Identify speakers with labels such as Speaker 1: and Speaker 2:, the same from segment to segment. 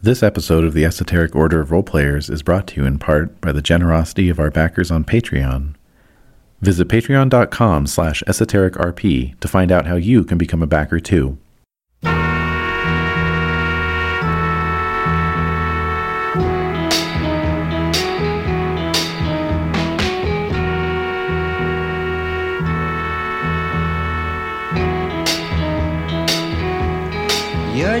Speaker 1: This episode of the Esoteric Order of Roleplayers is brought to you in part by the generosity of our backers on Patreon. Visit patreon.com slash esotericrp to find out how you can become a backer too.
Speaker 2: You're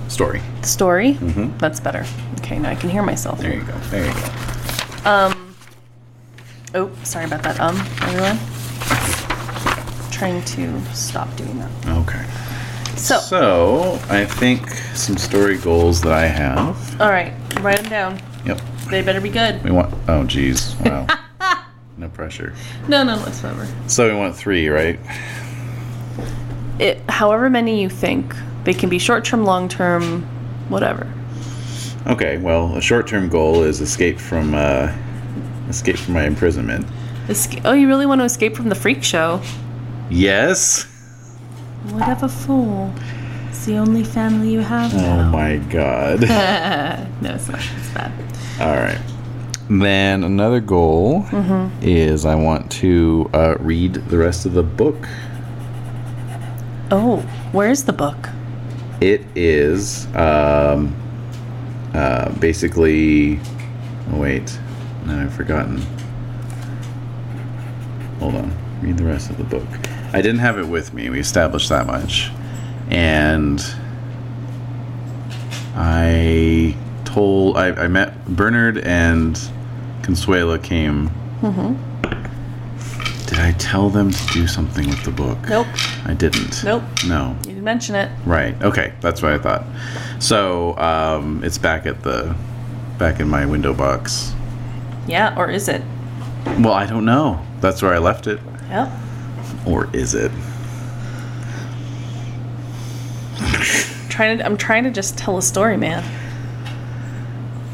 Speaker 1: Story.
Speaker 3: story. That's better. Okay, now I can hear myself.
Speaker 1: Mm-hmm. There you go. There you go.
Speaker 3: Oh, sorry about that. Um, everyone. Trying to stop doing that.
Speaker 1: Okay.
Speaker 3: So,
Speaker 1: So I think some story goals that I have.
Speaker 3: all right, write them down.
Speaker 1: Yep.
Speaker 3: They better be good.
Speaker 1: We want. Oh, geez. Wow. no pressure.
Speaker 3: No, no, whatsoever.
Speaker 1: So we want three, right?
Speaker 3: It, however many you think, they can be short term, long term, whatever.
Speaker 1: Okay. Well, a short-term goal is escape from uh, escape from my imprisonment.
Speaker 3: Esca- oh, you really want to escape from the freak show?
Speaker 1: Yes.
Speaker 3: What a fool. It's the only family you have
Speaker 1: Oh
Speaker 3: now.
Speaker 1: my God.
Speaker 3: No, it's not. It's bad.
Speaker 1: All right. Then another goal is I want to uh, read the rest of the book.
Speaker 3: Oh, where's the book?
Speaker 1: It is um, uh, basically. Oh, wait. No, I've forgotten. Hold on. Read the rest of the book. I didn't have it with me. We established that much. And I told. I, I met Bernard and Consuela came.
Speaker 3: Mm-hmm.
Speaker 1: Did I tell them to do something with the book?
Speaker 3: Nope.
Speaker 1: I didn't.
Speaker 3: Nope.
Speaker 1: No.
Speaker 3: You didn't mention it.
Speaker 1: Right. Okay, that's what I thought. So um, it's back at the back in my window box.
Speaker 3: Yeah, or is it?
Speaker 1: Well, I don't know. That's where I left it,
Speaker 3: Yep.
Speaker 1: or is it?
Speaker 3: Trying to, I'm trying to just tell a story, man.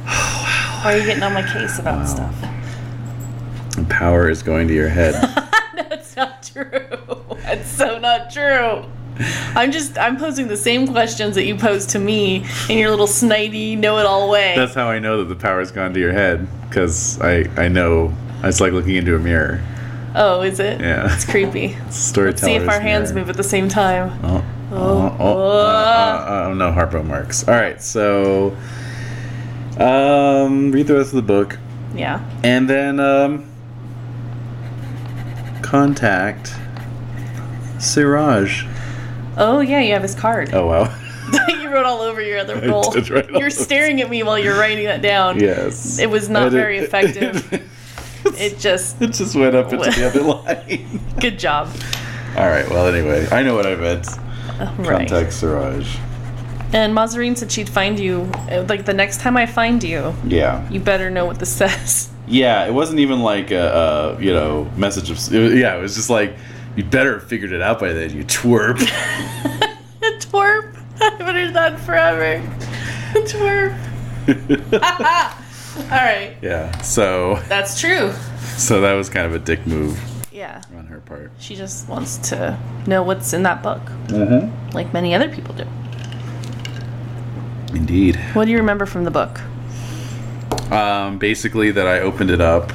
Speaker 3: Why are you getting on my case about stuff?
Speaker 1: I'm The power is going to your head.
Speaker 3: That's not true. That's so not true. I'm just I'm posing the same questions that you posed to me in your little snidey know-it-all way.
Speaker 1: That's how I know that the power's gone to your head because I I know it's like looking into a mirror.
Speaker 3: oh, is it?
Speaker 1: Yeah.
Speaker 3: It's creepy.
Speaker 1: Storyteller's
Speaker 3: See if our hands
Speaker 1: mirror.
Speaker 3: move at the same time.
Speaker 1: Oh, oh, oh, uh, uh, uh, no Harpo marks. All right, so um, read the rest of the book,
Speaker 3: Yeah.
Speaker 1: and then um, contact Siraj.
Speaker 3: Oh yeah, you have his card.
Speaker 1: Oh wow,
Speaker 3: you wrote all over your other roll.
Speaker 1: did write all
Speaker 3: You're
Speaker 1: over-
Speaker 3: staring at me while you're writing that down.
Speaker 1: yes,
Speaker 3: It was not
Speaker 1: I did-
Speaker 3: very effective. It just
Speaker 1: it just went up into the other line.
Speaker 3: good job.
Speaker 1: All right, well anyway, I know what I meant.
Speaker 3: Right.
Speaker 1: Contact Siraj.
Speaker 3: And Mazarine said she'd find you uh, like the next time I find you,
Speaker 1: Yeah.
Speaker 3: you better know what this says.
Speaker 1: Yeah, it wasn't even like a, a you know message of it was- yeah. It was just like you better have figured it out by then, you twerp.
Speaker 3: Twerp. I've uttered that forever. Twerp. All right.
Speaker 1: yeah, so
Speaker 3: That's true.
Speaker 1: so that was kind of a dick move
Speaker 3: Yeah.
Speaker 1: on her part.
Speaker 3: She just wants to know what's in that book,
Speaker 1: Mm-hmm.
Speaker 3: like many other people do.
Speaker 1: Indeed.
Speaker 3: What do you remember from the book?
Speaker 1: Um, basically, that I opened it up,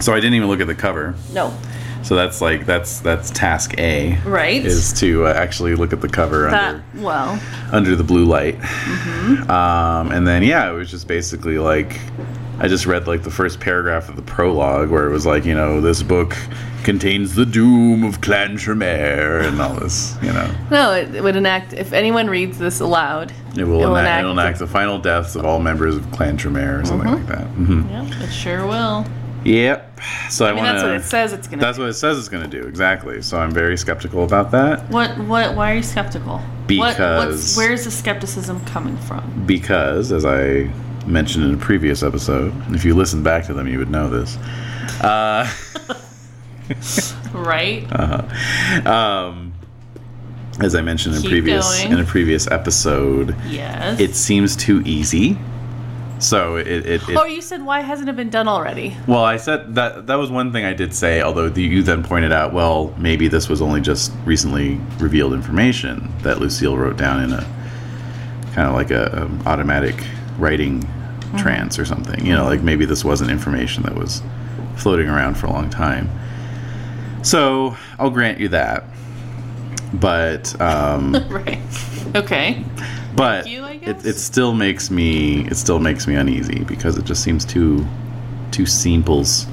Speaker 1: so I didn't even look at the cover.
Speaker 3: No.
Speaker 1: So that's like that's that's task A.
Speaker 3: Right?
Speaker 1: Is to uh, actually look at the cover
Speaker 3: that,
Speaker 1: under
Speaker 3: Mm-hmm. well,
Speaker 1: under the blue light. Um, and then yeah, it was just basically like I just read like the first paragraph of the prologue where it was like, you know, this book contains the doom of Clan Tremere and all this, you know.
Speaker 3: no, it, it would enact, if anyone reads this aloud,
Speaker 1: It will, enact, it'll enact the final deaths of all members of Clan Tremere or something
Speaker 3: Mm-hmm.
Speaker 1: like that. hmm
Speaker 3: Yeah, it sure will.
Speaker 1: Yep. So I,
Speaker 3: I mean,
Speaker 1: want to
Speaker 3: that's what it says it's going
Speaker 1: That's
Speaker 3: to
Speaker 1: what it says it's going to do exactly. So I'm very skeptical about that
Speaker 3: What, what, why are you skeptical? What,
Speaker 1: Because-
Speaker 3: what's, where's the skepticism coming from?
Speaker 1: because, as I mentioned in a previous episode, if you listen back to them, you would know this. Uh,
Speaker 3: Right?
Speaker 1: um, as I mentioned in
Speaker 3: Keep
Speaker 1: previous
Speaker 3: going.
Speaker 1: in a previous episode,
Speaker 3: yes.
Speaker 1: it seems too easy. So it, it, it
Speaker 3: oh, you said why hasn't it been done already?
Speaker 1: well, I said that that was one thing I did say. Although the, you then pointed out, well, maybe this was only just recently revealed information that Lucille wrote down in a kind of like a um, automatic writing trance or something. You know, like maybe this wasn't information that was floating around for a long time. So I'll grant you that, but um,
Speaker 3: Right. Okay.
Speaker 1: but
Speaker 3: you, I guess?
Speaker 1: it, it still makes me it still makes me uneasy because it just seems too too simples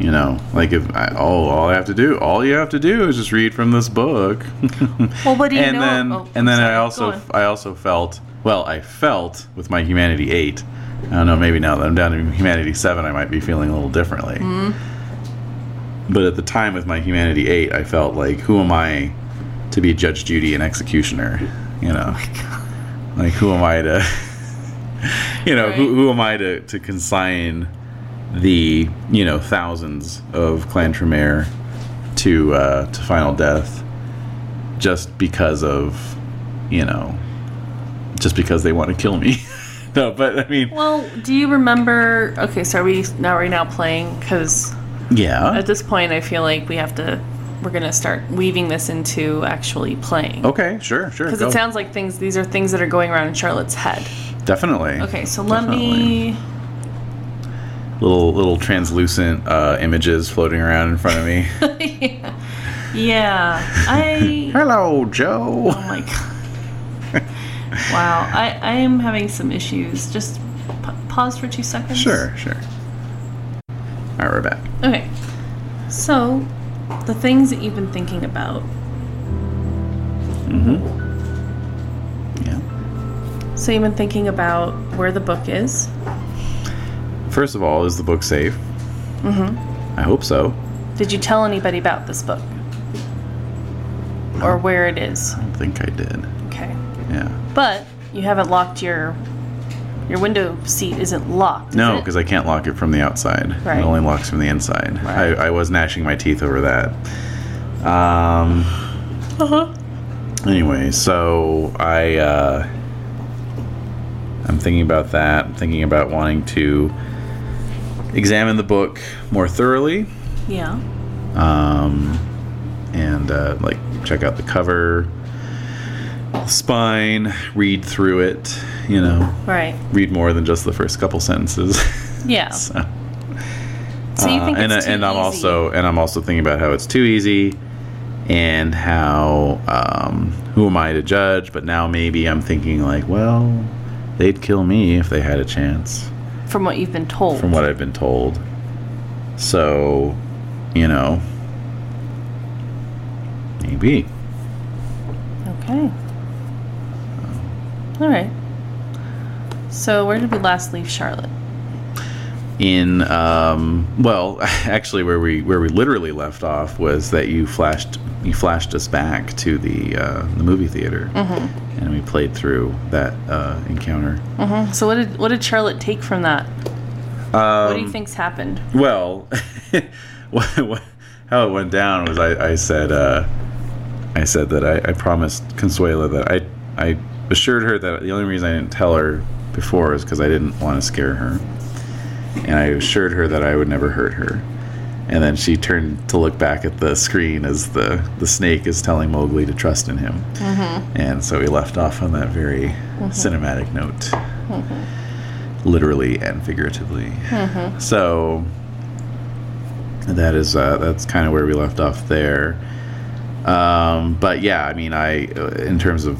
Speaker 1: you know like if I, oh all i have to do all you have to do is just read from this book
Speaker 3: Well, what do you
Speaker 1: and
Speaker 3: know?
Speaker 1: then
Speaker 3: oh,
Speaker 1: and then
Speaker 3: sorry,
Speaker 1: i
Speaker 3: go
Speaker 1: also
Speaker 3: on.
Speaker 1: i also felt well i felt with my humanity 8 i don't know maybe now that i'm down to humanity 7 i might be feeling a little differently
Speaker 3: Mm-hmm.
Speaker 1: but at the time with my humanity 8 i felt like who am i to be judge judy and executioner you
Speaker 3: Oh
Speaker 1: know like who am i to you know who,
Speaker 3: Right.
Speaker 1: who am i to, to consign the you know thousands of clan tremere to uh, to final death just because of you know just because they want to kill me no but i mean
Speaker 3: Well, do you remember? Okay, so are we now right now playing? Because
Speaker 1: yeah
Speaker 3: at this point, I feel like we have to. We're gonna start weaving this into actually playing.
Speaker 1: okay sure sure
Speaker 3: Because
Speaker 1: go.
Speaker 3: it sounds like things. These are things that are going around in Charlotte's head.
Speaker 1: definitely
Speaker 3: Okay, so let
Speaker 1: Definitely.
Speaker 3: me.
Speaker 1: little little translucent uh, images floating around in front of me
Speaker 3: Yeah, I.
Speaker 1: hello joe
Speaker 3: Oh my god. wow, I, I am having some issues. Just p- pause for two seconds.
Speaker 1: Sure, sure. All right, we're back.
Speaker 3: Okay. So, the things that you've been thinking about.
Speaker 1: Yeah.
Speaker 3: So, you've been thinking about where the book is.
Speaker 1: First of all, is the book safe? Mm-hmm.
Speaker 3: Mm-hmm.
Speaker 1: I hope so.
Speaker 3: Did you tell anybody about this book? Or where it is?
Speaker 1: I don't think I did.
Speaker 3: Okay.
Speaker 1: Yeah.
Speaker 3: But you haven't locked your your window seat isn't locked. is
Speaker 1: No,
Speaker 3: it?
Speaker 1: because I can't lock it from the outside.
Speaker 3: Right.
Speaker 1: It only locks from the inside.
Speaker 3: Right.
Speaker 1: I, I was gnashing my teeth over that. Um.
Speaker 3: Uh-huh.
Speaker 1: Anyway, so I uh, I'm thinking about that. I'm thinking about wanting to examine the book more thoroughly
Speaker 3: Yeah.
Speaker 1: um, and uh, like check out the cover, spine, read through it, you know,
Speaker 3: Right.
Speaker 1: read more than just the first couple sentences.
Speaker 3: Yeah.
Speaker 1: So,
Speaker 3: So you
Speaker 1: uh,
Speaker 3: think
Speaker 1: and
Speaker 3: it's
Speaker 1: I- and
Speaker 3: too
Speaker 1: I'm
Speaker 3: easy.
Speaker 1: also and I'm also thinking about how it's too easy, and how um, who am I to judge? But now maybe I'm thinking like, well, they'd kill me if they had a chance.
Speaker 3: from what you've been told.
Speaker 1: from what I've been told. So, you know, maybe.
Speaker 3: Okay. All right. So where did we last leave Charlotte?
Speaker 1: In um, well, actually, where we where we literally left off was that you flashed you flashed us back to the uh, the movie theater, and we played through that uh, encounter.
Speaker 3: So what did what did Charlotte take from that? what do you
Speaker 1: Um,
Speaker 3: think's happened?
Speaker 1: Well, what, what, how it went down was I, I said uh, I said that I, I promised Consuela that I I assured her that the only reason I didn't tell her before is because I didn't want to scare her, and I assured her that I would never hurt her. And then she turned to look back at the screen as the, the snake is telling Mowgli to trust in him. And so we left off on that very cinematic note, literally and figuratively. So that is uh, that's kind of where we left off there. Um, but yeah, I mean, I uh, in terms of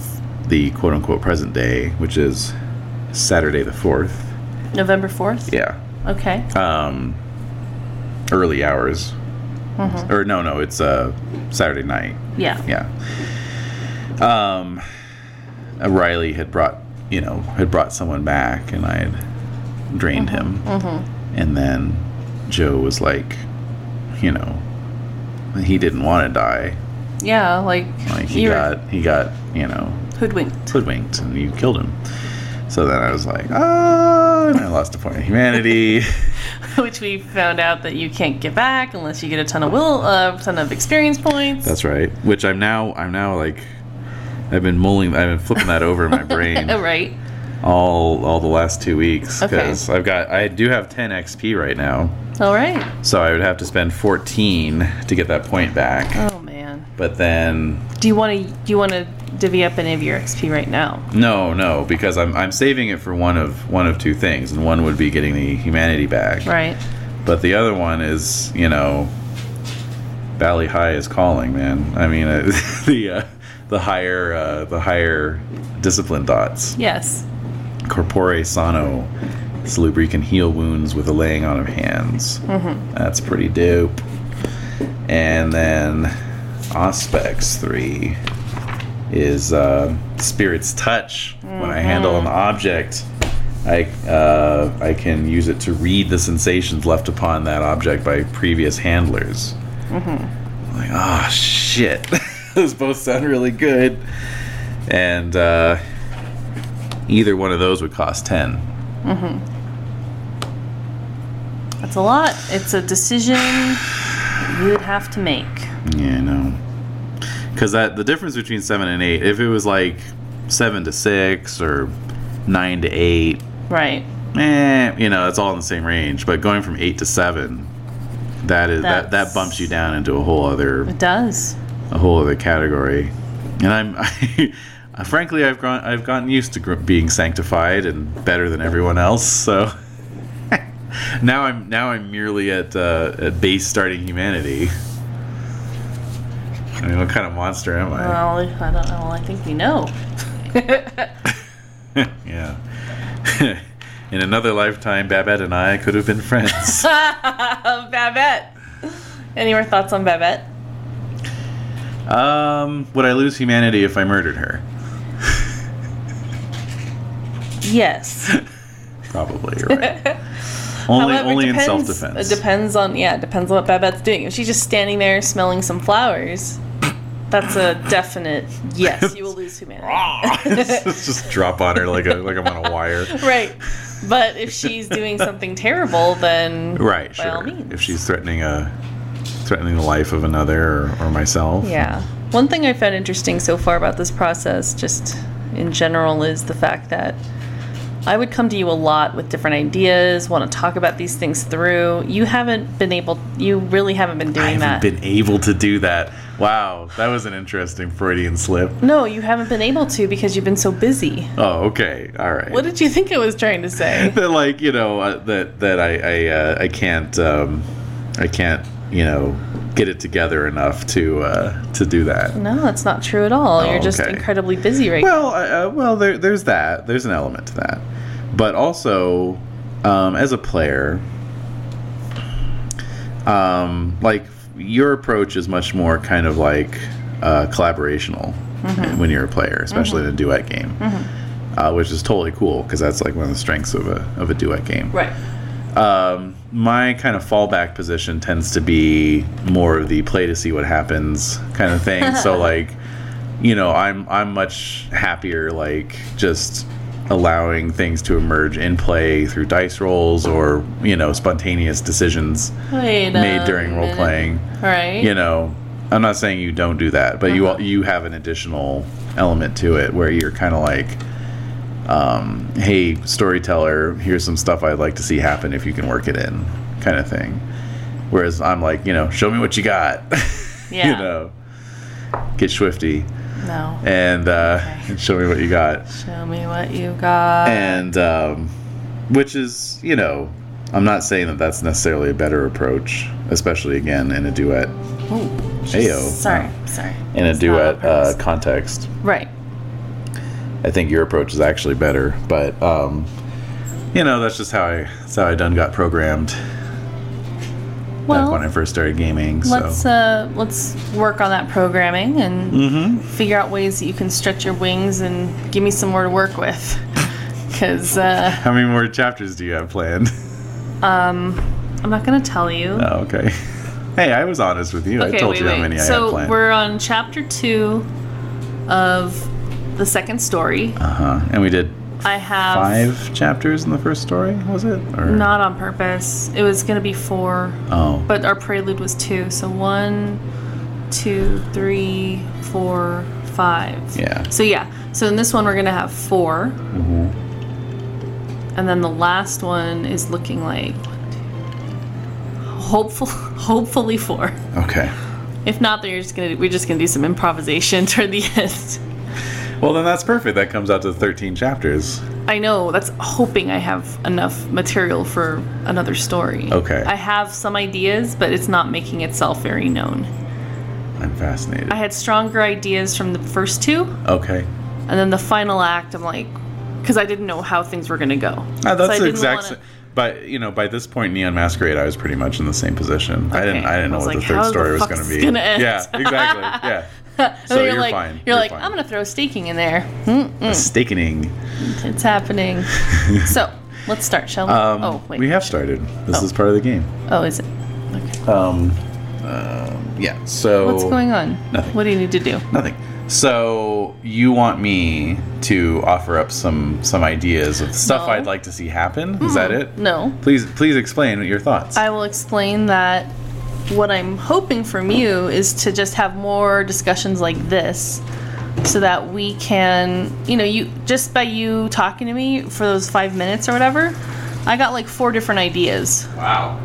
Speaker 1: the quote unquote present day, which is Saturday the fourth.
Speaker 3: November fourth.
Speaker 1: Yeah,
Speaker 3: Okay.
Speaker 1: um, early hours. Or no, no, it's uh, Saturday night.
Speaker 3: Yeah.
Speaker 1: Yeah. Um, uh, Riley had brought, you know, had brought someone back, and I had drained him. And then Joe was like, you know, he didn't want to die.
Speaker 3: Yeah. Like,
Speaker 1: Like he
Speaker 3: you were
Speaker 1: got, he got, you know,
Speaker 3: hoodwinked.
Speaker 1: hoodwinked, and you killed him. So then I was like, ah, and I lost a point of humanity.
Speaker 3: Which we found out that you can't get back unless you get a ton of will, uh, ton of experience points.
Speaker 1: That's right. Which I'm now, I'm now like, I've been mulling, I've been flipping that over in my brain.
Speaker 3: Oh, right.
Speaker 1: all all the last two weeks
Speaker 3: Okay.
Speaker 1: because I've got I do have 10 XP right now,
Speaker 3: All right.
Speaker 1: so I would have to spend 14 to get that point back.
Speaker 3: Oh man.
Speaker 1: But then
Speaker 3: Do you want to? Do you want to divvy up any of your XP right now?
Speaker 1: no, no, because I'm I'm saving it for one of one of two things, and one would be getting the humanity back,
Speaker 3: Right.
Speaker 1: but the other one is you know Valley High is calling, man. I mean uh, the uh, the higher uh, the higher discipline dots.
Speaker 3: Yes.
Speaker 1: corpore sano salubre can heal wounds with the laying on of hands that's pretty dope and then auspex 3 is uh, spirit's touch when i handle an object I, uh, I can use it to read the sensations left upon that object by previous handlers I'm like ah shit those both sound really good and uh, either one of those would cost 10
Speaker 3: That's a lot. It's a decision you would have to make.
Speaker 1: yeah no because that the difference between 7 and 8 if it was like 7 to 6 or 9 to 8
Speaker 3: Right.
Speaker 1: eh, you know it's all in the same range but going from 8 to 7 that is that that
Speaker 3: That's-
Speaker 1: bumps you down into a whole other
Speaker 3: It does.
Speaker 1: a whole other category and i'm I, frankly i've grown i've gotten used to gr- being sanctified and better than everyone else so now i'm now i'm merely at uh, at base starting humanity i mean what kind of monster am i
Speaker 3: Well, I don't know. I think we know.
Speaker 1: yeah in another lifetime babette and i could have been friends
Speaker 3: Babette. Any more thoughts on Babette?
Speaker 1: um would i lose humanity if i murdered her
Speaker 3: Yes.
Speaker 1: probably you're right only
Speaker 3: However, it
Speaker 1: only in
Speaker 3: depends-
Speaker 1: self-defense
Speaker 3: It depends on yeah, it depends on what Babette's doing. If she's just standing there smelling some flowers, that's a definite yes. You will lose humanity.
Speaker 1: just drop on her like a, like I'm on a wire.
Speaker 3: right. But if she's doing something terrible, then
Speaker 1: Right,
Speaker 3: By
Speaker 1: sure.
Speaker 3: all means.
Speaker 1: If she's threatening a threatening the life of another or, or myself.
Speaker 3: Yeah. One thing I found interesting so far about this process, just in general, is the fact that I would come to you a lot with different ideas, want to talk about these things through. You haven't been able, you really haven't been doing
Speaker 1: I haven't
Speaker 3: that.
Speaker 1: been able to do that. Wow, that was an interesting Freudian slip.
Speaker 3: no, you haven't been able to because you've been so busy.
Speaker 1: Oh, okay, all right.
Speaker 3: What did you think I was trying to say?
Speaker 1: that like you know uh, that that I I, uh, I can't um, I can't you know get it together enough to uh, to do that.
Speaker 3: No, that's not true at all.
Speaker 1: Oh,
Speaker 3: You're just
Speaker 1: okay.
Speaker 3: incredibly busy right now.
Speaker 1: Well, uh, uh, well, there, there's that. There's an element to that, but also, um, as a player, um, like your approach is much more kind of like uh, collaborational
Speaker 3: Mm-hmm.
Speaker 1: when you're a player, especially in a duet game, uh, which is totally cool because that's like one of the strengths of a of a duet game
Speaker 3: Right.
Speaker 1: um, my kind of fallback position tends to be more of the play to see what happens kind of thing. so like, you know, I'm I'm much happier like just allowing things to emerge in play through dice rolls or you know spontaneous decisions
Speaker 3: Wait
Speaker 1: made
Speaker 3: a
Speaker 1: during role
Speaker 3: minute.
Speaker 1: playing.
Speaker 3: Right.
Speaker 1: You know, I'm not saying you don't do that, but
Speaker 3: Uh-huh.
Speaker 1: you al- you have an additional element to it where you're kind of like. Um, hey storyteller, here's some stuff I'd like to see happen if you can work it in, kind of thing. Whereas I'm like, you know, show me what you got, you
Speaker 3: Yeah.
Speaker 1: know, get swifty
Speaker 3: No.
Speaker 1: and uh, show me what you got,
Speaker 3: Show me what you got.
Speaker 1: and um, which is, you know, I'm not saying that that's necessarily a better approach, especially again in a duet
Speaker 3: Ooh,
Speaker 1: Ayo.
Speaker 3: Sorry, sorry.
Speaker 1: in a
Speaker 3: It's not on
Speaker 1: duet uh,
Speaker 3: purpose.
Speaker 1: context.
Speaker 3: right.
Speaker 1: I think your approach is actually better, but um, you know that's just how I that's how I done got programmed back when I
Speaker 3: Well,
Speaker 1: first started gaming.
Speaker 3: let's
Speaker 1: So
Speaker 3: uh, let's work on that programming and
Speaker 1: Mhm.
Speaker 3: figure out ways that you can stretch your wings and give me some more to work with. Because uh,
Speaker 1: how many more chapters do you have planned?
Speaker 3: I'm not gonna tell you.
Speaker 1: oh, okay. Hey, I was honest with you. I told you how many I had
Speaker 3: so
Speaker 1: planned.
Speaker 3: we're on chapter two of the second story.
Speaker 1: uh huh. And we did
Speaker 3: I have
Speaker 1: five chapters in the first story, was it? Or
Speaker 3: Um, not on purpose. It was gonna be four.
Speaker 1: Oh,
Speaker 3: But our prelude was two, so one, two, three, four, five.
Speaker 1: Yeah. Mm-hmm.
Speaker 3: So yeah. So in this one we're gonna have 4 and then the last one is looking like hopeful, hopefully four.
Speaker 1: okay.
Speaker 3: If not, then you're just gonna we're just gonna do some improvisation toward the end.
Speaker 1: Well, then that's perfect. That comes out to thirteen chapters.
Speaker 3: I know that's hoping I have enough material for another story.
Speaker 1: Okay.
Speaker 3: I have some ideas, but it's not making itself very known.
Speaker 1: I'm fascinated.
Speaker 3: I had stronger ideas from the first two,
Speaker 1: okay.
Speaker 3: and then the final act, I'm like, because I didn't know how things were gonna go.
Speaker 1: Ah,
Speaker 3: So I
Speaker 1: that's the
Speaker 3: didn't
Speaker 1: exact.
Speaker 3: wanna-
Speaker 1: sa- But you know, by this point, Neon Masquerade, I was pretty much in the same position. I didn't.
Speaker 3: Okay.
Speaker 1: I didn't know
Speaker 3: I was
Speaker 1: what the
Speaker 3: like,
Speaker 1: third
Speaker 3: how the
Speaker 1: story was
Speaker 3: fuck's
Speaker 1: going to be.
Speaker 3: gonna end?
Speaker 1: Yeah, exactly. Yeah.
Speaker 3: And
Speaker 1: so
Speaker 3: then
Speaker 1: you're
Speaker 3: like,
Speaker 1: fine.
Speaker 3: You're,
Speaker 1: You're
Speaker 3: like,
Speaker 1: fine.
Speaker 3: I'm gonna throw staking in there. Mm,
Speaker 1: A Staking.
Speaker 3: it's happening. so let's start, shall we?
Speaker 1: Um,
Speaker 3: oh wait.
Speaker 1: We have started. This
Speaker 3: Oh.
Speaker 1: is part of the game.
Speaker 3: oh, is it?
Speaker 1: Um, um, yeah. So
Speaker 3: What's going on?
Speaker 1: nothing.
Speaker 3: What do you need to do?
Speaker 1: Nothing. So you want me to offer up some some ideas of stuff
Speaker 3: No. Hmm.
Speaker 1: I'd like to see happen? Is that it?
Speaker 3: No.
Speaker 1: Please please explain your thoughts.
Speaker 3: I will explain that what I'm hoping from you is to just have more discussions like this so that we can, you know, you just by you talking to me for those 5 minutes or whatever, I got like four different ideas.
Speaker 1: wow.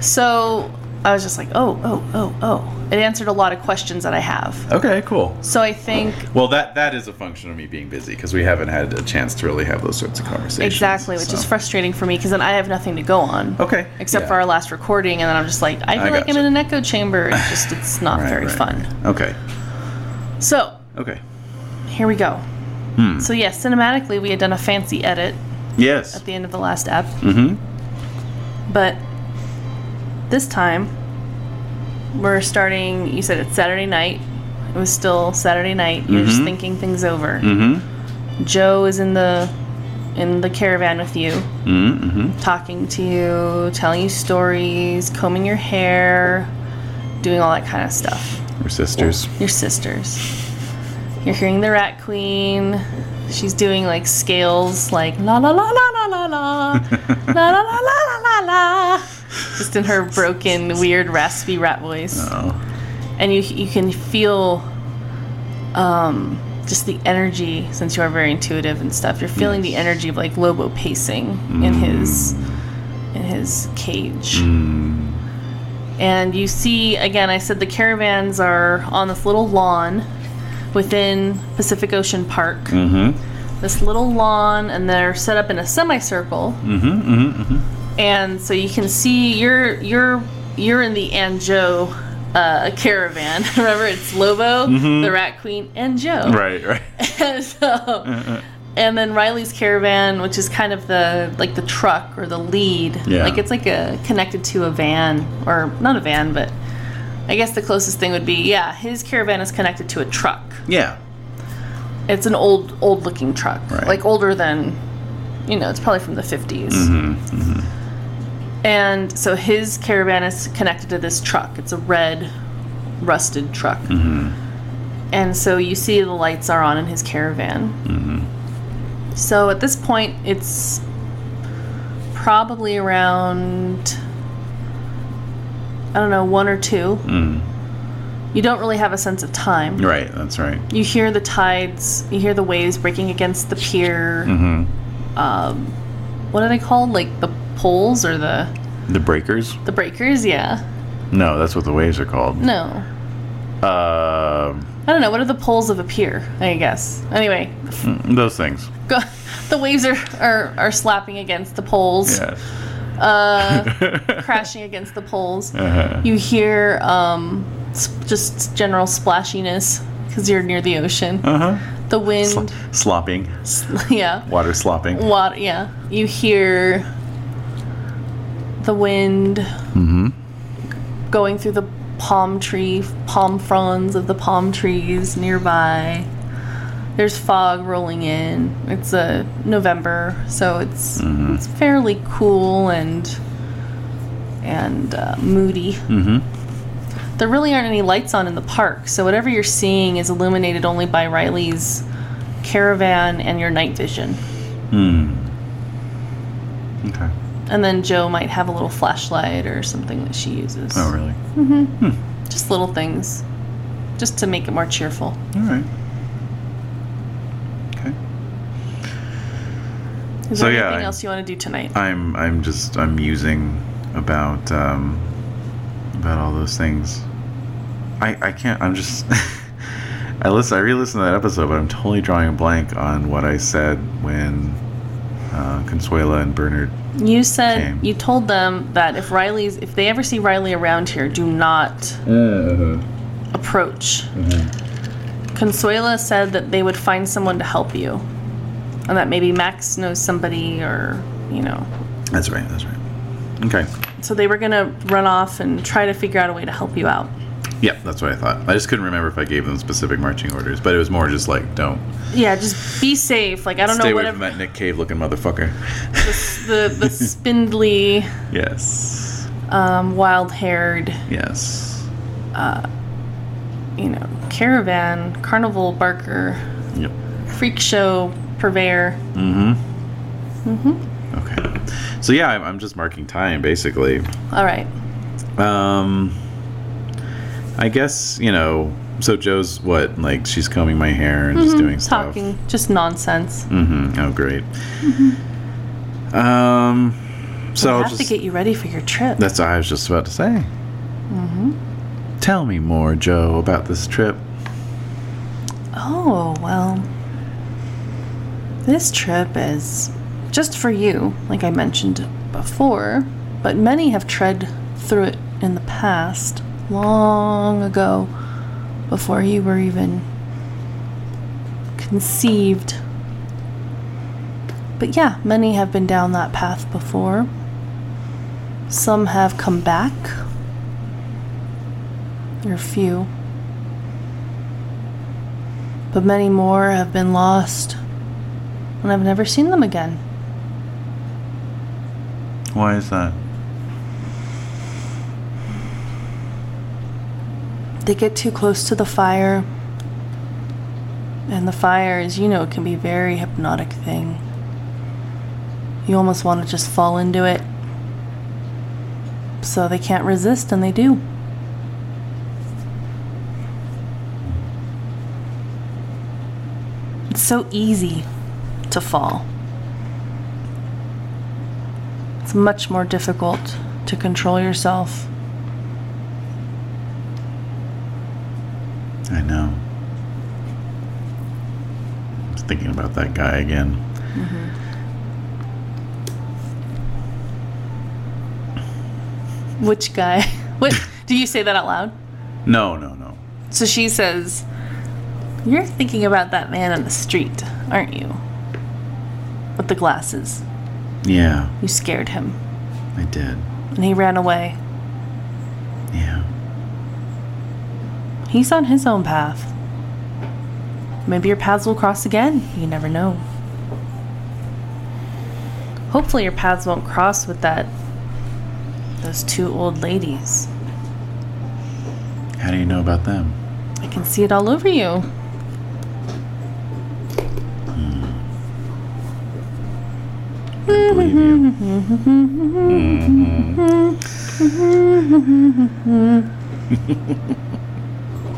Speaker 3: So, I was just like, "Oh, oh, oh, oh." It answered a lot of questions that I have.
Speaker 1: Okay. Cool.
Speaker 3: So, I think
Speaker 1: Well, that that is a function of me being busy because we haven't had a chance to really have those sorts of conversations.
Speaker 3: exactly, which
Speaker 1: so.
Speaker 3: is frustrating for me because then I have nothing to go on.
Speaker 1: Okay.
Speaker 3: Except
Speaker 1: yeah.
Speaker 3: for our last recording, and then I'm just like, I feel like
Speaker 1: gotcha.
Speaker 3: I'm in an echo chamber. It's just, it's not
Speaker 1: Right,
Speaker 3: very
Speaker 1: right,
Speaker 3: fun.
Speaker 1: right. Okay.
Speaker 3: So,
Speaker 1: Okay.
Speaker 3: Here we go. So yeah, cinematically we had done a fancy edit
Speaker 1: Yes.
Speaker 3: at the end of the last app,
Speaker 1: Mm-hmm.
Speaker 3: but this time we're starting. You said it's Saturday night. It was still Saturday night. You're just thinking things over.
Speaker 1: Mm-hmm.
Speaker 3: Joe is in the in the caravan with you,
Speaker 1: Mm-hmm.
Speaker 3: talking to you, telling you stories, combing your hair, doing all that kind of stuff.
Speaker 1: We're sisters.
Speaker 3: your sisters. You're hearing the Rat Queen. She's doing like scales, like la la la la la la la, la la la la la la la, just in her broken, weird, raspy rat voice.
Speaker 1: Oh.
Speaker 3: And you you can feel um, just the energy since you are very intuitive and stuff. You're feeling the energy of like Lobo pacing in his in his cage. And you see again, I said the caravans are on this little lawn within Pacific Ocean Park.
Speaker 1: Mm-hmm.
Speaker 3: This little lawn, and they're set up in a semicircle. Mm-hmm, mm-hmm, And so you can see you're you're you're in the Anjo uh, caravan. Remember, it's Lobo, the Rat Queen, and Joe.
Speaker 1: Right, right.
Speaker 3: And so, and then Riley's caravan, which is kind of the like the truck or the lead.
Speaker 1: Yeah.
Speaker 3: Like it's like a connected to a van or not a van, but I guess the closest thing would be yeah, his caravan is connected to a truck.
Speaker 1: Yeah.
Speaker 3: It's an old old looking truck,
Speaker 1: Right.
Speaker 3: like older than you know, it's probably from the 50s.
Speaker 1: Mm-hmm.
Speaker 3: And so his caravan is connected to this truck. It's a red, rusted truck.
Speaker 1: Mm-hmm.
Speaker 3: And so you see the lights are on in his caravan.
Speaker 1: Mm-hmm.
Speaker 3: So at this point, it's probably around, I don't know, one or two. You don't really have a sense of time.
Speaker 1: Mm. Right, that's right.
Speaker 3: You hear the tides, you hear the waves breaking against the pier.
Speaker 1: Mhm.
Speaker 3: Um, what are they called? Like the poles or the
Speaker 1: The breakers?
Speaker 3: the breakers? Yeah.
Speaker 1: No, that's what the waves are called.
Speaker 3: No.
Speaker 1: Uh,
Speaker 3: I don't know. What are the poles of a pier? I guess. Anyway,
Speaker 1: those things.
Speaker 3: go, the waves are, are are slapping against the poles,
Speaker 1: Yeah.
Speaker 3: uh, crashing against the poles.
Speaker 1: Uh-huh.
Speaker 3: You hear um, s- just general splashiness because you're near the ocean.
Speaker 1: Uh huh.
Speaker 3: The wind,
Speaker 1: slopping.
Speaker 3: yeah.
Speaker 1: Water slopping.
Speaker 3: Water, yeah. You hear the wind going through the palm tree, palm fronds of the palm trees nearby. There's fog rolling in. It's uh, November, so it's it's fairly cool and and uh, moody. Mm-hmm. There really aren't any lights on in the park, so whatever you're seeing is illuminated only by Riley's caravan and your night vision. Mm.
Speaker 1: Hmm. Okay.
Speaker 3: And then Joe might have a little flashlight or something that she uses.
Speaker 1: Oh, really?
Speaker 3: Just little things. Just to make it more cheerful.
Speaker 1: All right. Okay.
Speaker 3: Is
Speaker 1: So,
Speaker 3: there
Speaker 1: yeah,
Speaker 3: anything
Speaker 1: I-
Speaker 3: else you want to do tonight?
Speaker 1: I'm I'm just I'm musing about um, about all those things. I I can't. I'm just. I listen. I re-listened to that episode, but I'm totally drawing a blank on what I said when uh, Consuela and Bernard.
Speaker 3: you said
Speaker 1: Came.
Speaker 3: you told them that if Riley's if they ever see Riley around here, do not
Speaker 1: Uh-huh.
Speaker 3: approach.
Speaker 1: Mm-hmm.
Speaker 3: Consuela said that they would find someone to help you. And that maybe Max knows somebody or you know.
Speaker 1: That's right. That's right. Okay.
Speaker 3: So they were gonna run off and try to figure out a way to help you out.
Speaker 1: Yep, that's what I thought. I just couldn't remember if I gave them specific marching orders, but it was more just like, don't
Speaker 3: Yeah, just be safe. Like I don't
Speaker 1: stay
Speaker 3: know
Speaker 1: away
Speaker 3: whatever
Speaker 1: from that Nick Cave looking motherfucker.
Speaker 3: the the spindly,
Speaker 1: Yes.
Speaker 3: um, wild-haired,
Speaker 1: Yes.
Speaker 3: you know, caravan, carnival barker,
Speaker 1: Yep.
Speaker 3: freak show purveyor.
Speaker 1: Okay. So yeah, I'm, I'm just marking time basically.
Speaker 3: All right.
Speaker 1: Um, I guess you know. So Joe's what? Like she's combing my hair and just doing stuff.
Speaker 3: Mm-hmm. Talking just nonsense.
Speaker 1: Mm-hmm. Oh, great. Um, so
Speaker 3: I
Speaker 1: I'll
Speaker 3: Mm-hmm. have
Speaker 1: just
Speaker 3: to get you ready for your trip.
Speaker 1: that's what I was just about to say.
Speaker 3: Mm-hmm.
Speaker 1: Tell me more, Joe, about this trip.
Speaker 3: Oh, well. This trip is just for you, like I mentioned before, but many have tread through it in the past, long ago, before you were even conceived. But yeah, many have been down that path before. Some have come back. There are few but many more have been lost, and I've never seen them again.
Speaker 1: Why is that?
Speaker 3: They get too close to the fire, and the fire, as you know, can be a very hypnotic thing. You almost want to just fall into it. So they can't resist, and they do. It's so easy to fall. It's much more difficult to control yourself.
Speaker 1: I know. I was thinking about that guy again.
Speaker 3: Which guy? What? Do you say that out loud?
Speaker 1: No, no, no.
Speaker 3: So she says, You're thinking about that man on the street, aren't you? With the glasses.
Speaker 1: Yeah,
Speaker 3: You scared him.
Speaker 1: I did.
Speaker 3: And he ran away.
Speaker 1: Yeah.
Speaker 3: He's on his own path. Maybe your paths will cross again. You never know. Hopefully your paths won't cross with that those two old ladies.
Speaker 1: How do you know about them?
Speaker 3: I can see it all over you.
Speaker 1: I believe you.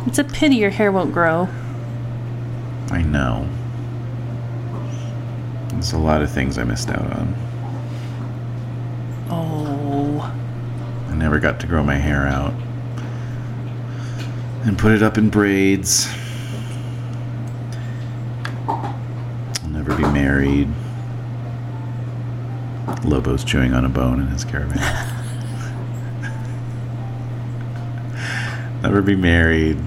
Speaker 3: It's a pity your hair won't grow.
Speaker 1: I know. There's a lot of things I missed out on.
Speaker 3: Oh.
Speaker 1: I never got to grow my hair out and put it up in braids. I'll never be married. Lobo's chewing on a bone in his caravan. never be married.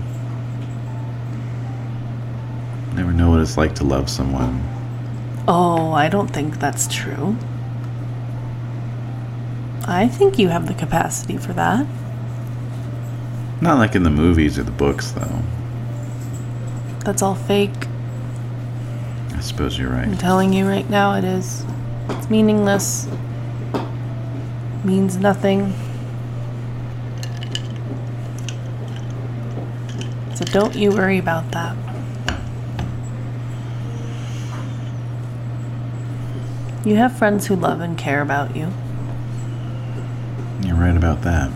Speaker 1: Never know what it's like to love someone.
Speaker 3: Oh, I don't think that's true. I think you have the capacity for that.
Speaker 1: Not like in the movies or the books, though.
Speaker 3: That's all fake.
Speaker 1: I suppose you're
Speaker 3: I'm
Speaker 1: right.
Speaker 3: telling you right now, it is. It's meaningless. Means nothing. So don't you worry about that. You have friends who love and care about you.
Speaker 1: You're right about that.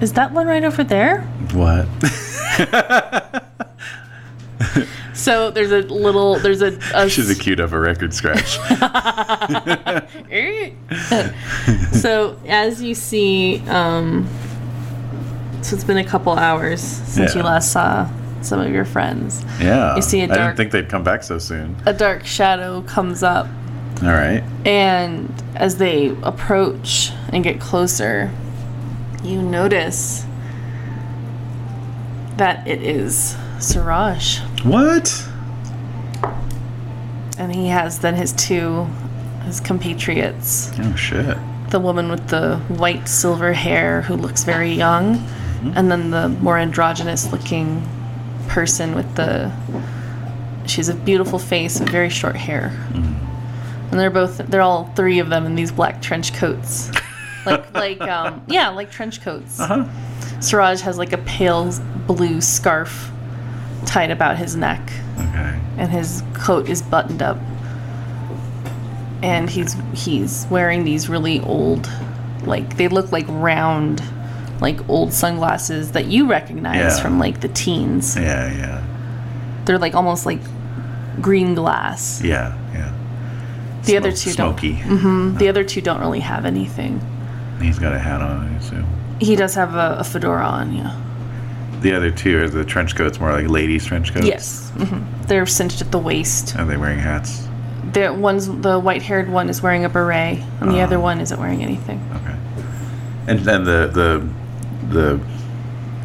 Speaker 3: Is that one right over there?
Speaker 1: What?
Speaker 3: So there's a little, there's a. a
Speaker 1: She's a cute of a record scratch.
Speaker 3: so as you see, um, so it's been a couple hours since you
Speaker 1: Yeah.
Speaker 3: last saw some of your friends.
Speaker 1: Yeah.
Speaker 3: You see a
Speaker 1: I didn't
Speaker 3: dark-
Speaker 1: think they'd come back so soon.
Speaker 3: A dark shadow comes up,
Speaker 1: All right.
Speaker 3: and as they approach and get closer, you notice that it is Siraj,
Speaker 1: What?
Speaker 3: and he has then his two his compatriots.
Speaker 1: Oh shit.
Speaker 3: the woman with the white silver hair who looks very young, and then the more androgynous looking person with the she has a beautiful face and very short hair. And they're both they're all three of them in these black trench coats. Like like um yeah, like trench coats.
Speaker 1: Uh-huh.
Speaker 3: Siraj has like a pale blue scarf tied about his neck
Speaker 1: Okay.
Speaker 3: and his coat is buttoned up and he's he's wearing these really old like they look like round like old sunglasses that you recognize
Speaker 1: Yeah.
Speaker 3: from like the teens
Speaker 1: Yeah, yeah.
Speaker 3: they're like almost like green glass
Speaker 1: Yeah, yeah.
Speaker 3: the other two
Speaker 1: smoky.
Speaker 3: don't Mm-hmm. Mm, the other two don't really have anything
Speaker 1: He's got a hat on, I assume.
Speaker 3: he does have a, a fedora on yeah
Speaker 1: The other two are the trench coats, more like ladies' trench coats.
Speaker 3: yes hmm they're cinched at the waist
Speaker 1: Are they wearing hats?
Speaker 3: the one's the white-haired one is wearing a beret and
Speaker 1: Ah.
Speaker 3: the other one isn't wearing anything
Speaker 1: Okay. And then the the the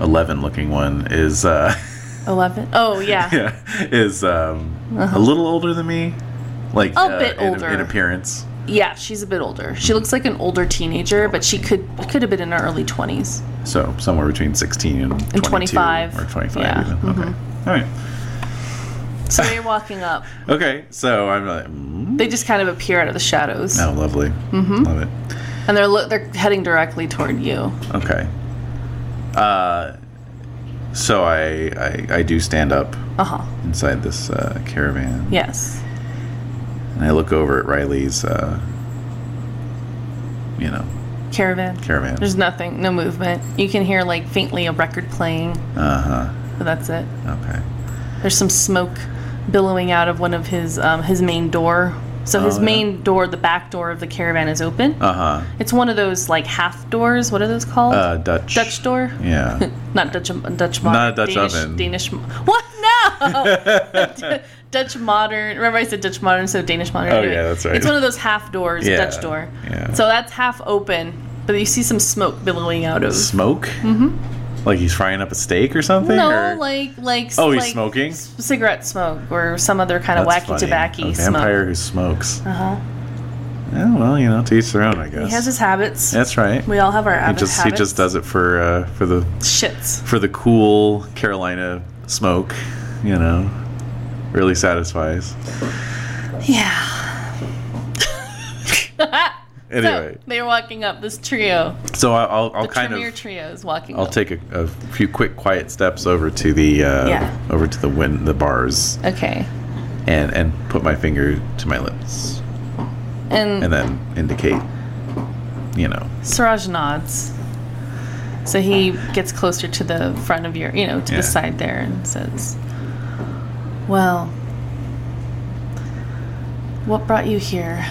Speaker 1: eleven looking one is uh
Speaker 3: 11 oh yeah
Speaker 1: yeah, is um, a little older than me. Like
Speaker 3: Uh-huh.
Speaker 1: uh,
Speaker 3: A bit
Speaker 1: in-
Speaker 3: older.
Speaker 1: in, appearance.
Speaker 3: Yeah, she's a bit older. She looks like an older teenager, but she could could have been in her early twenties.
Speaker 1: So somewhere between sixteen and, 22
Speaker 3: 25.
Speaker 1: or twenty five.
Speaker 3: Yeah,
Speaker 1: Even. Okay. All right.
Speaker 3: So you're walking up.
Speaker 1: Okay. So I'm like, mm,
Speaker 3: They just kind of appear out of the shadows,
Speaker 1: oh, lovely. Love it.
Speaker 3: and they're lo- they're heading directly toward you.
Speaker 1: Okay. Uh, so I, I I do stand up
Speaker 3: Uh huh.
Speaker 1: inside this uh, caravan.
Speaker 3: Yes.
Speaker 1: And I look over at Riley's. Uh, you know,
Speaker 3: Caravan.
Speaker 1: Caravan.
Speaker 3: There's nothing, no movement. You can hear like faintly a record playing,
Speaker 1: uh huh.
Speaker 3: but that's it.
Speaker 1: Okay.
Speaker 3: There's some smoke billowing out of one of his um, his main door. So his
Speaker 1: Oh, yeah.
Speaker 3: main door, the back door of the caravan, is open.
Speaker 1: Uh huh.
Speaker 3: It's one of those like half doors. What are those called?
Speaker 1: Uh, Dutch.
Speaker 3: Dutch door?
Speaker 1: Yeah.
Speaker 3: Not Dutch Dutch modern.
Speaker 1: Not a Dutch
Speaker 3: Danish,
Speaker 1: oven.
Speaker 3: Danish. mo- What? No. Dutch modern. Remember I said Dutch modern, so Danish modern.
Speaker 1: Oh, yeah, that's right.
Speaker 3: It's one of those half doors,
Speaker 1: Yeah,
Speaker 3: Dutch door.
Speaker 1: yeah.
Speaker 3: So that's half open, but you see some smoke billowing out of.
Speaker 1: Smoke? Mm-hmm. Like he's frying up a steak or something?
Speaker 3: no,
Speaker 1: or?
Speaker 3: like like.
Speaker 1: Oh, he's
Speaker 3: like
Speaker 1: smoking?
Speaker 3: c- Cigarette smoke or some other kind of
Speaker 1: That's
Speaker 3: wacky
Speaker 1: funny.
Speaker 3: tobacco
Speaker 1: A
Speaker 3: smoke.
Speaker 1: vampire who smokes.
Speaker 3: Uh huh.
Speaker 1: Yeah, well, you know, to each their own, I guess.
Speaker 3: He has his habits.
Speaker 1: That's right.
Speaker 3: We all have our
Speaker 1: He
Speaker 3: habits.
Speaker 1: just he just does it for uh, for the
Speaker 3: shits.
Speaker 1: for the cool Carolina smoke, you know. Really satisfies.
Speaker 3: Yeah.
Speaker 1: Anyway,
Speaker 3: So they're walking up this trio.
Speaker 1: so, I- I'll I'll
Speaker 3: the
Speaker 1: kind
Speaker 3: Tremere
Speaker 1: of
Speaker 3: trio is walking.
Speaker 1: I'll
Speaker 3: up.
Speaker 1: take a, a few quick quiet steps over to the uh,
Speaker 3: Yeah.
Speaker 1: over to the win the bars
Speaker 3: Okay.
Speaker 1: and and put my finger to my lips
Speaker 3: And,
Speaker 1: and then indicate, you know,
Speaker 3: Siraj nods. So he gets closer to the front of your, you know, to
Speaker 1: Yeah.
Speaker 3: the side there and says, Well, what brought you here?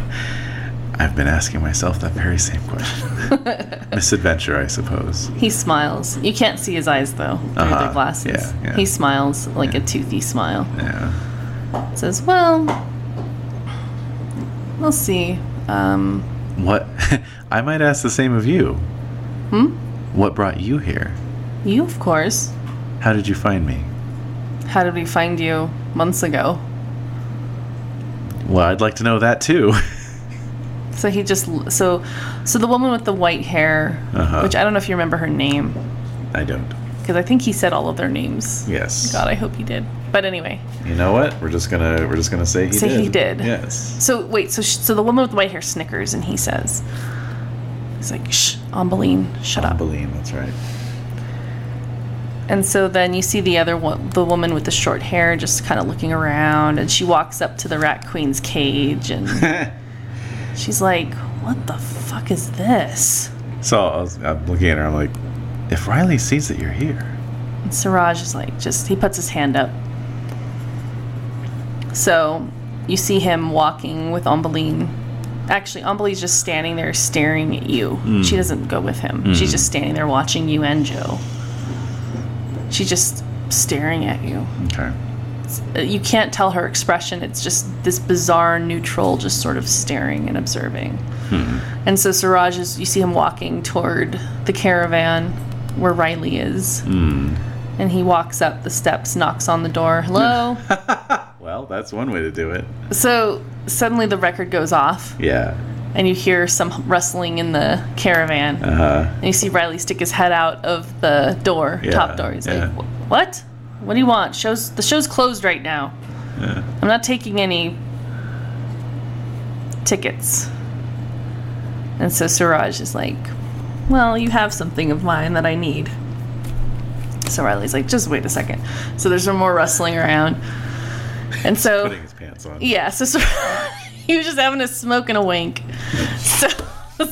Speaker 1: I've been asking myself that very same question. Misadventure, I suppose.
Speaker 3: He smiles. You can't see his eyes, though, through
Speaker 1: Uh-huh.
Speaker 3: the glasses.
Speaker 1: Yeah, yeah.
Speaker 3: He smiles like a toothy smile.
Speaker 1: Yeah.
Speaker 3: Says, Well, we'll see. Um,
Speaker 1: What? I might ask the same of you.
Speaker 3: hmm?
Speaker 1: What brought you here?
Speaker 3: You, of course.
Speaker 1: How did you find me?
Speaker 3: How did we find you months ago?
Speaker 1: Well, I'd like to know that too.
Speaker 3: So he just so so the woman with the white hair,
Speaker 1: Uh-huh.
Speaker 3: which I don't know if you remember her name
Speaker 1: I don't.
Speaker 3: because I think he said all of their names.
Speaker 1: Yes.
Speaker 3: God, I hope he did. But anyway,
Speaker 1: You know what? We're just gonna we're just gonna say he
Speaker 3: Say
Speaker 1: did.
Speaker 3: he did.
Speaker 1: Yes.
Speaker 3: so wait, so sh- so the woman with the white hair snickers and he says, he's like, "Shh, Ambeline, shut up."
Speaker 1: Ambeline, that's right.
Speaker 3: And so then you see the other one, the woman with the short hair, just kind of looking around, and she walks up to the rat queen's cage and she's like, "What the fuck is this?"
Speaker 1: So I was, I'm looking at her. I'm like, if Riley sees that you're here,
Speaker 3: And Siraj is like, just, he puts his hand up. So you see him walking with Ambeline. Actually, Ambeline's just standing there staring at you. She doesn't go with him, she's just standing there watching you and Joe. She's just staring at you.
Speaker 1: okay.
Speaker 3: Uh, You can't tell her expression, it's just this bizarre, neutral, just sort of staring and observing. And so Siraj is, you see him walking toward the caravan where Riley is and he walks up the steps, knocks on the door. Hello.
Speaker 1: Well, that's one way to do it.
Speaker 3: so suddenly the record goes off,
Speaker 1: Yeah.
Speaker 3: and you hear some rustling in the caravan,
Speaker 1: Uh huh.
Speaker 3: and you see Riley stick his head out of the door,
Speaker 1: Yeah,
Speaker 3: top door. He's
Speaker 1: yeah.
Speaker 3: like, "Wh- "What? What do you want? Shows the show's closed right now. I'm not taking any tickets." And so Siraj is like, "Well, you have something of mine that I need." So Riley's like, "Just wait a second. So there's some more rustling around, and so
Speaker 1: Putting his pants on.
Speaker 3: Oh. yeah, so, so he was just having a smoke and a wink. So,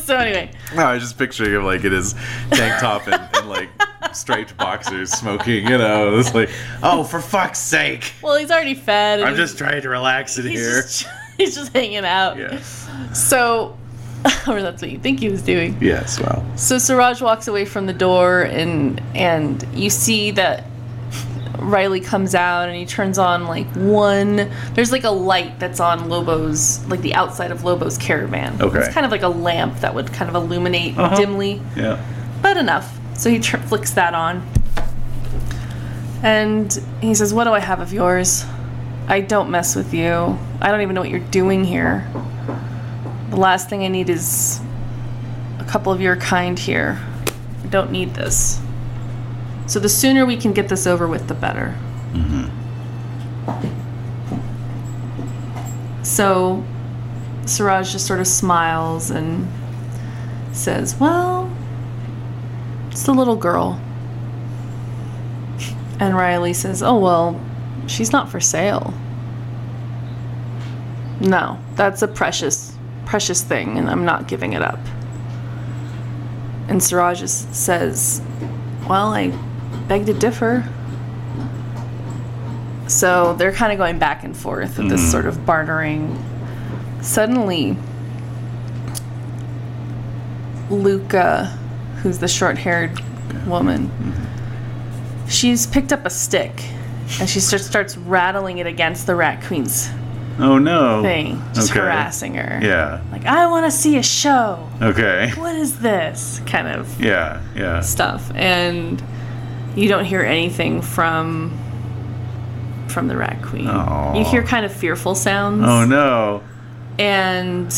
Speaker 3: so anyway,
Speaker 1: No, I was just picturing him like in his tank top and, and like striped boxers smoking, you know. It's like, oh, for fuck's sake.
Speaker 3: well, he's already fed. and
Speaker 1: I'm just trying to relax in
Speaker 3: he's
Speaker 1: here.
Speaker 3: Just, he's just hanging out.
Speaker 1: Yes.
Speaker 3: So, or that's what you think he was doing.
Speaker 1: Yes, well.
Speaker 3: So Siraj walks away from the door, and and you see that Riley comes out, and he turns on like one. There's like a light that's on Lobo's, like the outside of Lobo's caravan.
Speaker 1: Okay.
Speaker 3: It's kind of like a lamp that would kind of illuminate
Speaker 1: Uh-huh.
Speaker 3: dimly.
Speaker 1: Yeah.
Speaker 3: but enough. So he tr- flicks that on. And he says, What do I have of yours? I don't mess with you. I don't even know what you're doing here. The last thing I need is a couple of your kind here. I don't need this. So the sooner we can get this over with, the better. So Siraj just sort of smiles and says, Well, it's the little girl. And Riley says, Oh, well, she's not for sale. No, that's a precious, precious thing, and I'm not giving it up. And Siraj is- says, Well, I beg to differ. So they're kind of going back and forth with this sort of bartering. Suddenly, Luca, who's the short haired woman, she's picked up a stick and she just starts rattling it against the rat queen's
Speaker 1: Oh no.
Speaker 3: thing, just
Speaker 1: Okay.
Speaker 3: harassing her.
Speaker 1: Yeah.
Speaker 3: Like, I want to see a show.
Speaker 1: Okay.
Speaker 3: What is this? Kind of
Speaker 1: Yeah. Yeah.
Speaker 3: stuff and you don't hear anything from from the rat queen
Speaker 1: Aw.
Speaker 3: you hear kind of fearful sounds
Speaker 1: Oh no.
Speaker 3: and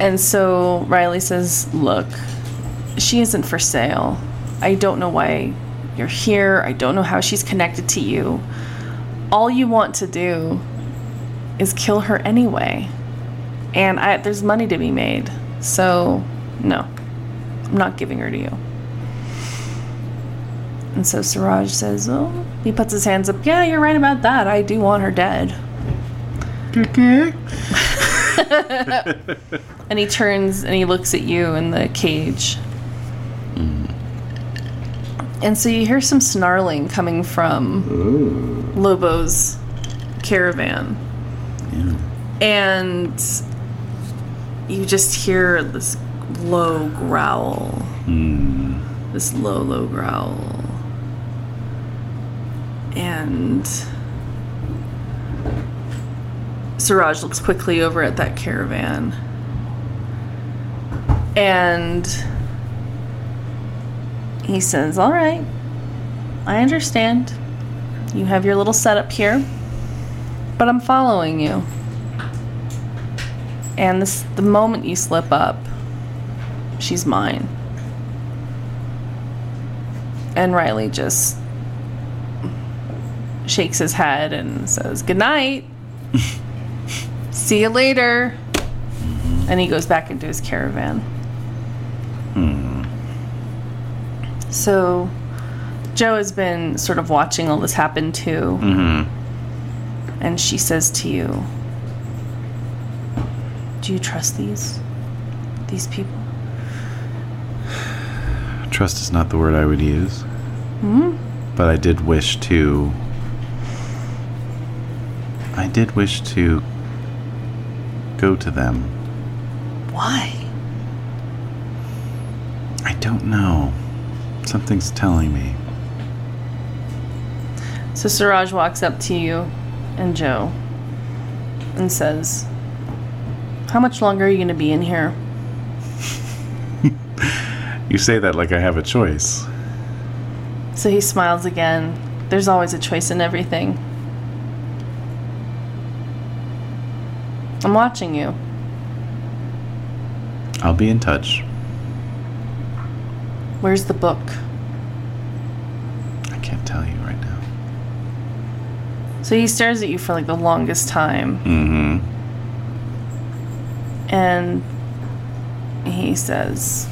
Speaker 3: and so riley says look she isn't for sale i don't know why you're here i don't know how she's connected to you all you want to do is kill her anyway and I, there's money to be made so no i'm not giving her to you and so siraj says oh he puts his hands up yeah you're right about that i do want her dead and he turns and he looks at you in the cage. And so you hear some snarling coming from Lobo's caravan. And you just hear this low growl. This low, low growl. And Siraj looks quickly over at that caravan and he says, All right, I understand. You have your little setup here, but I'm following you. And this, the moment you slip up, she's mine. And Riley just shakes his head and says, Good night. See you later. And he goes back into his caravan. So Joe has been sort of watching all this happen too. And she says to you, Do you trust these? These people?
Speaker 1: Trust is not the word I would use. Mm-hmm.
Speaker 3: Hmm?
Speaker 1: But I did wish to. I did wish to go to them.
Speaker 3: Why?
Speaker 1: I don't know. Something's telling me.
Speaker 3: So Siraj walks up to you and Joe and says, How much longer are you going to be in here?
Speaker 1: You say that like I have a choice.
Speaker 3: So he smiles again. There's always a choice in everything. I'm watching you.
Speaker 1: I'll be in touch.
Speaker 3: Where's the book?
Speaker 1: I can't tell you right now.
Speaker 3: So he stares at you for like the longest time.
Speaker 1: Hmm.
Speaker 3: Mm-hmm. And he says,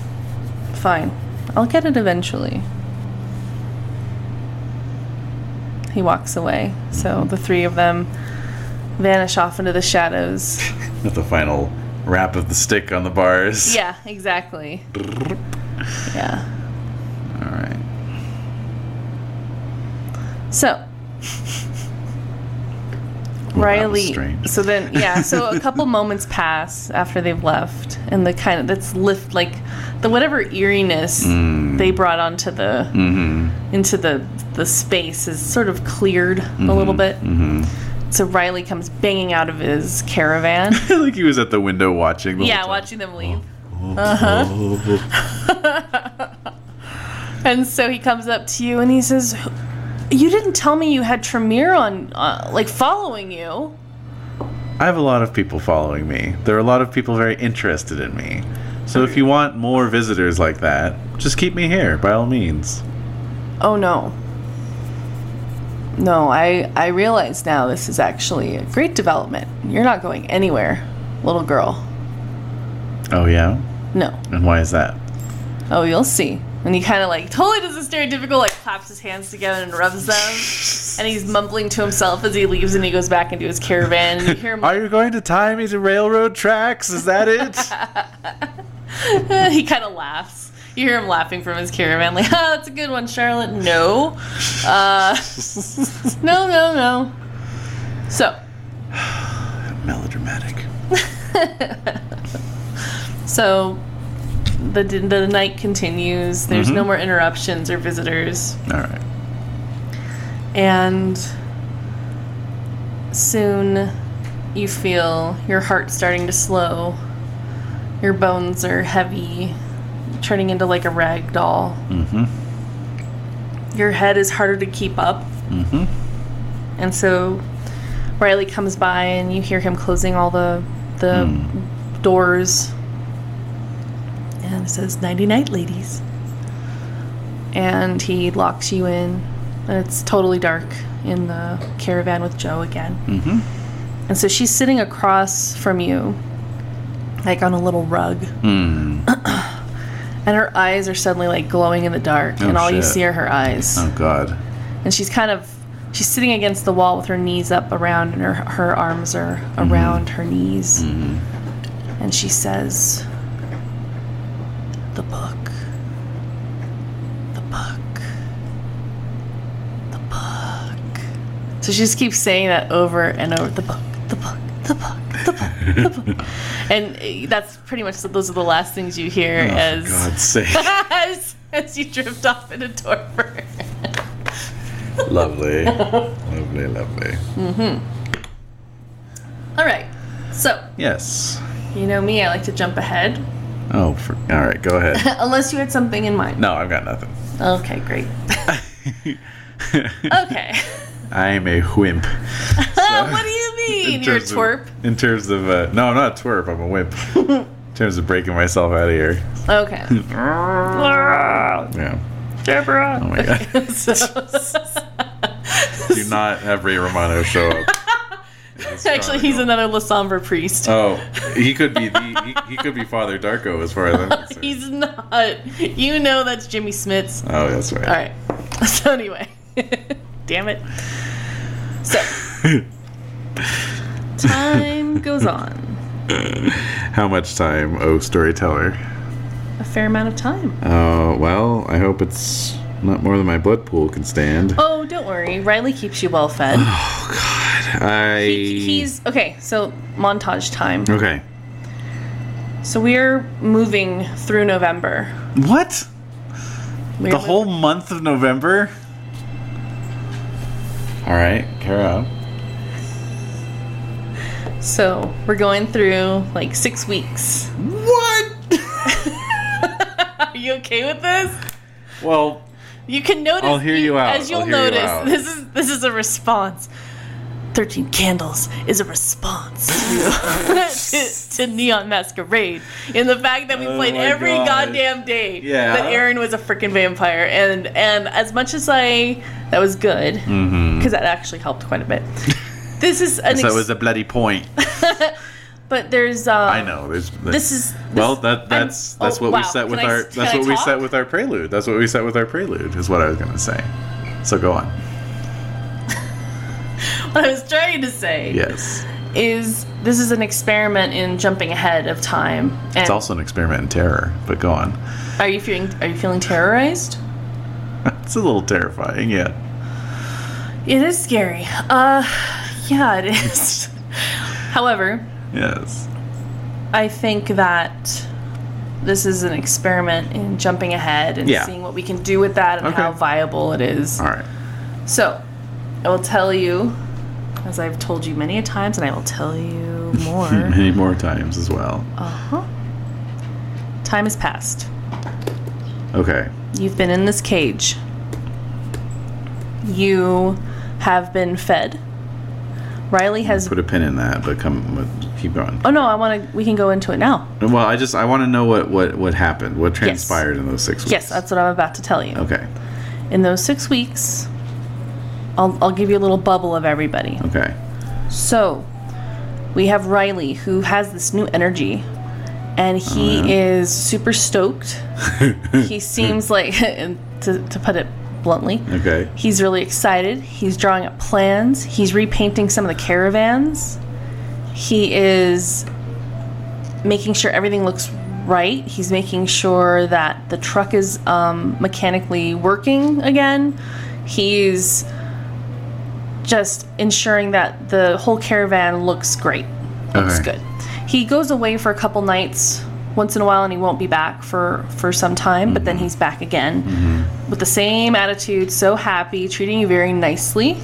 Speaker 3: Fine, I'll get it eventually. He walks away. So the three of them vanish off into the shadows.
Speaker 1: With the final rap of the stick on the bars.
Speaker 3: Yeah, exactly. Yeah.
Speaker 1: All right.
Speaker 3: So.
Speaker 1: was
Speaker 3: Riley.
Speaker 1: strange.
Speaker 3: So then, yeah. So a couple moments pass after they've left, and the kind of that's lift like the whatever eeriness
Speaker 1: Mm.
Speaker 3: they brought onto the
Speaker 1: Mm-hmm.
Speaker 3: into the the space is sort of cleared a
Speaker 1: Mm-hmm.
Speaker 3: little bit. So Riley comes banging out of his caravan.
Speaker 1: like he was at the window watching. The
Speaker 3: yeah,
Speaker 1: whole time.
Speaker 3: watching them leave. Uh-huh. And so he comes up to you and he says, "You didn't tell me you had Tremere on, uh, like following you."
Speaker 1: I have a lot of people following me. There are a lot of people very interested in me. So if you want more visitors like that, just keep me here by all means.
Speaker 3: Oh no. No, I I realize now this is actually a great development. You're not going anywhere, little girl.
Speaker 1: Oh yeah,
Speaker 3: No.
Speaker 1: and why is that?
Speaker 3: Oh, you'll see. And he kind of like totally does the stereotypical like claps his hands together and rubs them, and he's mumbling to himself as he leaves and he goes back into his caravan. And you hear him
Speaker 1: Are you going to tie me to railroad tracks? Is that it?
Speaker 3: he kind of laughs. You hear him laughing from his caravan, like, "Ah, that's a good one, Charlotte." No, uh, no, no, no. So,
Speaker 1: Melodramatic.
Speaker 3: so the the night continues. There's no
Speaker 1: Mhm.
Speaker 3: more interruptions or visitors.
Speaker 1: All right.
Speaker 3: and soon you feel your heart starting to slow. Your bones are heavy, turning into like a rag doll.
Speaker 1: Mm-hmm.
Speaker 3: Your head is harder to keep up,
Speaker 1: Mm-hmm.
Speaker 3: and so Riley comes by and you hear him closing all the the
Speaker 1: Hmm.
Speaker 3: doors. And it says "Nighty night, ladies." And he locks you in, and it's totally dark in the caravan with Joe again.
Speaker 1: Mm-hmm.
Speaker 3: And so she's sitting across from you, like on a little rug.
Speaker 1: Hmm.
Speaker 3: And her eyes are suddenly like glowing in the dark,
Speaker 1: Oh,
Speaker 3: and all you
Speaker 1: shit.
Speaker 3: see are her eyes.
Speaker 1: Oh God.
Speaker 3: And she's kind of she's sitting against the wall with her knees up around, and her her arms are
Speaker 1: Mm-hmm.
Speaker 3: around her knees. And she says, "The book, the book, the book." So she just keeps saying that over and over. The book, the book, the book, the book, the book. and uh, that's pretty much those are the last things you hear
Speaker 1: Oh,
Speaker 3: as
Speaker 1: for God's sake.
Speaker 3: as as you drift off into torpor.
Speaker 1: lovely. Lovely. Lovely.
Speaker 3: All right, so
Speaker 1: Yes.
Speaker 3: you know me, I like to jump ahead.
Speaker 1: Oh, for, all right. Go ahead.
Speaker 3: Unless you had something in mind.
Speaker 1: No, I've got nothing.
Speaker 3: Okay, great. Okay. Oh,
Speaker 1: I'm a wimp.
Speaker 3: what do you mean? You're a
Speaker 1: terms of-
Speaker 3: twerp.
Speaker 1: in terms of uh, no, I'm not a twerp. I'm a wimp. in terms of breaking myself out of here.
Speaker 3: Okay.
Speaker 1: Yeah. Deborah. Oh my god.
Speaker 3: So,
Speaker 1: Do not have Ray Romano show up.
Speaker 3: actually, he's another Lasombra priest.
Speaker 1: Oh, he could be the he, he could be Father Darko as far as I'm concerned.
Speaker 3: he's not. You know that's Jimmy Smits.
Speaker 1: oh, that's right.
Speaker 3: All right. So anyway, damn it. So time goes on.
Speaker 1: How much time, oh storyteller?
Speaker 3: A fair amount of time.
Speaker 1: Uh, well, I hope it's not more than my blood pool can stand.
Speaker 3: Oh, don't worry. Riley keeps you well fed.
Speaker 1: I
Speaker 3: He's okay. So montage time.
Speaker 1: okay.
Speaker 3: So we're moving through November.
Speaker 1: What?
Speaker 3: We're
Speaker 1: The whole month of November? All right, carry on.
Speaker 3: So we're going through like six weeks.
Speaker 1: What?
Speaker 3: Are you okay with this?
Speaker 1: well,
Speaker 3: You can notice.
Speaker 1: I'll hear you out.
Speaker 3: As you'll
Speaker 1: I'll hear you
Speaker 3: notice,
Speaker 1: out.
Speaker 3: this is this is a response. Thirteen Candles is a response to, to Neon Masquerade, in the fact that we
Speaker 1: Oh
Speaker 3: played
Speaker 1: my
Speaker 3: every
Speaker 1: God.
Speaker 3: goddamn day
Speaker 1: Yeah.
Speaker 3: that Aaron was a freaking vampire, and and as much as I that was good because
Speaker 1: Mm-hmm.
Speaker 3: that actually helped quite a bit. This is an
Speaker 1: so it
Speaker 3: ex-
Speaker 1: was a bloody point.
Speaker 3: but there's um,
Speaker 1: I know. There's,
Speaker 3: This is-
Speaker 1: well.
Speaker 3: this- I'm-
Speaker 1: That that's that's
Speaker 3: oh,
Speaker 1: what
Speaker 3: wow.
Speaker 1: we set with
Speaker 3: Can I-
Speaker 1: our
Speaker 3: can
Speaker 1: that's
Speaker 3: I
Speaker 1: what we
Speaker 3: talk?
Speaker 1: set with our prelude. That's what we set with our prelude is what I was gonna say. So go on.
Speaker 3: what I was trying to say
Speaker 1: Yes,
Speaker 3: is this is an experiment in jumping ahead of time. And
Speaker 1: it's also an experiment in terror. But go on.
Speaker 3: are you feeling are you feeling terrorized?
Speaker 1: It's a little terrifying. Yeah.
Speaker 3: It is scary. Uh yeah, it is. However,
Speaker 1: Yes.
Speaker 3: I think that this is an experiment in jumping ahead and
Speaker 1: Yeah.
Speaker 3: seeing what we can do with that and
Speaker 1: Okay.
Speaker 3: how viable it is.
Speaker 1: All right.
Speaker 3: So, I will tell you as I've told you many a times and I will tell you more.
Speaker 1: Many more times as well.
Speaker 3: uh-huh. Time has passed. Oh.
Speaker 1: Okay.
Speaker 3: You've been in this cage. You have been fed. Riley has.
Speaker 1: Put a pin in that, but come keep going.
Speaker 3: Oh no, I want to. We can go into it now.
Speaker 1: Well, I just I want to know what what what happened, what transpired in those six weeks.
Speaker 3: Yes, that's what I'm about to tell you.
Speaker 1: Okay.
Speaker 3: In those six weeks, I'll, I'll give you a little bubble of everybody.
Speaker 1: Okay.
Speaker 3: So, we have Riley who has this new energy, and he
Speaker 1: Oh,
Speaker 3: is super stoked. he seems like, and to, to put it bluntly,
Speaker 1: Okay.
Speaker 3: He's really excited. He's drawing up plans. He's repainting some of the caravans. He is making sure everything looks right. He's making sure that the truck is um, mechanically working again. He's just ensuring that the whole caravan looks great. Looks
Speaker 1: Okay.
Speaker 3: good. He goes away for a couple nights once in a while and he won't be back for, for some time, but then he's back again with the same attitude, so happy, treating you very nicely.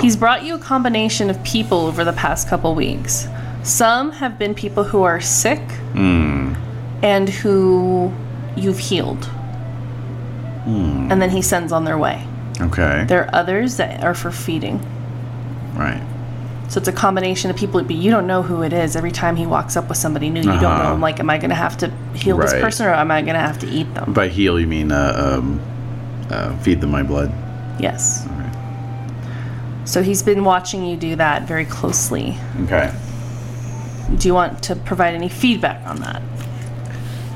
Speaker 3: He's brought you a combination of people over the past couple weeks. Some have been people who are sick
Speaker 1: Hmm,
Speaker 3: and who you've healed. And then he sends on their way.
Speaker 1: Okay.
Speaker 3: There are others that are for feeding.
Speaker 1: Right.
Speaker 3: So it's a combination of people, but you don't know who it is. Every time he walks up with somebody new, you don't know.
Speaker 1: Uh-huh.
Speaker 3: I'm like, am I going to have to heal this
Speaker 1: Right.
Speaker 3: person or am I going to have to eat them?
Speaker 1: By heal, you mean uh, um, uh, feed them my blood.
Speaker 3: yes. So he's been watching you do that very closely.
Speaker 1: Okay.
Speaker 3: Do you want to provide any feedback on that?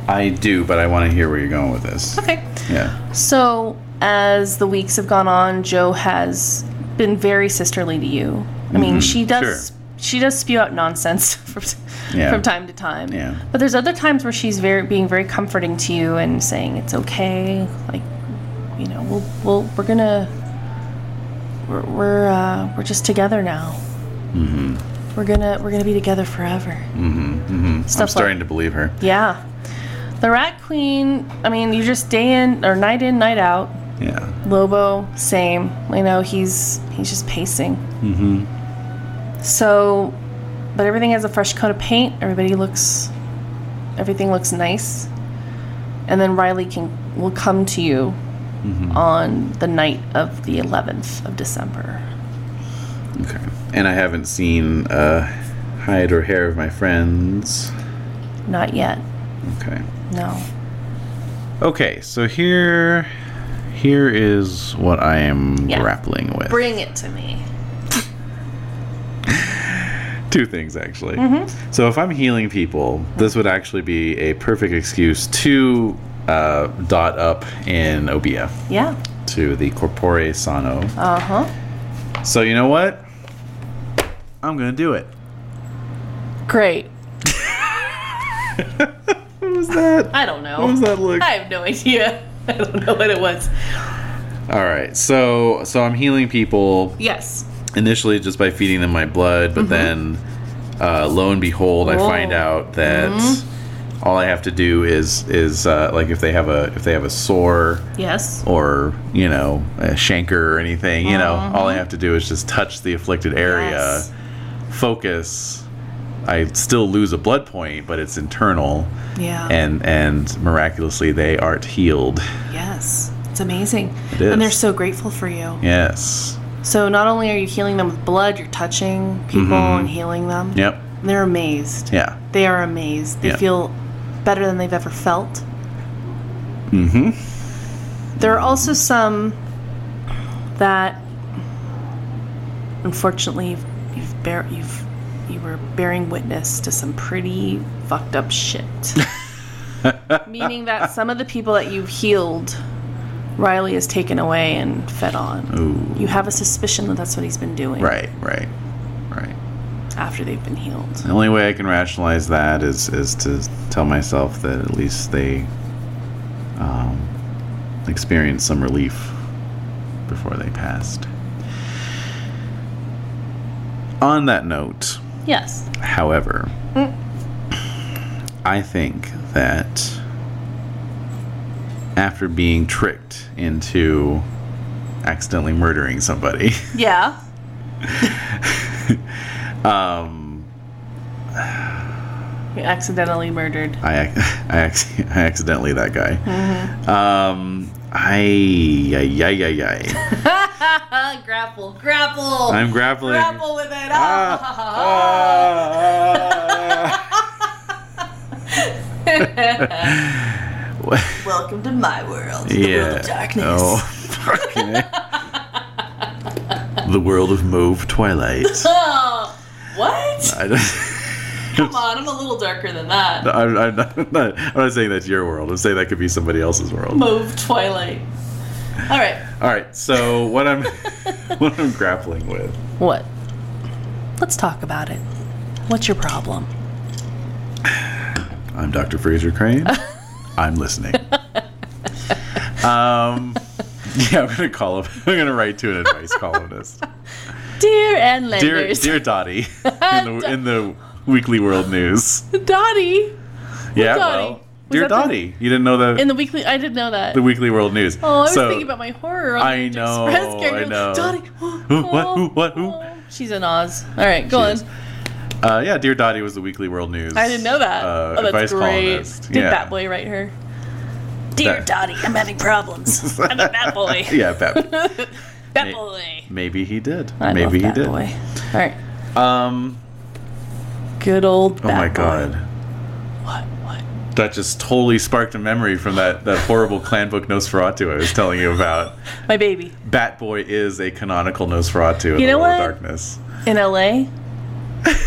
Speaker 1: I do, but I want to hear where you're going with this.
Speaker 3: Okay.
Speaker 1: Yeah.
Speaker 3: So, as the weeks have gone on, Joe has been very sisterly to you. I mean, she does
Speaker 1: Mm-hmm. sure.
Speaker 3: she does spew out nonsense from,
Speaker 1: Yeah.
Speaker 3: from time to time.
Speaker 1: Yeah.
Speaker 3: But there's other times where she's very being very comforting to you and saying it's okay, like you know, we'll, we'll we're gonna we're we're, uh, we're just together now. Mm-hmm. We're gonna we're gonna be together forever. Mm-hmm. mm-hmm. Stuff
Speaker 1: I'm
Speaker 3: like
Speaker 1: starting to believe her.
Speaker 3: yeah. The Rat Queen, I mean, you just day in or night in, night out.
Speaker 1: Yeah.
Speaker 3: Lobo, same. You know, he's he's just pacing. Mm-hmm. So, but everything has a fresh coat of paint. Everybody looks, everything looks nice. And then Riley can will come to you on the night of the 11th of December.
Speaker 1: Okay. And I haven't seen uh, hide or hair of my friends.
Speaker 3: Not yet.
Speaker 1: Okay.
Speaker 3: No.
Speaker 1: Okay. So here, here is what I am
Speaker 3: Yeah.
Speaker 1: grappling with.
Speaker 3: Bring it to me.
Speaker 1: Two things actually. So if I'm healing people, this would actually be a perfect excuse to uh, dot up in Obia
Speaker 3: Yeah.
Speaker 1: to the Corpore Sano.
Speaker 3: Uh huh.
Speaker 1: So you know what? I'm gonna do it.
Speaker 3: Great.
Speaker 1: What was that?
Speaker 3: I don't know.
Speaker 1: What was that look?
Speaker 3: I have no idea. I don't know what it was.
Speaker 1: All right. So so I'm healing people
Speaker 3: Yes.
Speaker 1: initially just by feeding them my blood, but then uh, lo and behold, I
Speaker 3: Mm-hmm. Whoa. Mm-hmm.
Speaker 1: find out that all I have to do is is uh, like if they have a if they have a sore
Speaker 3: Yes.
Speaker 1: or you know a shanker or anything, you know, all I have to do is just touch the afflicted area,
Speaker 3: Mm-hmm. Yes.
Speaker 1: focus. I still lose a blood point, but it's internal,
Speaker 3: Yeah.
Speaker 1: and and miraculously they aren't healed.
Speaker 3: yes. It's amazing.
Speaker 1: It is.
Speaker 3: And they're so grateful for you.
Speaker 1: Yes.
Speaker 3: So not only are you healing them with blood, you're touching people and healing them.
Speaker 1: Mm-hmm. Yep.
Speaker 3: And they're amazed.
Speaker 1: Yeah.
Speaker 3: They are amazed. They
Speaker 1: Yeah.
Speaker 3: feel better than they've ever felt. Mm-hmm.
Speaker 1: Mm-hmm.
Speaker 3: There are also some that unfortunately you've, you've, bear, you've you were bearing witness to some pretty fucked up shit. Meaning that some of the people that you've healed, Riley has taken away and fed on.
Speaker 1: Ooh.
Speaker 3: You have a suspicion that that's what he's been doing
Speaker 1: Right. Right. Right.
Speaker 3: after they've been healed.
Speaker 1: The only way I can rationalize that is is to tell myself that at least they um, experienced some relief before they passed. On that note,
Speaker 3: Yes.
Speaker 1: however, I think that after being tricked into accidentally murdering somebody.
Speaker 3: Yeah.
Speaker 1: um,
Speaker 3: You accidentally murdered.
Speaker 1: I, ac- I, ac- I accidentally that guy.
Speaker 3: Mm-hmm.
Speaker 1: Um, I, yeah, yeah, yeah, yeah.
Speaker 3: Uh, grapple, grapple,
Speaker 1: I'm grappling.
Speaker 3: grapple with it.
Speaker 1: Ah, ah, ah.
Speaker 3: Welcome to my world. The world
Speaker 1: yeah.
Speaker 3: of darkness.
Speaker 1: Oh, fucking it. The world of mauve twilight.
Speaker 3: Oh, what?
Speaker 1: I don't.
Speaker 3: Come on, I'm a little darker than that.
Speaker 1: I'm, I'm, not, I'm not saying that's your world. I'm saying that could be somebody else's world.
Speaker 3: Mauve twilight. All right.
Speaker 1: All right. So what I'm what I'm grappling with
Speaker 3: What? Let's talk about it. What's your problem?
Speaker 1: I'm Dr. Fraser Crane. I'm listening. Um, yeah, I'm gonna call him. I'm gonna write to an advice columnist.
Speaker 3: Dear and
Speaker 1: Dear,
Speaker 3: lenders.
Speaker 1: dear Dottie, in the, in the Weekly World News.
Speaker 3: Dottie.
Speaker 1: Yeah,
Speaker 3: Dottie?
Speaker 1: well,
Speaker 3: Was
Speaker 1: dear
Speaker 3: that the-
Speaker 1: Dottie, you didn't know the
Speaker 3: In the weekly, I didn't know that.
Speaker 1: the Weekly World News.
Speaker 3: oh, I was
Speaker 1: so,
Speaker 3: thinking about my horror. on
Speaker 1: I
Speaker 3: the Ninja
Speaker 1: know,
Speaker 3: Express character.
Speaker 1: I know.
Speaker 3: Dottie. oh,
Speaker 1: Who, what, who, what, who?
Speaker 3: She's in Oz. All right, go
Speaker 1: She
Speaker 3: on.
Speaker 1: is. Uh, yeah, dear Dottie was the Weekly World News.
Speaker 3: I didn't know that.
Speaker 1: Uh,
Speaker 3: oh,
Speaker 1: advice
Speaker 3: that's great.
Speaker 1: columnist.
Speaker 3: Did Batboy write her? Dear
Speaker 1: That-
Speaker 3: Dottie, I'm having problems. I'm a bad boy.
Speaker 1: yeah, Bat.
Speaker 3: Bat boy.
Speaker 1: Maybe he did.
Speaker 3: I love
Speaker 1: Maybe
Speaker 3: Bat
Speaker 1: he did.
Speaker 3: Boy. All right.
Speaker 1: Um.
Speaker 3: Good old.
Speaker 1: Oh
Speaker 3: Bat
Speaker 1: my
Speaker 3: boy.
Speaker 1: God.
Speaker 3: What? What?
Speaker 1: That just totally sparked a memory from that, that horrible clan book Nosferatu I was telling you about.
Speaker 3: My baby
Speaker 1: Batboy is a canonical Nosferatu in
Speaker 3: You
Speaker 1: the
Speaker 3: know
Speaker 1: World of
Speaker 3: what?
Speaker 1: Darkness.
Speaker 3: in L.A.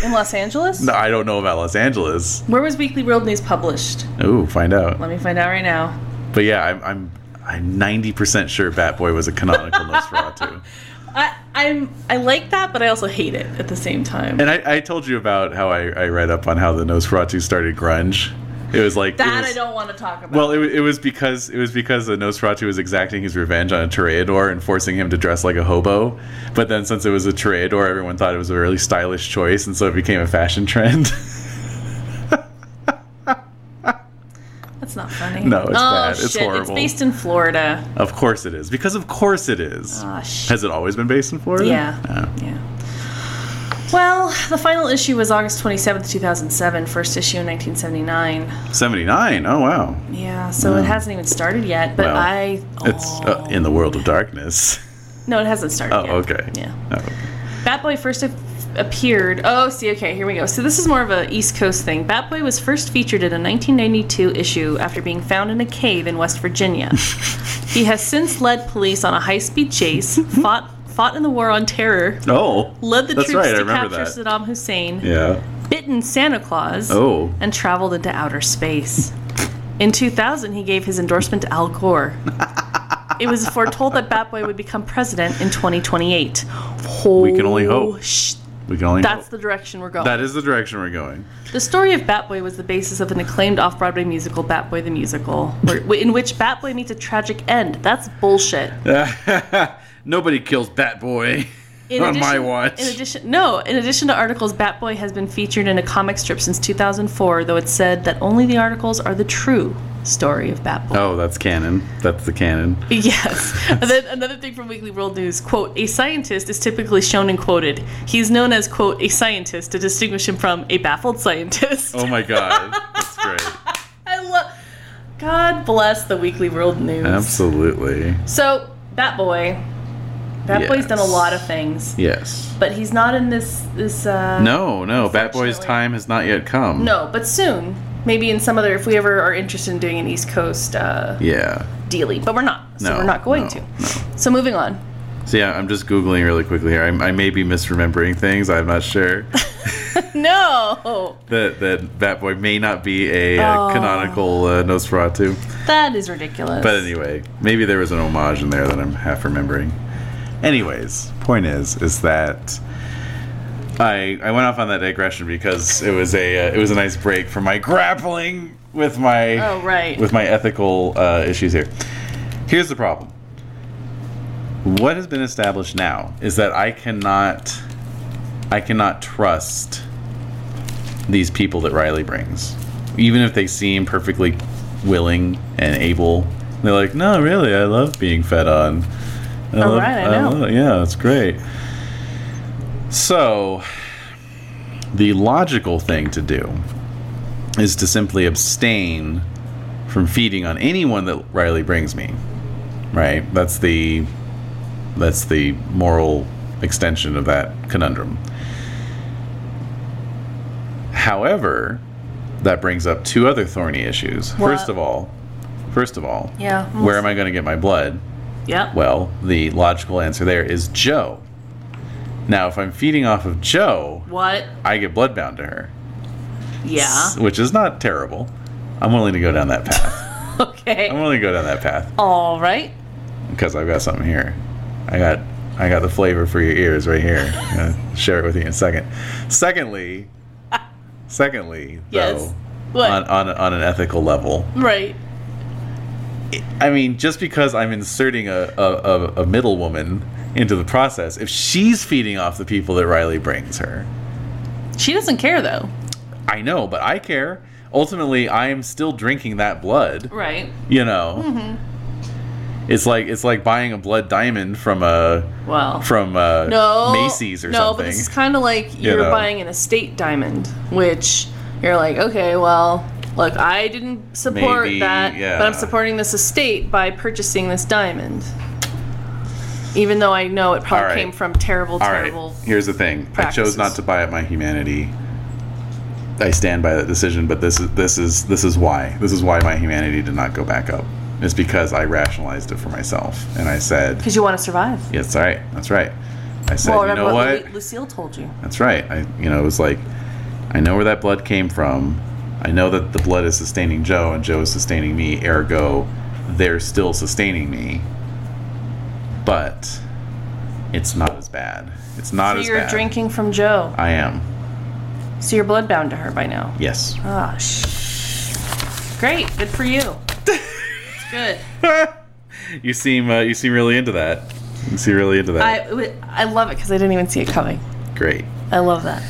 Speaker 3: in Los Angeles.
Speaker 1: No, I don't know about Los Angeles.
Speaker 3: Where was Weekly World News published?
Speaker 1: Ooh, find out.
Speaker 3: Let me find out right now.
Speaker 1: But yeah, I'm I'm I'm ninety percent sure Batboy was a canonical Nosferatu.
Speaker 3: I, I'm I like that, but I also hate it at the same time.
Speaker 1: And I, I told you about how I, I read up on how the Nosferatu started grunge. It was like it
Speaker 3: that
Speaker 1: was-
Speaker 3: I don't want to talk about.
Speaker 1: Well, it, wa- it was because it was because the Nosferatu was exacting his revenge on a toreador and forcing him to dress like a hobo. But then, since it was a toreador, everyone thought it was a really stylish choice, and so it became a fashion trend.
Speaker 3: that's not funny.
Speaker 1: No, it's
Speaker 3: oh,
Speaker 1: bad. It's
Speaker 3: shit. It's
Speaker 1: horrible.
Speaker 3: based in Florida.
Speaker 1: of course it is, because of course it is.
Speaker 3: Ah, shit.
Speaker 1: Has it always been based in Florida?
Speaker 3: Yeah.
Speaker 1: No.
Speaker 3: Yeah. Well, the final issue was August 27th, 2007, first issue in 1979.
Speaker 1: Seventy-nine. Oh wow.
Speaker 3: Yeah, so it hasn't even started yet, but
Speaker 1: Oh. Well,
Speaker 3: I.
Speaker 1: It's uh, in the world of darkness.
Speaker 3: No, it hasn't started
Speaker 1: Oh,
Speaker 3: yet.
Speaker 1: okay.
Speaker 3: Yeah.
Speaker 1: Oh.
Speaker 3: Batboy first ap- appeared. Oh, see, okay, here we go. So this is more of a East Coast thing. Batboy was first featured in a 1992 issue after being found in a cave in West Virginia. he has since led police on a high-speed chase, fought fought in the War on Terror,
Speaker 1: Oh.
Speaker 3: led the
Speaker 1: That's
Speaker 3: troops
Speaker 1: right, I
Speaker 3: to
Speaker 1: remember
Speaker 3: capture
Speaker 1: that.
Speaker 3: Saddam Hussein,
Speaker 1: Yeah.
Speaker 3: bitten Santa Claus,
Speaker 1: Oh.
Speaker 3: and traveled into outer space. In 2000, he gave his endorsement to Al Gore. It was foretold that Batboy would become president in 2028.
Speaker 1: We can only
Speaker 3: Oh,
Speaker 1: hope.
Speaker 3: sh-
Speaker 1: We can only.
Speaker 3: that's
Speaker 1: hope.
Speaker 3: the direction we're going.
Speaker 1: that is the direction we're going.
Speaker 3: the story of Batboy was the basis of an acclaimed off Broadway musical, Batboy the Musical, where, in which Batboy meets a tragic end. That's bullshit.
Speaker 1: Nobody kills Batboy.
Speaker 3: In
Speaker 1: On my watch.
Speaker 3: In addition, no. In addition to articles, Batboy has been featured in a comic strip since 2004, though it's said that only the articles are the true story of Batboy.
Speaker 1: Oh, that's canon. That's the canon.
Speaker 3: Yes. And then another thing from Weekly World News, quote, a scientist is typically shown and quoted. He is known as, quote, a scientist to distinguish him from a baffled scientist.
Speaker 1: Oh my god. That's great.
Speaker 3: I love God bless the Weekly World News.
Speaker 1: Absolutely.
Speaker 3: So that boy. That boy's done a
Speaker 1: Yes.
Speaker 3: lot of things.
Speaker 1: Yes.
Speaker 3: But he's not in this this uh
Speaker 1: No, no, Batboy's
Speaker 3: Unfortunately.
Speaker 1: time has not yet come.
Speaker 3: no, but soon. Maybe in some other if we ever are interested in doing an East Coast uh
Speaker 1: Yeah.
Speaker 3: dealy. But we're not. So
Speaker 1: No,
Speaker 3: we're not going
Speaker 1: no,
Speaker 3: to. So moving on.
Speaker 1: So yeah, I'm just googling really quickly here. I'm, I may be misremembering things. I'm not sure
Speaker 3: No.
Speaker 1: that that Batboy may not be a, uh canonical uh, Nosferatu.
Speaker 3: That is ridiculous.
Speaker 1: But anyway, maybe there was an homage in there that I'm half remembering. Anyways, point is, is that I I went off on that digression because it was a uh, it was a nice break from my grappling with my
Speaker 3: Oh, right.
Speaker 1: with my ethical uh, issues here. Here's the problem. What has been established now is that I cannot I cannot trust these people that Riley brings. Even if they seem perfectly willing and able, they're like, no, really, I love being fed on. I
Speaker 3: All
Speaker 1: love-
Speaker 3: right, Oh, I know."
Speaker 1: love- yeah, it's great. So, the logical thing to do is to simply abstain from feeding on anyone that Riley brings me. Right? That's the that's the moral extension of that conundrum. However, that brings up two other thorny issues.
Speaker 3: What?
Speaker 1: First of all, first of all,
Speaker 3: Yeah.
Speaker 1: where am I going to get my blood?
Speaker 3: Yep.
Speaker 1: Well, the logical answer there is Joe. Now, if I'm feeding off of Joe,
Speaker 3: What?
Speaker 1: I get blood bound to her,
Speaker 3: Yeah.
Speaker 1: s- which is not terrible. I'm willing to go down that path. I'm
Speaker 3: Okay.
Speaker 1: willing to go down that path
Speaker 3: All right.
Speaker 1: because I've got something here. I got I got the flavor for your ears right here. I'm gonna share it with you in a second. Secondly, secondly,
Speaker 3: Yes.
Speaker 1: though,
Speaker 3: What?
Speaker 1: on, on on an ethical level.
Speaker 3: right.
Speaker 1: I mean, just because I'm inserting a, a, a, a middle woman into the process, if she's feeding off the people that Riley brings her,
Speaker 3: She doesn't care though.
Speaker 1: I know, but I care. Ultimately, I am still drinking that blood.
Speaker 3: Right.
Speaker 1: You know, it's like it's like buying a blood diamond from a
Speaker 3: Well.
Speaker 1: from a
Speaker 3: no
Speaker 1: Macy's or
Speaker 3: no,
Speaker 1: something.
Speaker 3: but this is kind of like
Speaker 1: You
Speaker 3: you're
Speaker 1: know.
Speaker 3: buying an estate diamond, which you're like, okay, well, look, I didn't support
Speaker 1: Maybe,
Speaker 3: that, but
Speaker 1: yeah.
Speaker 3: I'm supporting this estate by purchasing this diamond, even though I know it probably
Speaker 1: All right.
Speaker 3: came from terrible,
Speaker 1: All right.
Speaker 3: terrible.
Speaker 1: Here's the thing. I chose
Speaker 3: practices.
Speaker 1: not to buy at my humanity. I stand by that decision, but this is this is this is why. This is why my humanity did not go back up. Is because I rationalized it for myself and I said,
Speaker 3: Because you want to survive.
Speaker 1: "Yes, all right. That's right." I said,
Speaker 3: well,
Speaker 1: "You
Speaker 3: remember
Speaker 1: know
Speaker 3: what,
Speaker 1: what?
Speaker 3: Lu- Lucille told you.
Speaker 1: That's right. I you know, it was like I know where that blood came from. I know that the blood is sustaining Joe and Joe is sustaining me, ergo they're still sustaining me. But it's not as bad. It's not
Speaker 3: So
Speaker 1: as
Speaker 3: you're
Speaker 1: bad.
Speaker 3: drinking from Joe.
Speaker 1: I am.
Speaker 3: So you're bloodbound to her by now.
Speaker 1: Yes.
Speaker 3: Ah, sh- great. Good for you. it's good.
Speaker 1: you seem uh, you seem really into that. You seem really into
Speaker 3: I,
Speaker 1: that.
Speaker 3: it wa- I love it because I didn't even see it coming.
Speaker 1: Great.
Speaker 3: I love that.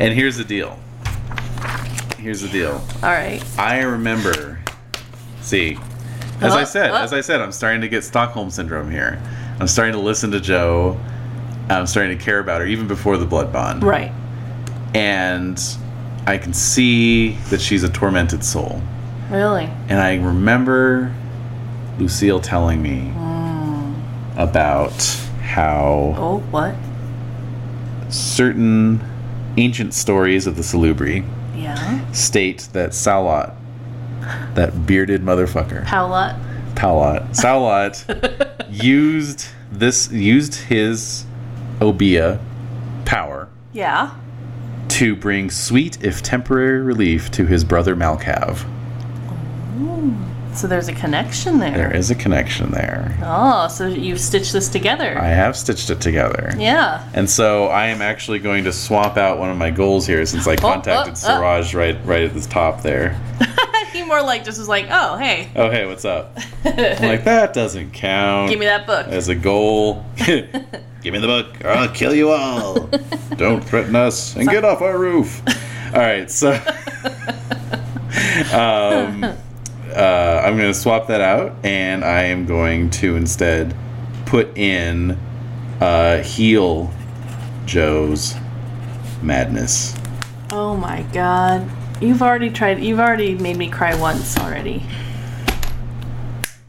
Speaker 1: And here's the deal. Here's the deal.
Speaker 3: All right.
Speaker 1: I remember. See, as I
Speaker 3: Huh?
Speaker 1: said,
Speaker 3: Huh?
Speaker 1: as I said, I'm starting to get Stockholm syndrome here. I'm starting to listen to Joe. I'm starting to care about her even before the blood bond.
Speaker 3: Right.
Speaker 1: And I can see that she's a tormented soul.
Speaker 3: Really?
Speaker 1: And I remember Lucille telling me about how
Speaker 3: Oh, what?
Speaker 1: certain ancient stories of the Salubri
Speaker 3: Yeah.
Speaker 1: state that Salat, that bearded motherfucker,
Speaker 3: Powlot.
Speaker 1: Palat, Salat used this used his Obia power
Speaker 3: Yeah.
Speaker 1: to bring sweet if temporary relief to his brother Malkav.
Speaker 3: So there's a connection there.
Speaker 1: There is a connection there.
Speaker 3: Oh, so you've stitched this together.
Speaker 1: I have stitched it together.
Speaker 3: yeah.
Speaker 1: And so I am actually going to swap out one of my goals here since I contacted
Speaker 3: oh,
Speaker 1: Siraj right right at the top there.
Speaker 3: he more like just was like, oh, hey,
Speaker 1: Oh hey, what's up? I'm like that doesn't count.
Speaker 3: give me that book.
Speaker 1: as a goal. Give me the book, or I'll kill you all. Don't threaten us and get off our roof. All right, so um, uh, I'm going to swap that out, and I am going to instead put in uh, heal Joe's madness.
Speaker 3: Oh my god. You've already tried, you've already made me cry once already.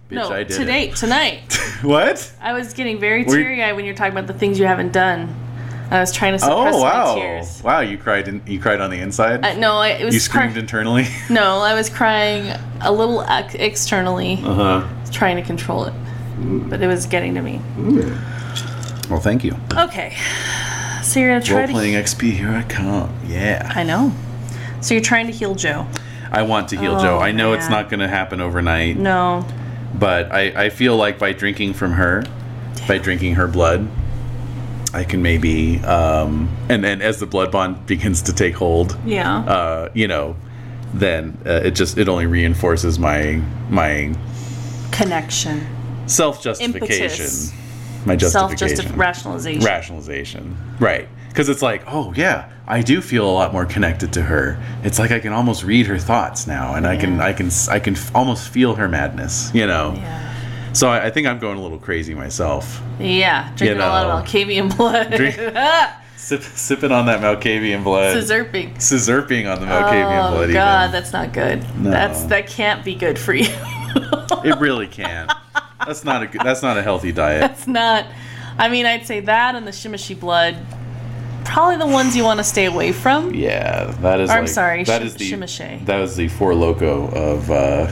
Speaker 1: Bitch,
Speaker 3: no,
Speaker 1: I did it.
Speaker 3: today, tonight.
Speaker 1: What?
Speaker 3: I was getting very
Speaker 1: Were you-
Speaker 3: teary eyed when you're talking about the things you haven't done. And I was trying to suppress
Speaker 1: Oh
Speaker 3: my
Speaker 1: wow!
Speaker 3: tears.
Speaker 1: Wow, you cried. In, you cried on the inside.
Speaker 3: I, no, I, it was
Speaker 1: you
Speaker 3: cry-
Speaker 1: screamed internally.
Speaker 3: No, I was crying a little ex- externally,
Speaker 1: Uh huh.
Speaker 3: trying to control it, but it was getting to me.
Speaker 1: Well, thank you.
Speaker 3: Okay, so you're gonna try
Speaker 1: Role
Speaker 3: to.
Speaker 1: playing XP, here I come. Yeah.
Speaker 3: I know. So you're trying to heal Joe.
Speaker 1: I want to heal
Speaker 3: Oh,
Speaker 1: Joe. I know it's
Speaker 3: man.
Speaker 1: not going to happen overnight,
Speaker 3: No.
Speaker 1: but I, I feel like by drinking from her, by drinking her blood, I can maybe, um, and then as the blood bond begins to take hold,
Speaker 3: Yeah.
Speaker 1: uh, you know, then uh, it just, it only reinforces my, my
Speaker 3: Connection.
Speaker 1: self justification.
Speaker 3: Impetus.
Speaker 1: My
Speaker 3: Self
Speaker 1: justification.
Speaker 3: justification. Rationalization.
Speaker 1: rationalization. Right. Because it's like, oh, yeah, I do feel a lot more connected to her. It's like I can almost read her thoughts now, and I can,
Speaker 3: Yeah.
Speaker 1: I can, s- I can f- almost feel her madness. You know.
Speaker 3: Yeah.
Speaker 1: So I, I think I'm going a little crazy myself.
Speaker 3: Yeah. Drinking a lot
Speaker 1: know.
Speaker 3: of Alcavian blood.
Speaker 1: Drink- Uh, Sip, sipping on that Malkavian blood.
Speaker 3: Scissorping.
Speaker 1: Scissorping on the Malkavian
Speaker 3: Oh
Speaker 1: blood.
Speaker 3: God,
Speaker 1: even.
Speaker 3: that's not good.
Speaker 1: No.
Speaker 3: That's that can't be good for you.
Speaker 1: it really can't. That's not a good. That's not a healthy diet.
Speaker 3: It's not. I mean, I'd say that and the shimishi blood, probably the ones you want to stay away from.
Speaker 1: Yeah, that is.
Speaker 3: I'm
Speaker 1: like-
Speaker 3: sorry,
Speaker 1: That
Speaker 3: shim-
Speaker 1: is the.
Speaker 3: shimashay.
Speaker 1: That is the four loco of uh,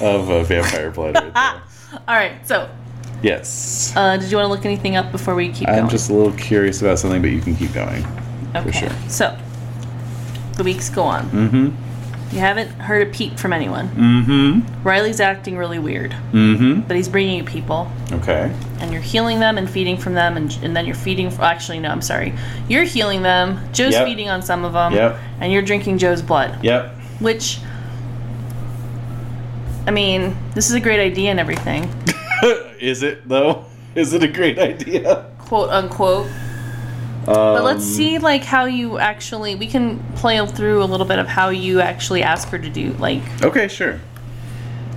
Speaker 1: of uh, vampire blood. Right there.
Speaker 3: All right. So,
Speaker 1: Yes.
Speaker 3: uh, did you want to look anything up before we keep going?
Speaker 1: I'm just a little curious about something, but you can keep going.
Speaker 3: okay.
Speaker 1: sure.
Speaker 3: So, the weeks go on.
Speaker 1: Hmm?
Speaker 3: Mm-hmm. You haven't heard a peep from anyone. Mm-hmm. Riley's acting really weird,
Speaker 1: Mm-hmm.
Speaker 3: but he's bringing you people,
Speaker 1: Okay.
Speaker 3: and you're healing them and feeding from them, and, and then you're feeding. Actually, no, I'm sorry. You're healing them. Joe's
Speaker 1: Yep.
Speaker 3: feeding on some of them,
Speaker 1: Yep.
Speaker 3: and you're drinking Joe's blood.
Speaker 1: Yep.
Speaker 3: which I mean, this is a great idea and everything.
Speaker 1: Is it though? Is it a great idea?
Speaker 3: Quote unquote. But let's
Speaker 1: Um,
Speaker 3: see like how you actually we can play through a little bit of how you actually ask her to do like
Speaker 1: Okay, sure.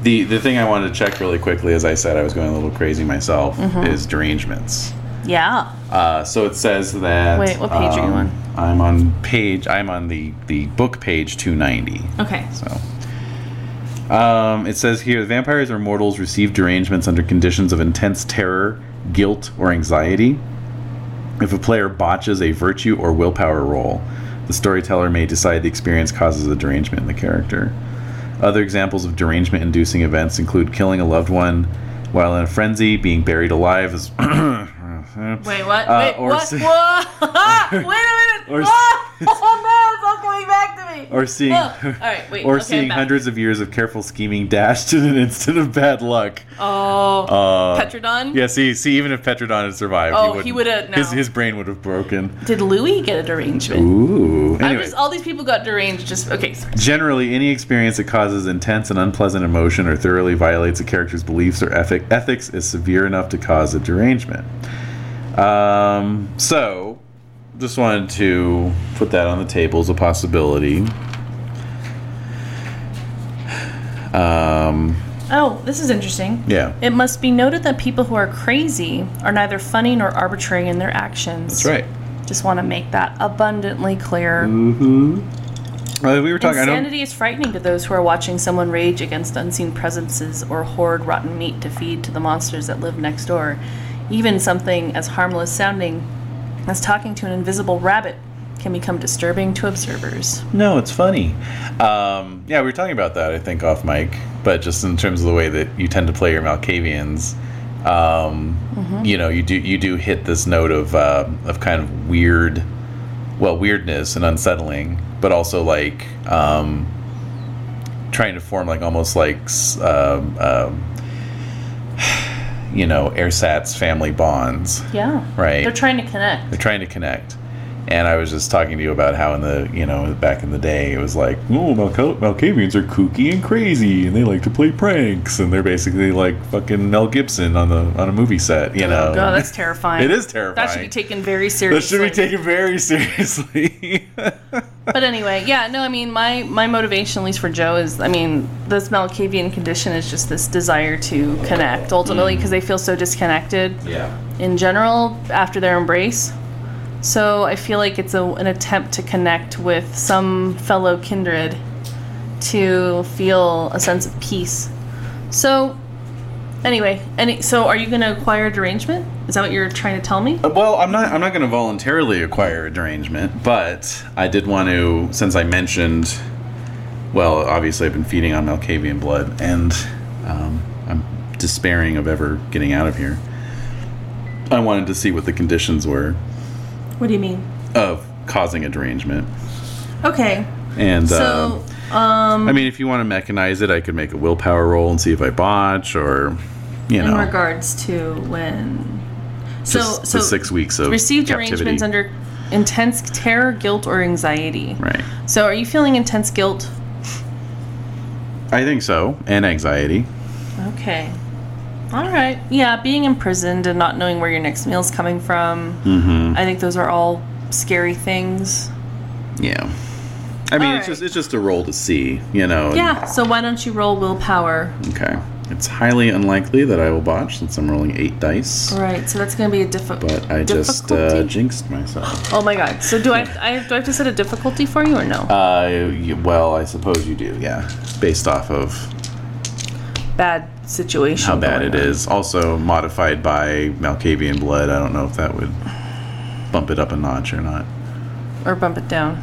Speaker 1: The the thing I wanted to check really quickly, as I said, I was going a little crazy myself,
Speaker 3: Mm-hmm.
Speaker 1: is derangements.
Speaker 3: yeah.
Speaker 1: Uh, so it says that. um,
Speaker 3: Wait, what page are you on?
Speaker 1: I'm on page. I'm on the the book page 290.
Speaker 3: Okay.
Speaker 1: So, um, it says here vampires or mortals receive derangements under conditions of intense terror, guilt, or anxiety. If a player botches a virtue or willpower roll, the storyteller may decide the experience causes a derangement in the character. Other examples of derangement inducing events include killing a loved one while in a frenzy, being buried alive, is
Speaker 3: Wait, what?
Speaker 1: Uh,
Speaker 3: Wait,
Speaker 1: or
Speaker 3: what?
Speaker 1: se-
Speaker 3: Whoa! Wait a minute!
Speaker 1: or
Speaker 3: Or
Speaker 1: se-
Speaker 3: oh no, it's all coming back to me.
Speaker 1: or seeing,
Speaker 3: Oh, all right, wait,
Speaker 1: or
Speaker 3: okay, I'm
Speaker 1: seeing
Speaker 3: back.
Speaker 1: hundreds of years of careful scheming dashed in an instant of bad luck.
Speaker 3: Oh,
Speaker 1: Uh,
Speaker 3: Petrodon.
Speaker 1: Yeah, see, see, even if Petrodon had survived,
Speaker 3: Oh, he
Speaker 1: wouldn't.
Speaker 3: would've- no.
Speaker 1: His his brain would have broken.
Speaker 3: Did Louis get a derangement?
Speaker 1: Ooh.
Speaker 3: I'm
Speaker 1: Anyway,
Speaker 3: just all these people got deranged. Just okay. Sorry.
Speaker 1: generally, any experience that causes intense and unpleasant emotion or thoroughly violates a character's beliefs or ethic, ethics is severe enough to cause a derangement. Um, so, just wanted to put that on the table as a possibility. Um,
Speaker 3: Oh, this is interesting.
Speaker 1: yeah,
Speaker 3: It must be noted that people who are crazy are neither funny nor arbitrary in their actions.
Speaker 1: that's right.
Speaker 3: Just want to make that abundantly clear.
Speaker 1: Uh, we were talking. I don't,
Speaker 3: Insanity is frightening to those who are watching someone rage against unseen presences or hoard rotten meat to feed to the monsters that live next door. Even something as harmless sounding as talking to an invisible rabbit can become disturbing to observers.
Speaker 1: No, it's funny. Um, yeah, we were talking about that, I think, off mic, but just in terms of the way that you tend to play your Malkavians, um, you know, you do you do hit this note of uh, of kind of weird, well, weirdness and unsettling, but also like um, trying to form like almost like s- um, um, you know ersatz family bonds.
Speaker 3: Yeah.
Speaker 1: Right.
Speaker 3: They're trying to connect.
Speaker 1: They're trying to connect. And I was just talking to you about how in the you know back in the day it was like oh Malca- Malkavians are kooky and crazy and they like to play pranks and they're basically like fucking Mel Gibson on the on a movie set you know
Speaker 3: Oh, God, that's terrifying.
Speaker 1: it is terrifying
Speaker 3: That should be taken very
Speaker 1: that
Speaker 3: seriously.
Speaker 1: should be taken very seriously
Speaker 3: But anyway, yeah, no, I mean, my, my motivation, at least for Joe, is I mean, this Malkavian condition is just this desire to connect ultimately because they feel so disconnected.
Speaker 1: yeah
Speaker 3: in general after their embrace. So I feel like it's a, an attempt to connect with some fellow kindred to feel a sense of peace. So anyway, any so are you going to acquire derangement? Is that what you're trying to tell me?
Speaker 1: Uh, Well, I'm not. I'm not going to voluntarily acquire a derangement, but I did want to, since I mentioned. Well, obviously, I've been feeding on Malkavian blood, and um, I'm despairing of ever getting out of here. I wanted to see what the conditions were
Speaker 3: What do you mean?
Speaker 1: of causing a derangement,
Speaker 3: Okay.
Speaker 1: and
Speaker 3: So
Speaker 1: um, I mean, if you want to mechanize it, I could make a willpower roll and see if I botch, or you
Speaker 3: in
Speaker 1: know,
Speaker 3: regards to when so
Speaker 1: just the
Speaker 3: so
Speaker 1: six weeks of
Speaker 3: received
Speaker 1: captivity.
Speaker 3: derangements under intense terror, guilt or anxiety.
Speaker 1: right.
Speaker 3: So are you feeling intense guilt
Speaker 1: I think so, and anxiety.
Speaker 3: Okay. All right. Yeah, being imprisoned and not knowing where your next meal's coming from. Mm-hmm. I think those are all scary things.
Speaker 1: Yeah. I mean,
Speaker 3: All
Speaker 1: it's
Speaker 3: right.
Speaker 1: just it's just a roll to see, you know. and-
Speaker 3: Yeah, so why don't you roll willpower?
Speaker 1: Okay. It's highly unlikely that I will botch since I'm rolling eight dice,
Speaker 3: All right, so that's going to be a diffi-
Speaker 1: but I just uh,
Speaker 3: difficulty.
Speaker 1: jinxed myself.
Speaker 3: oh my god. So do I, I do I have to set a difficulty for you or no?
Speaker 1: Uh, y- well, I suppose you do, yeah. Based off of
Speaker 3: bad situation.
Speaker 1: how bad it
Speaker 3: going on.
Speaker 1: is. Also modified by Malkavian blood. I don't know if that would bump it up a notch or not.
Speaker 3: Or bump it down.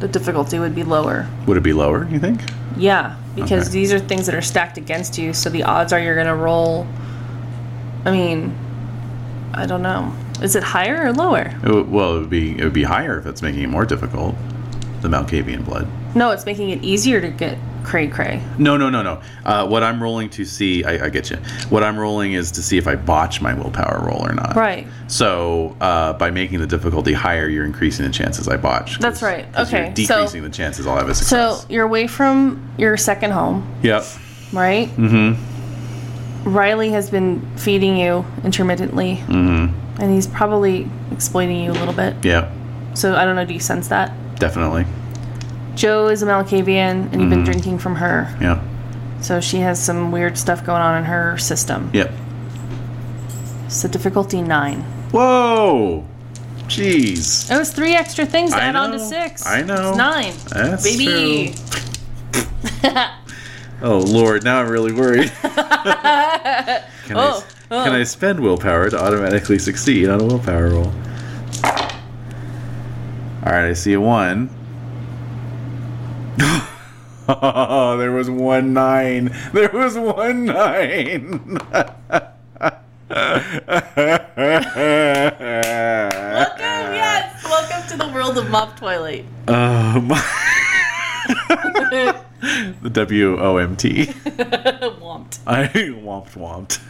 Speaker 3: The difficulty would be lower.
Speaker 1: Would it be lower? You think?
Speaker 3: Yeah, because
Speaker 1: Okay.
Speaker 3: these are things that are stacked against you, so the odds are you're going to roll. I mean, I don't know. Is it higher or lower?
Speaker 1: It w- well, it would be it would be higher if it's making it more difficult. The Malkavian blood.
Speaker 3: No, it's making it easier to get cray cray.
Speaker 1: No, no, no, no. Uh, what I'm rolling to see, I, I get you. What I'm rolling is to see if I botch my willpower roll or not.
Speaker 3: Right.
Speaker 1: So uh, by making the difficulty higher, you're increasing the chances I botch. 'cause-
Speaker 3: That's right.
Speaker 1: 'cause
Speaker 3: Okay,
Speaker 1: You're
Speaker 3: so-
Speaker 1: decreasing the chances I'll have a
Speaker 3: So
Speaker 1: success.
Speaker 3: you're away from your second home.
Speaker 1: yep.
Speaker 3: right?
Speaker 1: Mm-hmm.
Speaker 3: Riley has been feeding you intermittently,
Speaker 1: Mm-hmm.
Speaker 3: and he's probably exploiting you a little bit.
Speaker 1: Yeah.
Speaker 3: So I don't know. Do you sense that?
Speaker 1: Definitely.
Speaker 3: Joe is a Malkavian, and you've been
Speaker 1: Mhm.
Speaker 3: drinking from her,
Speaker 1: Yeah.
Speaker 3: so she has some weird stuff going on in her system.
Speaker 1: Yep.
Speaker 3: So difficulty nine.
Speaker 1: Whoa. Jeez.
Speaker 3: It was three extra things to
Speaker 1: I
Speaker 3: add on to
Speaker 1: know.
Speaker 3: six.
Speaker 1: I know.
Speaker 3: It's nine.
Speaker 1: That's
Speaker 3: Baby.
Speaker 1: Oh Lord, now I'm really worried. can, I,
Speaker 3: Oh, oh.
Speaker 1: can I spend willpower to automatically succeed on a willpower roll? All right, I see a one. oh, there was one nine. There was one nine.
Speaker 3: Welcome, yes. Welcome to the world of mop twilight.
Speaker 1: Um, the W O M T.
Speaker 3: Womped.
Speaker 1: I womped womped.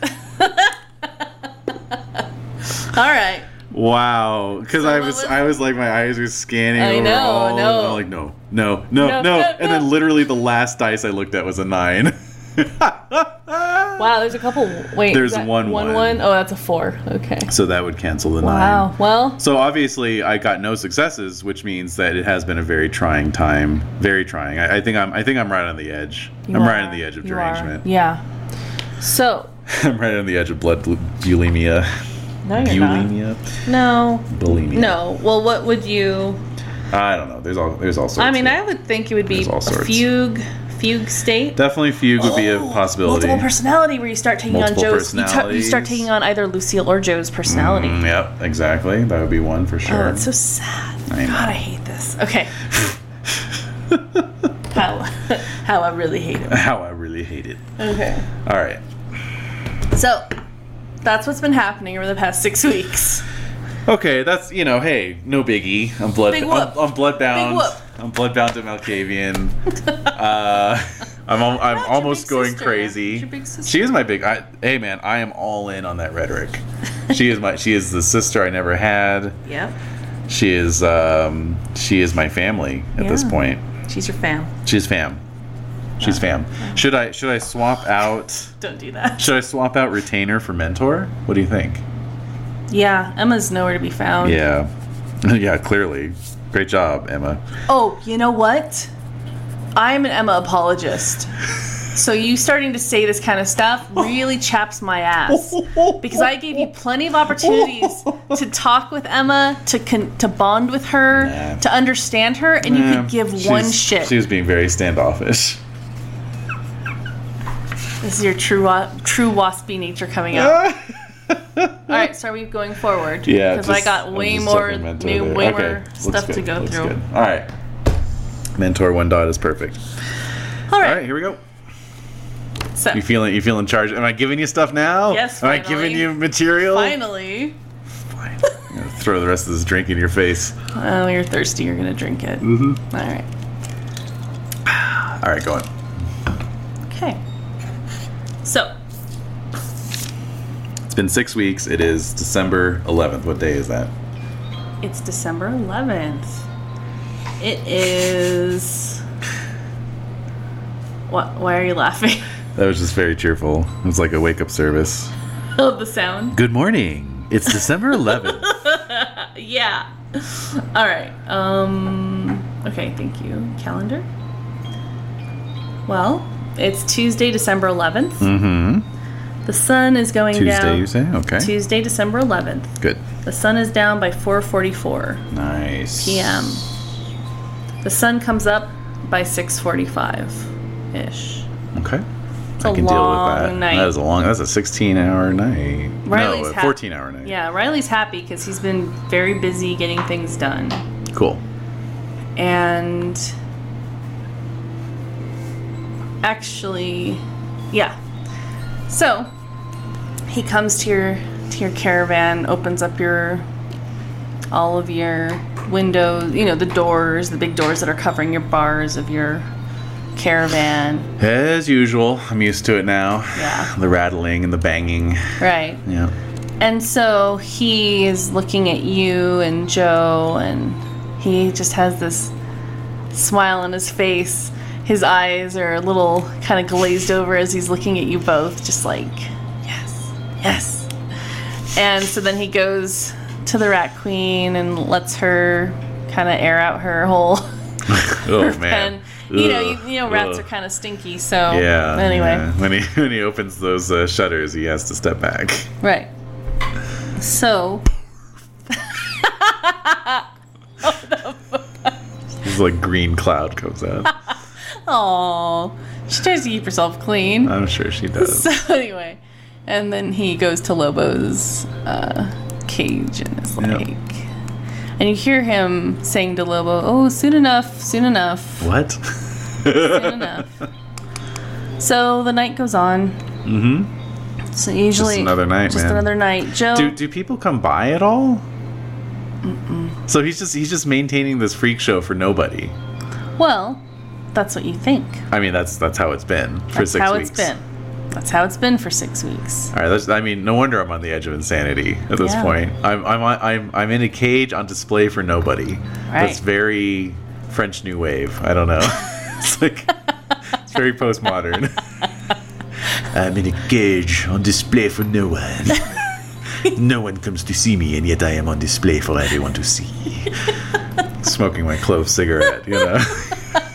Speaker 3: All right.
Speaker 1: Wow, because I
Speaker 3: what
Speaker 1: was,
Speaker 3: was
Speaker 1: I was like my eyes were scanning.
Speaker 3: I
Speaker 1: over
Speaker 3: know,
Speaker 1: all of
Speaker 3: no.
Speaker 1: them. I'm like no, no, no, no,
Speaker 3: No, no,
Speaker 1: and
Speaker 3: no.
Speaker 1: then literally the last dice I looked at was a nine.
Speaker 3: Wow, there's a couple. Wait.
Speaker 1: There's
Speaker 3: is that
Speaker 1: one
Speaker 3: one.
Speaker 1: one.
Speaker 3: one? Oh, that's a four. Okay.
Speaker 1: so that would cancel the
Speaker 3: Wow.
Speaker 1: nine.
Speaker 3: Well,
Speaker 1: So obviously I got no successes, which means that it has been a very trying time. Very trying. I, I think I'm, I think I'm right on the edge.
Speaker 3: you
Speaker 1: I'm
Speaker 3: are-
Speaker 1: right on the edge of
Speaker 3: you are.
Speaker 1: derangement.
Speaker 3: Yeah. So.
Speaker 1: I'm right on the edge of blood blu- bulimia.
Speaker 3: No, you're not.
Speaker 1: bulimia.
Speaker 3: No.
Speaker 1: Bulimia.
Speaker 3: No. Well, what would you?
Speaker 1: I don't know. There's all there's all sorts.
Speaker 3: I mean,
Speaker 1: of-
Speaker 3: I would think it would be
Speaker 1: There's all
Speaker 3: a
Speaker 1: sorts.
Speaker 3: fugue, fugue state.
Speaker 1: definitely fugue would be a possibility.
Speaker 3: Oh, Multiple personality, where you start taking
Speaker 1: Multiple
Speaker 3: on Joe's. You, ta- you start
Speaker 1: personalities.
Speaker 3: taking on either Lucille or Joe's personality.
Speaker 1: Mm, yep, exactly. That would be one for
Speaker 3: Oh,
Speaker 1: sure.
Speaker 3: it's so sad.
Speaker 1: I know.
Speaker 3: God, I hate this. Okay. how, how I really hate it.
Speaker 1: How I really hate it.
Speaker 3: Okay.
Speaker 1: All right.
Speaker 3: So, that's what's been happening over the past six weeks.
Speaker 1: Okay, that's you know, hey, no biggie. I'm blood.
Speaker 3: Big
Speaker 1: I'm,
Speaker 3: whoop.
Speaker 1: I'm bloodbound.
Speaker 3: Big whoop.
Speaker 1: I'm bloodbound to Malkavian. uh, I'm al- I'm
Speaker 3: How's your
Speaker 1: almost
Speaker 3: big
Speaker 1: going
Speaker 3: sister?
Speaker 1: crazy.
Speaker 3: How's your big sister?
Speaker 1: She is my big. I, hey man, I am all in on that rhetoric. she is my. She is the sister I never had.
Speaker 3: Yep.
Speaker 1: She is. Um, she is my family at this
Speaker 3: Yeah.
Speaker 1: point.
Speaker 3: She's your fam.
Speaker 1: She's fam. She's fam. Should I should I swap out?
Speaker 3: Don't do that.
Speaker 1: Should I swap out retainer for mentor? What do you think?
Speaker 3: Yeah, Emma's nowhere to be found.
Speaker 1: Yeah. Yeah, clearly. Great job, Emma.
Speaker 3: Oh, you know what? I'm an Emma apologist. So you starting to say this kind of stuff really chaps my ass because I gave you plenty of opportunities to talk with Emma, to con- to bond with her,
Speaker 1: Nah.
Speaker 3: to understand her, and you could give
Speaker 1: She's-
Speaker 3: one shit.
Speaker 1: She was being very standoffish.
Speaker 3: This is your true wa- true waspy nature coming out. All right, so are we going forward?
Speaker 1: Yeah.
Speaker 3: because I
Speaker 1: just-
Speaker 3: got
Speaker 1: I'm
Speaker 3: way
Speaker 1: just
Speaker 3: more
Speaker 1: talking mentor
Speaker 3: new,
Speaker 1: there.
Speaker 3: way
Speaker 1: Okay,
Speaker 3: more
Speaker 1: looks
Speaker 3: stuff
Speaker 1: good,
Speaker 3: to go
Speaker 1: looks
Speaker 3: through.
Speaker 1: good. All right. Mentor one dot is perfect.
Speaker 3: All
Speaker 1: All
Speaker 3: right,
Speaker 1: right, here we go.
Speaker 3: so
Speaker 1: You feeling you feeling charged? Am I giving you stuff now?
Speaker 3: Yes,
Speaker 1: Am I
Speaker 3: finally.
Speaker 1: giving you material?
Speaker 3: finally,
Speaker 1: Fine. I'm gonna throw the rest of this drink in your face.
Speaker 3: oh, you're thirsty. You're gonna drink it. Mm-hmm. right.
Speaker 1: All right, go on.
Speaker 3: Okay. So,
Speaker 1: It's been six weeks. It is December 11th. What day is that?
Speaker 3: it's December 11th. It is. What? Why are you laughing?
Speaker 1: That was just very cheerful. It was like a wake up service.
Speaker 3: Oh, the sound?
Speaker 1: Good morning. It's December 11th.
Speaker 3: Yeah. All right. Um. Okay, thank you. Calendar. Well, it's Tuesday, December 11th.
Speaker 1: mm-hmm.
Speaker 3: The sun is going
Speaker 1: Tuesday,
Speaker 3: down.
Speaker 1: you say? Okay.
Speaker 3: Tuesday, December 11th.
Speaker 1: Good.
Speaker 3: The sun is down by 444.
Speaker 1: Nice.
Speaker 3: PM. The sun comes up by 6:45 ish.
Speaker 1: Okay.
Speaker 3: a
Speaker 1: I can
Speaker 3: long
Speaker 1: deal with that.
Speaker 3: night.
Speaker 1: That is a long. That's a 16 hour night.
Speaker 3: Riley's
Speaker 1: no, a
Speaker 3: hap-
Speaker 1: 14 hour night.
Speaker 3: Yeah, Riley's happy because he's been very busy getting things done,
Speaker 1: Cool.
Speaker 3: and actually, yeah. So he comes to your to your caravan, opens up your all of your windows, you know, the doors, the big doors that are covering your bars of your caravan.
Speaker 1: As usual, I'm used to it now.
Speaker 3: Yeah.
Speaker 1: The rattling and the banging.
Speaker 3: Right.
Speaker 1: Yeah.
Speaker 3: And so he is looking at you and Joe, and he just has this smile on his face. his eyes are a little kind of glazed over as he's looking at you both, just like, yes, yes. And so then he goes to the Rat Queen and lets her kind of air out her whole
Speaker 1: Oh
Speaker 3: her
Speaker 1: man.
Speaker 3: pen. You know,
Speaker 1: Ugh.
Speaker 3: you, you know, rats
Speaker 1: Ugh.
Speaker 3: are kind of stinky. So
Speaker 1: Yeah.
Speaker 3: Anyway,
Speaker 1: yeah. When he when he opens those uh, shutters, he has to step back.
Speaker 3: right. So
Speaker 1: This like green cloud comes out.
Speaker 3: Oh, she tries to keep herself clean.
Speaker 1: I'm sure she does.
Speaker 3: so anyway, and then he goes to Lobo's uh, cage and is
Speaker 1: Yeah.
Speaker 3: like, and you hear him saying to Lobo, "Oh, soon enough, soon enough,
Speaker 1: What?
Speaker 3: soon enough." So the night goes on. Mm-hmm. So usually
Speaker 1: Mm-hmm. another night,
Speaker 3: Just
Speaker 1: man.
Speaker 3: another night. Joe.
Speaker 1: do do people come by at all? So he's just he's just maintaining this freak show for nobody.
Speaker 3: Well, that's what you think.
Speaker 1: I mean that's that's how it's been for
Speaker 3: That's
Speaker 1: six
Speaker 3: how
Speaker 1: weeks.
Speaker 3: it's been. That's how it's been for six weeks.
Speaker 1: All right, that's, I mean, no wonder I'm on the edge of insanity at this
Speaker 3: Yeah.
Speaker 1: point. I'm I'm on- I'm I'm in a cage on display for nobody.
Speaker 3: Right.
Speaker 1: That's very French New Wave. I don't know. it's like it's very postmodern. I'm in a cage on display for no one. no one comes to see me, and yet I am on display for everyone to see. Smoking my clove cigarette, you know.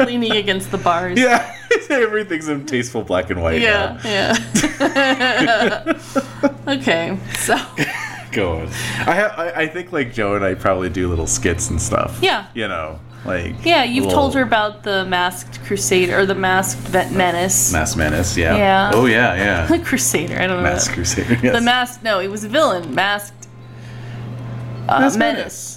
Speaker 3: Leaning against the bars.
Speaker 1: yeah, everything's in tasteful black and white.
Speaker 3: Yeah,
Speaker 1: now.
Speaker 3: yeah. okay, so
Speaker 1: Go on. I, ha- I I think like Joe and I probably do little skits and stuff.
Speaker 3: Yeah.
Speaker 1: You know, like
Speaker 3: yeah, you've
Speaker 1: little
Speaker 3: told her about the masked crusade or the masked vet menace.
Speaker 1: Mass Menace. Yeah.
Speaker 3: Yeah.
Speaker 1: Oh yeah, yeah.
Speaker 3: The crusader, I don't know.
Speaker 1: Mass
Speaker 3: that.
Speaker 1: Crusader. Yes.
Speaker 3: The masked, no, it was a villain. Masked uh,
Speaker 1: Masked
Speaker 3: menace.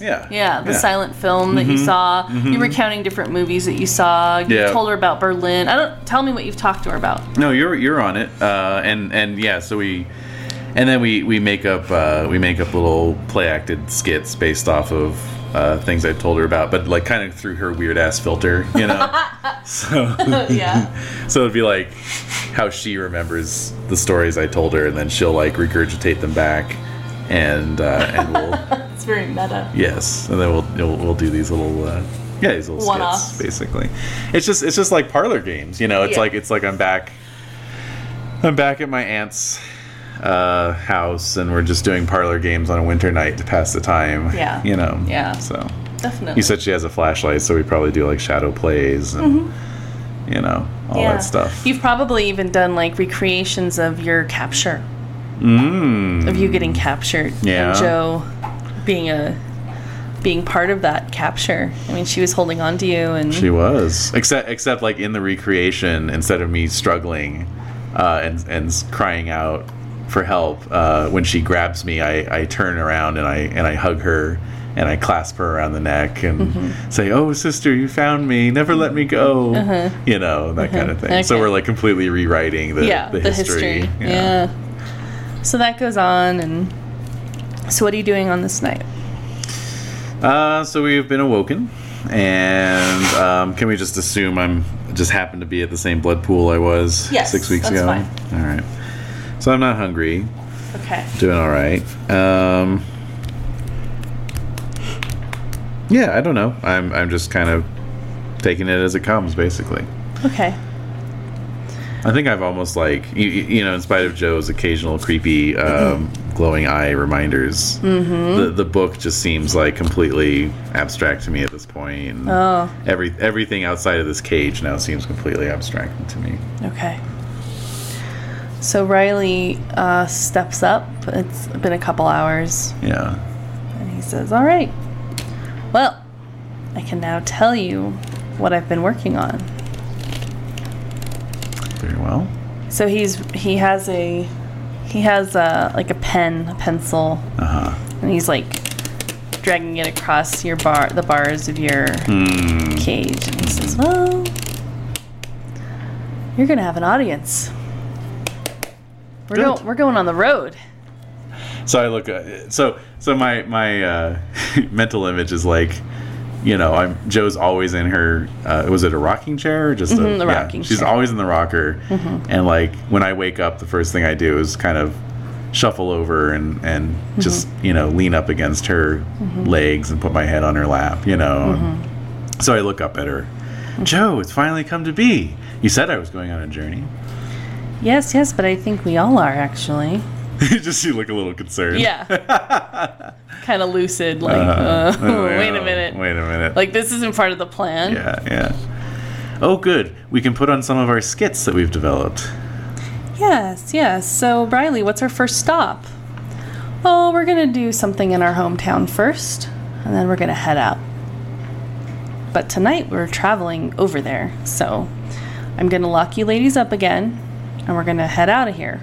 Speaker 1: Menace, yeah.
Speaker 3: Yeah, the
Speaker 1: Yeah. Mm-hmm.
Speaker 3: silent film that you saw. You were counting different movies that you saw. You
Speaker 1: Yeah.
Speaker 3: told her about Berlin. I don't tell me what you've talked to her about.
Speaker 1: No, you're you're on it. Uh, and and yeah, so we and then we we make up uh, we make up little play acted skits based off of uh, things I told her about, but like kind of through her weird ass filter, you know. so
Speaker 3: yeah.
Speaker 1: so it'd be like how she remembers the stories I told her, and then she'll like regurgitate them back, and uh, and we'll.
Speaker 3: It's very meta.
Speaker 1: Yes, and then we'll we'll, we'll do these little uh, yeah these little
Speaker 3: One-offs.
Speaker 1: skits basically. It's just it's just like parlor games, you know. It's
Speaker 3: Yeah.
Speaker 1: like it's like I'm back, I'm back at my aunt's uh, house, and we're just doing parlor games on a winter night to pass the time.
Speaker 3: Yeah.
Speaker 1: you know.
Speaker 3: Yeah.
Speaker 1: So
Speaker 3: Definitely.
Speaker 1: you said she has a flashlight, so we probably do like shadow plays and you know all
Speaker 3: Mm-hmm. Yeah.
Speaker 1: that stuff.
Speaker 3: You've probably even done like recreations of your capture,
Speaker 1: Mm.
Speaker 3: of you getting captured,
Speaker 1: Yeah.
Speaker 3: and Joe being a being part of that capture. I mean, she was holding on to you, and
Speaker 1: She was. Mm-hmm. Except, except like in the recreation, instead of me struggling uh, and and crying out for help, uh, when she grabs me, I, I turn around and I and I hug her and I clasp her around the neck and say, "Oh, sister, you found me. Never let me go." You know that kind of thing. So
Speaker 3: Okay.
Speaker 1: we're like completely rewriting the
Speaker 3: yeah,
Speaker 1: Uh-huh. the, history.
Speaker 3: Yeah. So that goes on, and so what are you doing on this night?
Speaker 1: Uh, so we've been awoken, and um, can we just assume I'm just happened to be at the same blood pool I was
Speaker 3: Yes,
Speaker 1: six weeks
Speaker 3: that's
Speaker 1: ago?
Speaker 3: fine.
Speaker 1: All right. So I'm not hungry.
Speaker 3: Okay.
Speaker 1: Doing all right. Um, yeah, I don't know. I'm I'm just kind of taking it as it comes, basically.
Speaker 3: Okay.
Speaker 1: I think I've almost like you, you you know, in spite of Joe's occasional creepy um, glowing eye reminders, the the book just seems like completely abstract to me at this point. And
Speaker 3: Oh.
Speaker 1: Every everything outside of this cage now seems completely abstract to me.
Speaker 3: Okay. So Riley uh, steps up. It's been a couple hours.
Speaker 1: Yeah.
Speaker 3: And he says, All right, well, I can now tell you what I've been working on.
Speaker 1: Very well.
Speaker 3: So he's he has a he has a like a pen, a pencil,
Speaker 1: Uh huh.
Speaker 3: and he's like dragging it across your bar the bars of your cage. And he says, Well, you're gonna have an audience. We're
Speaker 1: Good.
Speaker 3: going we're going on the road.
Speaker 1: So I look. uh, So so my my uh, mental image is like, you know, I'm Joe's always in her. Uh, was it a rocking chair or just a,
Speaker 3: Mhm, the
Speaker 1: yeah,
Speaker 3: rocking
Speaker 1: She's
Speaker 3: chair. Mm-hmm.
Speaker 1: always in the rocker, and like when I wake up, the first thing I do is kind of shuffle over and and
Speaker 3: Mm-hmm.
Speaker 1: just you know lean up
Speaker 3: Mm-hmm.
Speaker 1: against her legs and put my head on her lap, you know. So I look up at her Joe, it's finally come to be. You said I was going on a journey.
Speaker 3: Yes, yes, but I think we all are actually.
Speaker 1: Just you look a little concerned.
Speaker 3: Yeah. kind of lucid, like, uh,
Speaker 1: Oh,
Speaker 3: wait
Speaker 1: yeah.
Speaker 3: a minute.
Speaker 1: Wait a minute.
Speaker 3: Like, this isn't part of the plan.
Speaker 1: yeah, yeah. Oh, good. We can put on some of our skits that we've developed.
Speaker 3: Yes, yes. So, Briley, what's our first stop? Oh, we're going to do something in our hometown first, and then we're going to head out. But tonight we're traveling over there, so I'm going to lock you ladies up again, and we're going to head out of here.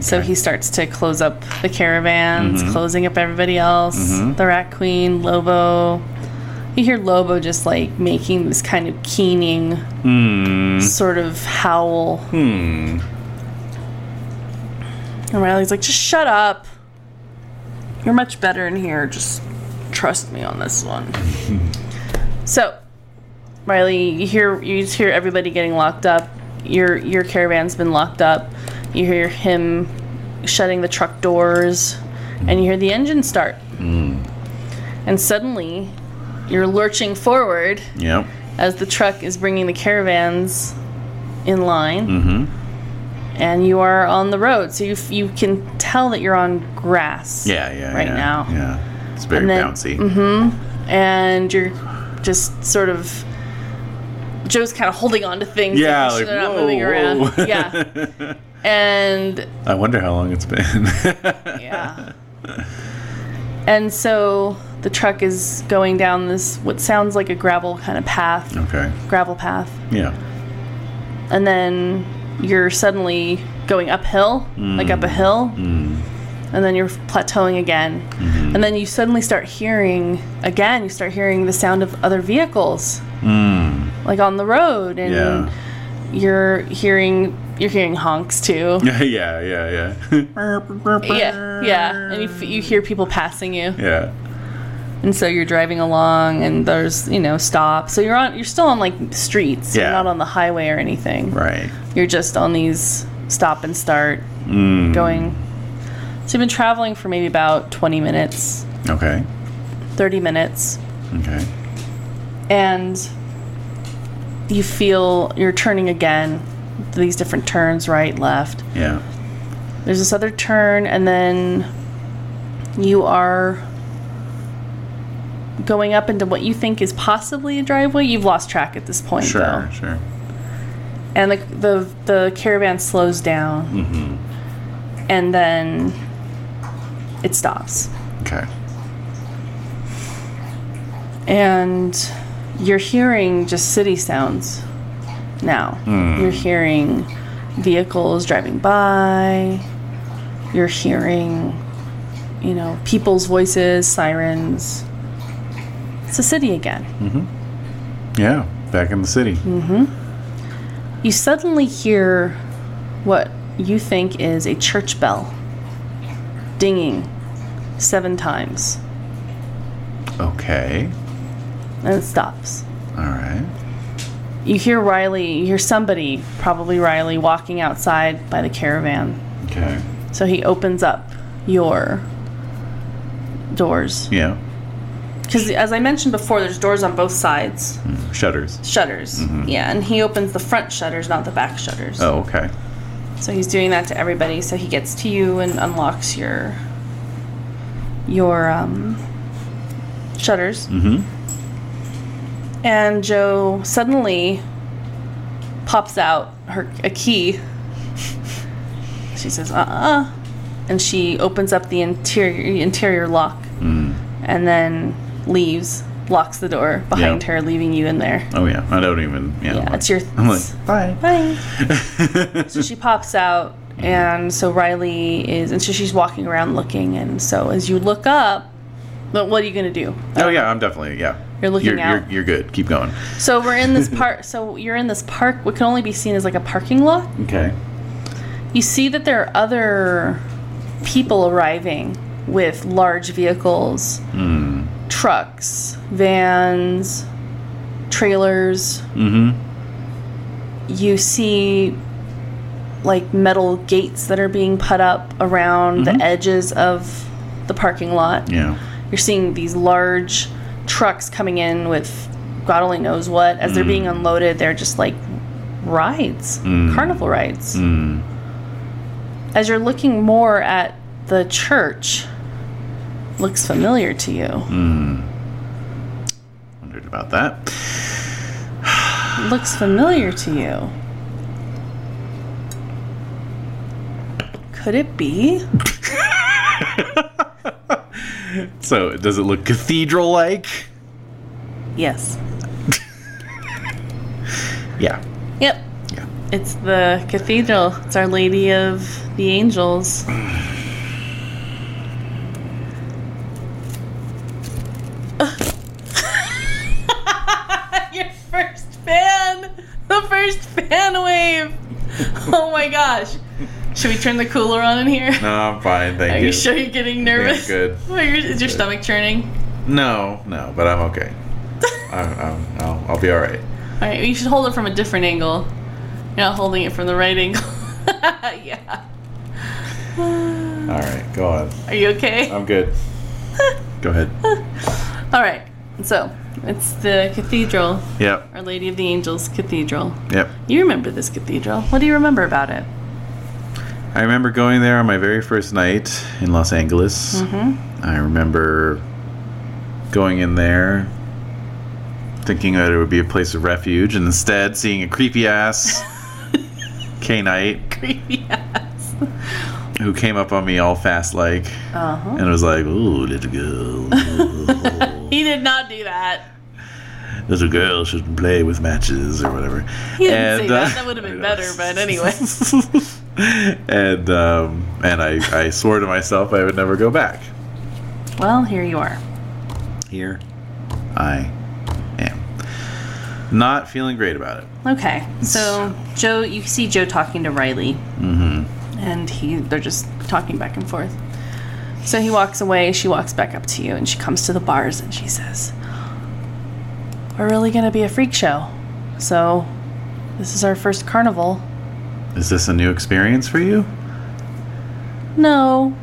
Speaker 3: So
Speaker 1: Okay.
Speaker 3: he starts to close up the caravans, closing up everybody else, the Rat Queen, Lobo. You hear Lobo just like making this kind of keening sort of howl. Hmm. And Riley's like, just shut up. You're much better in here. Just trust me on this one. so, Riley, you hear you just hear everybody getting locked up. Your your caravan's been locked up. You hear him shutting the truck doors, and you hear the engine start. And suddenly, you're lurching forward
Speaker 1: Yep.
Speaker 3: as the truck is bringing the caravans in line.
Speaker 1: Mm-hmm.
Speaker 3: And you are on the road, so you, f- you can tell that you're on grass.
Speaker 1: Yeah, yeah.
Speaker 3: Right
Speaker 1: yeah,
Speaker 3: now.
Speaker 1: Yeah. It's very
Speaker 3: And then- Mm-hmm.
Speaker 1: bouncy.
Speaker 3: And you're just sort of. Joe's kind of holding on to things.
Speaker 1: Yeah,
Speaker 3: making
Speaker 1: like,
Speaker 3: sure they're
Speaker 1: whoa,
Speaker 3: not moving
Speaker 1: whoa.
Speaker 3: around. Yeah. And
Speaker 1: I wonder how long it's been.
Speaker 3: yeah. And so the truck is going down this, what sounds like a gravel kind of path,
Speaker 1: okay.
Speaker 3: gravel path.
Speaker 1: Yeah.
Speaker 3: and then you're suddenly going uphill, like up a hill, and then you're plateauing again. And then you suddenly start hearing again, you start hearing the sound of other vehicles, like on the road, and
Speaker 1: Yeah.
Speaker 3: you're hearing you're hearing honks too.
Speaker 1: Yeah, yeah, yeah, yeah.
Speaker 3: Yeah, yeah, and you, f- you hear people passing you,
Speaker 1: Yeah.
Speaker 3: and so you're driving along, and there's you know stops. So you're on, you're still on like streets,
Speaker 1: Yeah.
Speaker 3: you're not on the highway or anything.
Speaker 1: Right.
Speaker 3: you're just on these stop and start going so you've been traveling for maybe about 20 minutes
Speaker 1: Okay.
Speaker 3: 30 minutes
Speaker 1: Okay.
Speaker 3: and you feel you're turning again these different turns right left
Speaker 1: Yeah.
Speaker 3: there's this other turn and then you are going up into what you think is possibly a driveway you've lost track at this point
Speaker 1: Sure,
Speaker 3: though.
Speaker 1: sure.
Speaker 3: and the the, the caravan slows down and then it stops
Speaker 1: Okay.
Speaker 3: and you're hearing just city sounds now you're hearing vehicles driving by you're hearing you know people's voices sirens it's a city again
Speaker 1: Yeah. Back in the city.
Speaker 3: Mm-hmm. you suddenly hear what you think is a church bell dinging seven times
Speaker 1: Okay.
Speaker 3: and it stops.
Speaker 1: All right.
Speaker 3: You hear Riley, you hear somebody, probably Riley, walking outside by the caravan.
Speaker 1: Okay.
Speaker 3: So he opens up your doors.
Speaker 1: Yeah.
Speaker 3: Because as I mentioned before, there's doors on both sides,
Speaker 1: Mm-hmm. Mm. Shutters.
Speaker 3: shutters. Yeah, and he opens the front shutters, not the back shutters.
Speaker 1: Oh, okay.
Speaker 3: So he's doing that to everybody. So he gets to you and unlocks your your um, shutters. Mm-hmm. And Joe suddenly pops out her a key. She says, "Uh uh and she opens up the interior interior lock, and then leaves, locks the door behind
Speaker 1: Yeah.
Speaker 3: her, leaving you in there.
Speaker 1: Oh, yeah. I don't even. Yeah.
Speaker 3: Yeah,
Speaker 1: I'm
Speaker 3: it's your-
Speaker 1: like- I'm like, bye.
Speaker 3: Bye. so she pops out, and so Riley is, and so she's walking around looking, and so as you look up, but what are you gonna do?
Speaker 1: Oh, yeah. I'm definitely. Yeah.
Speaker 3: You're looking
Speaker 1: you're,
Speaker 3: out.
Speaker 1: You're, you're good. Keep going.
Speaker 3: So we're in this park. So you're in this park. What can only be seen as like a parking lot.
Speaker 1: Okay.
Speaker 3: You see that there are other people arriving with large vehicles,
Speaker 1: Hmm.
Speaker 3: trucks, vans, trailers. Mm-hmm. You see like metal gates that are being put up around the edges of the parking lot.
Speaker 1: Yeah.
Speaker 3: You're seeing these large trucks coming in with God only knows what. As they're being unloaded, they're just like rides, carnival rides.
Speaker 1: Mm. Hmm.
Speaker 3: As you're looking more at the church, looks familiar to you.
Speaker 1: Wondered about that.
Speaker 3: Looks familiar to you. Could it be?
Speaker 1: So, does it look cathedral like?
Speaker 3: Yes.
Speaker 1: Yeah.
Speaker 3: Yep.
Speaker 1: Yeah.
Speaker 3: It's the cathedral. It's Our Lady of the Angels. Your first fan! The first fan wave! Oh my gosh. Should we turn the cooler on in here?
Speaker 1: No, I'm fine. Thank
Speaker 3: Are
Speaker 1: you.
Speaker 3: you sure you're getting nervous?
Speaker 1: good.
Speaker 3: Well, your- Is your stomach churning?
Speaker 1: No, no, but I'm okay. I'm, I'm, I'll, I'll be all right.
Speaker 3: All right, you should hold it from a different angle. You're not holding it from the right angle. yeah.
Speaker 1: All right, go on.
Speaker 3: Are you okay?
Speaker 1: I'm good. Go ahead.
Speaker 3: All right. So it's the cathedral,
Speaker 1: Yep.
Speaker 3: Our Lady of the Angels Cathedral.
Speaker 1: Yep.
Speaker 3: You remember this cathedral? What do you remember about it?
Speaker 1: I remember going there on my very first night in Los Angeles.
Speaker 3: Mm-hmm.
Speaker 1: I remember going in there thinking that it would be a place of refuge, and instead seeing a creepy ass K Knight
Speaker 3: Creepy ass.
Speaker 1: who came up on me all fast like
Speaker 3: Uh huh.
Speaker 1: and was like, Ooh, little girl.
Speaker 3: He did not do that.
Speaker 1: little girl should play with matches or whatever.
Speaker 3: He didn't say
Speaker 1: And, uh,
Speaker 3: that. That would have been better, but anyway.
Speaker 1: and um, and I, I swore to myself I would never go back.
Speaker 3: Well, here you are.
Speaker 1: Here I am. Not feeling great about it.
Speaker 3: Okay. So Joe, you see Joe talking to Riley, mm-hmm. and he they're just talking back and forth. So he walks away. She walks back up to you, and she comes to the bars, and she says, "We're really gonna be a freak show. So this is our first carnival.
Speaker 1: Is this a new experience for you?
Speaker 3: No,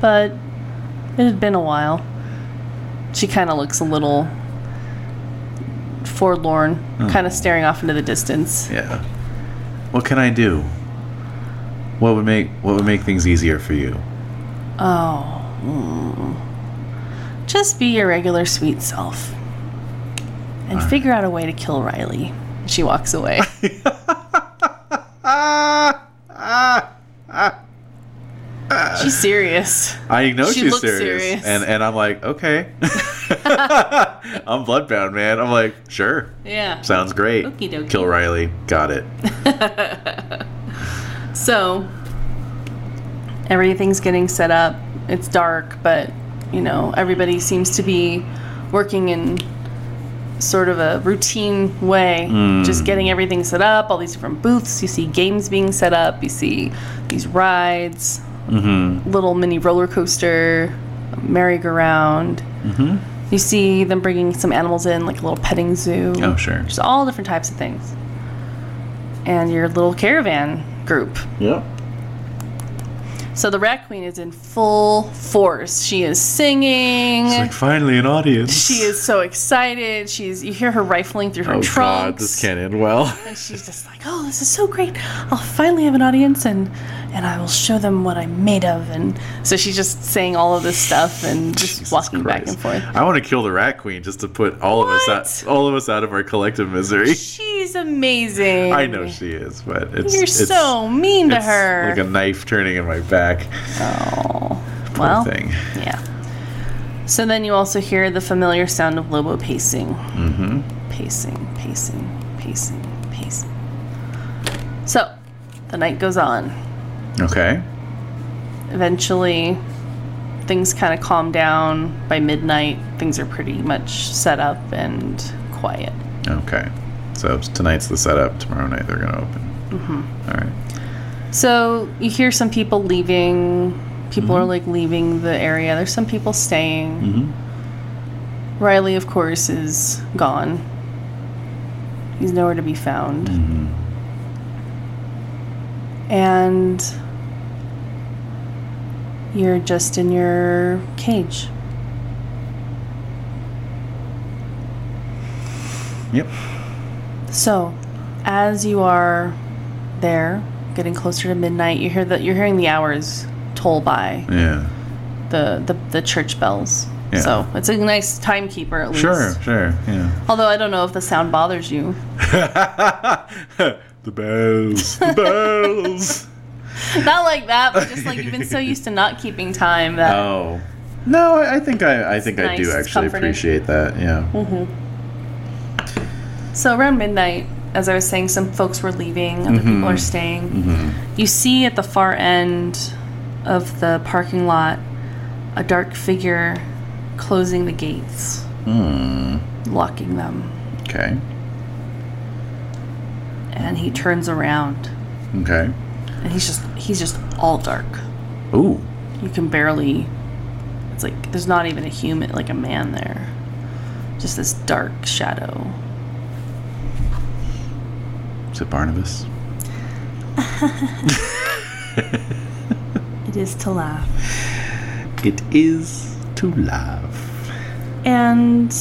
Speaker 3: but it had been a while. She kind of looks a little." Forlorn, kind of staring off into the distance.
Speaker 1: Yeah. What can I do? What would make what would make things easier for you?
Speaker 3: Oh. Just be your regular sweet self. And figure out a way to kill Riley. She walks away.
Speaker 1: Ah!
Speaker 3: she's serious.
Speaker 1: I know
Speaker 3: She
Speaker 1: she's
Speaker 3: looks
Speaker 1: serious.
Speaker 3: serious.
Speaker 1: And and I'm like, okay. I'm bloodbound, man. I'm like, sure.
Speaker 3: Yeah.
Speaker 1: Sounds great.
Speaker 3: Okie dokie.
Speaker 1: Kill Riley. Got it.
Speaker 3: So everything's getting set up. It's dark, but you know, everybody seems to be working in sort of a routine way, just getting everything set up, all these different booths. You see games being set up, you see these rides, little mini roller coaster, merry-go-round. You see them bringing some animals in, like a little petting zoo.
Speaker 1: Oh, sure.
Speaker 3: Just all different types of things. And your little caravan group.
Speaker 1: Yep.
Speaker 3: So the Rat Queen is in full force. She is singing.
Speaker 1: It's like finally an audience.
Speaker 3: she is so excited. She's you hear her rifling through her
Speaker 1: Oh
Speaker 3: trunks.
Speaker 1: god, this can't end well.
Speaker 3: And she's just like, "Oh, this is so great! I'll finally have an audience, and and I will show them what I'm made of." And so she's just saying all of this stuff and just
Speaker 1: Jesus
Speaker 3: walking back
Speaker 1: Christ.
Speaker 3: and forth.
Speaker 1: I want to kill the rat queen just to put all of us
Speaker 3: What?
Speaker 1: out, all of us out of our collective misery.
Speaker 3: She's amazing.
Speaker 1: I know she is, but it's
Speaker 3: You're
Speaker 1: it's-
Speaker 3: so mean to
Speaker 1: it's
Speaker 3: her.
Speaker 1: Like a knife turning in my back.
Speaker 3: oh,
Speaker 1: Poor
Speaker 3: well,
Speaker 1: thing.
Speaker 3: Yeah. So then you also hear the familiar sound of Lobo pacing. Mm-hmm. Pacing, pacing, pacing, pacing. So the night goes on.
Speaker 1: Okay.
Speaker 3: Eventually, things kind of calm down. By midnight, things are pretty much set up and quiet.
Speaker 1: Okay. So tonight's the setup. Tomorrow night they're gonna open. Mm-hmm. right.
Speaker 3: So you hear some people leaving. People are like leaving the area. There's some people staying.
Speaker 1: Mm-hmm.
Speaker 3: Riley, of course, is gone. He's nowhere to be found.
Speaker 1: Mm-hmm.
Speaker 3: And you're just in your cage.
Speaker 1: Yep.
Speaker 3: So, as you are there, getting closer to midnight, you hear that you're hearing the hours toll by
Speaker 1: Yeah.
Speaker 3: the the, the church bells.
Speaker 1: Yeah.
Speaker 3: So it's a nice timekeeper at least.
Speaker 1: Sure. Sure. Yeah.
Speaker 3: Although I don't know if the sound bothers you.
Speaker 1: the bells. The bells.
Speaker 3: not like that, but just like you've been so used to not keeping time that
Speaker 1: Oh. No, I I think I, I think I
Speaker 3: nice,
Speaker 1: do
Speaker 3: it's
Speaker 1: actually
Speaker 3: comforting. Mm-hmm.
Speaker 1: appreciate that. Yeah.
Speaker 3: So around midnight, as I was saying, some folks were leaving, other people are staying.
Speaker 1: Mm-hmm.
Speaker 3: You see at the far end of the parking lot a dark figure closing the gates, locking them,
Speaker 1: Hmm, Okay.
Speaker 3: and he turns around
Speaker 1: Okay.
Speaker 3: and he's just he's just all dark.
Speaker 1: Ooh.
Speaker 3: You can barely it's like there's not even a human like a man there. Just this dark shadow.
Speaker 1: Is it Barnabas?
Speaker 3: It is to laugh.
Speaker 1: It is to love.
Speaker 3: and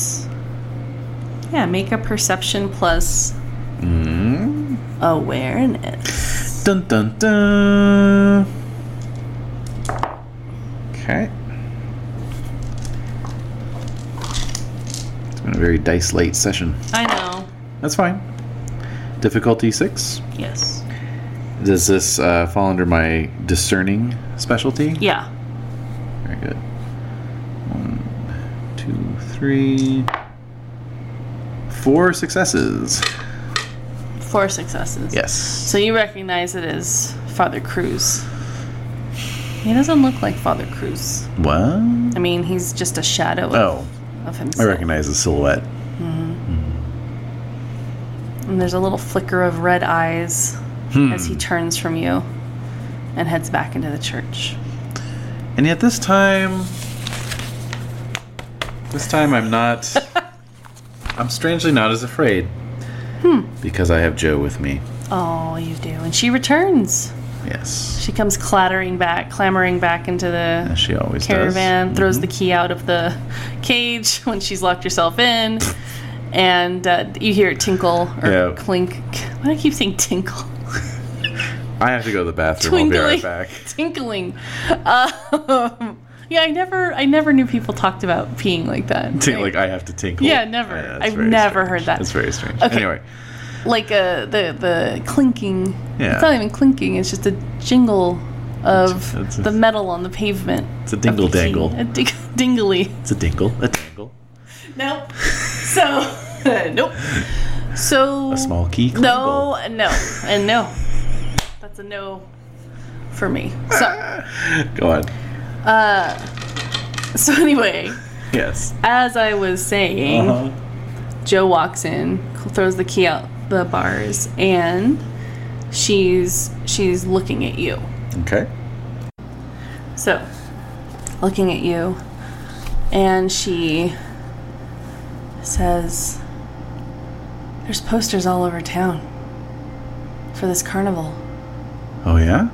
Speaker 3: yeah, make a perception plus
Speaker 1: Hmm.
Speaker 3: awareness.
Speaker 1: Dun dun dun. Okay. It's been a very dice late session.
Speaker 3: I know.
Speaker 1: That's fine. Difficulty six.
Speaker 3: Yes.
Speaker 1: Does this uh, fall under my discerning specialty?
Speaker 3: Yeah.
Speaker 1: Very good. One, two, three, four successes.
Speaker 3: Four successes.
Speaker 1: Yes.
Speaker 3: So you recognize it as Father Cruz. He doesn't look like Father Cruz.
Speaker 1: What?
Speaker 3: I mean, he's just a shadow of,
Speaker 1: Oh,
Speaker 3: of
Speaker 1: I
Speaker 3: himself.
Speaker 1: recognize the silhouette.
Speaker 3: And there's a little flicker of red eyes
Speaker 1: Hmm.
Speaker 3: as he turns from you and heads back into the church.
Speaker 1: And yet this time, this time I'm not. I'm strangely not as afraid.
Speaker 3: Hmm.
Speaker 1: Because I have Joe with me.
Speaker 3: Oh, you do. And she returns.
Speaker 1: Yes.
Speaker 3: She comes clattering back, clamoring back into the
Speaker 1: As she always
Speaker 3: caravan,
Speaker 1: does. Mm-hmm.
Speaker 3: throws the key out of the cage when she's locked herself in, and uh, you hear it tinkle or
Speaker 1: Yeah.
Speaker 3: clink. Why do I keep saying tinkle?
Speaker 1: I have to go to the bathroom. I'll be right
Speaker 3: Twinkling,
Speaker 1: back.
Speaker 3: tinkling. Um, yeah, I never, I never knew people talked about peeing like that.
Speaker 1: Tink-
Speaker 3: Right?
Speaker 1: like I have to tinkle.
Speaker 3: Yeah, never.
Speaker 1: that's
Speaker 3: I've
Speaker 1: very
Speaker 3: never
Speaker 1: strange.
Speaker 3: heard that.
Speaker 1: That's very strange.
Speaker 3: Okay.
Speaker 1: Anyway,
Speaker 3: like uh, the the clinking.
Speaker 1: Yeah.
Speaker 3: It's not even clinking. It's just a jingle of
Speaker 1: It's- it's-
Speaker 3: the metal on the pavement.
Speaker 1: It's a dingle
Speaker 3: of the key.
Speaker 1: dangle.
Speaker 3: A ding- dingly.
Speaker 1: it's a dingle, a tangle,
Speaker 3: Nope. So, nope. So,
Speaker 1: a small key.
Speaker 3: no, no, and no. That's a no for me. So,
Speaker 1: clangle. Go on.
Speaker 3: so anyway,
Speaker 1: Yes.
Speaker 3: as I was saying,
Speaker 1: Uh-huh.
Speaker 3: Joe walks in, throws the key out the bars, and she's she's looking at you.
Speaker 1: Okay.
Speaker 3: So, looking at you, and she says, There's posters all over town for this carnival.
Speaker 1: Oh yeah.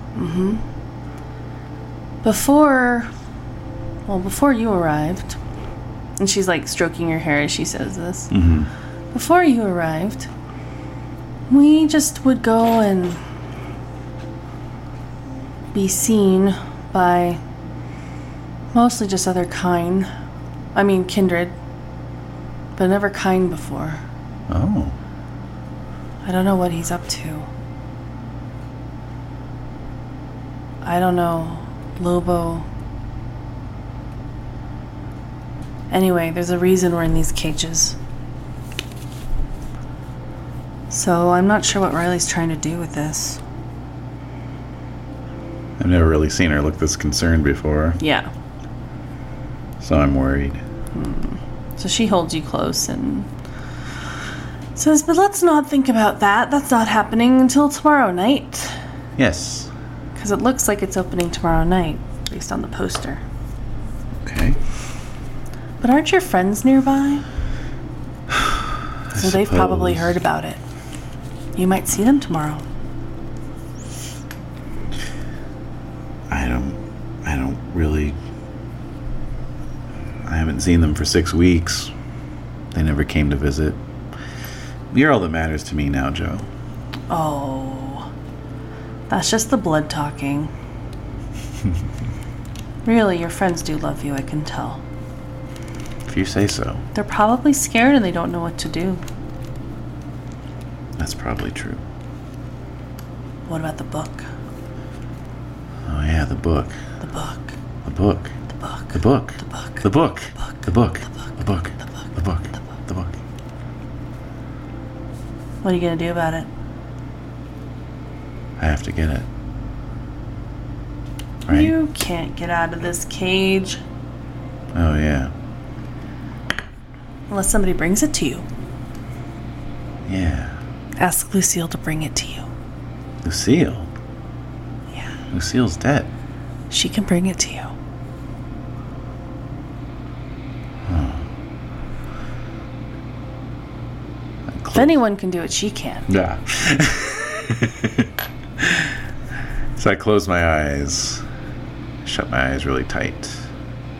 Speaker 3: Before, well, before you arrived, and she's like stroking her hair as she says this. Before you arrived, we just would go and be seen by mostly just other kind. I mean, kindred, but never kind before.
Speaker 1: Oh.
Speaker 3: I don't know what he's up to. I don't know, Lobo. Anyway, there's a reason we're in these cages. So I'm not sure what Riley's trying to do with this.
Speaker 1: I've never really seen her look this concerned before,
Speaker 3: Yeah.
Speaker 1: so I'm worried.
Speaker 3: So she holds you close and says, But let's not think about that. That's not happening until tomorrow night.
Speaker 1: Yes.
Speaker 3: Because it looks like it's opening tomorrow night, based on the poster.
Speaker 1: Okay.
Speaker 3: But aren't your friends nearby? So they've probably
Speaker 1: suppose.
Speaker 3: heard about it. You might see them tomorrow.
Speaker 1: I don't. I don't really. I haven't seen them for six weeks. They never came to visit. You're all that matters to me now, Joe.
Speaker 3: Oh. That's just the blood talking. really, your friends do love you, I can tell.
Speaker 1: If you say so,
Speaker 3: They're probably scared and they don't know what to do.
Speaker 1: that's probably true.
Speaker 3: What about the book?
Speaker 1: Oh yeah, the book,
Speaker 3: The book.
Speaker 1: the book,
Speaker 3: The book.
Speaker 1: the book,
Speaker 3: The book.
Speaker 1: the book,
Speaker 3: book.
Speaker 1: the book,
Speaker 3: The
Speaker 1: the book,
Speaker 3: The book.
Speaker 1: the book,
Speaker 3: The book.
Speaker 1: the book.
Speaker 3: What are you going to do about it?
Speaker 1: I have to get it. Right?
Speaker 3: You can't get out of this cage
Speaker 1: Oh yeah,
Speaker 3: unless somebody brings it to you.
Speaker 1: yeah.
Speaker 3: Ask Lucille to bring it to you.
Speaker 1: Lucille.
Speaker 3: Yeah.
Speaker 1: Lucille's dead.
Speaker 3: She can bring it to you. If anyone can do it, she can.
Speaker 1: Yeah. so I close my eyes, shut my eyes really tight,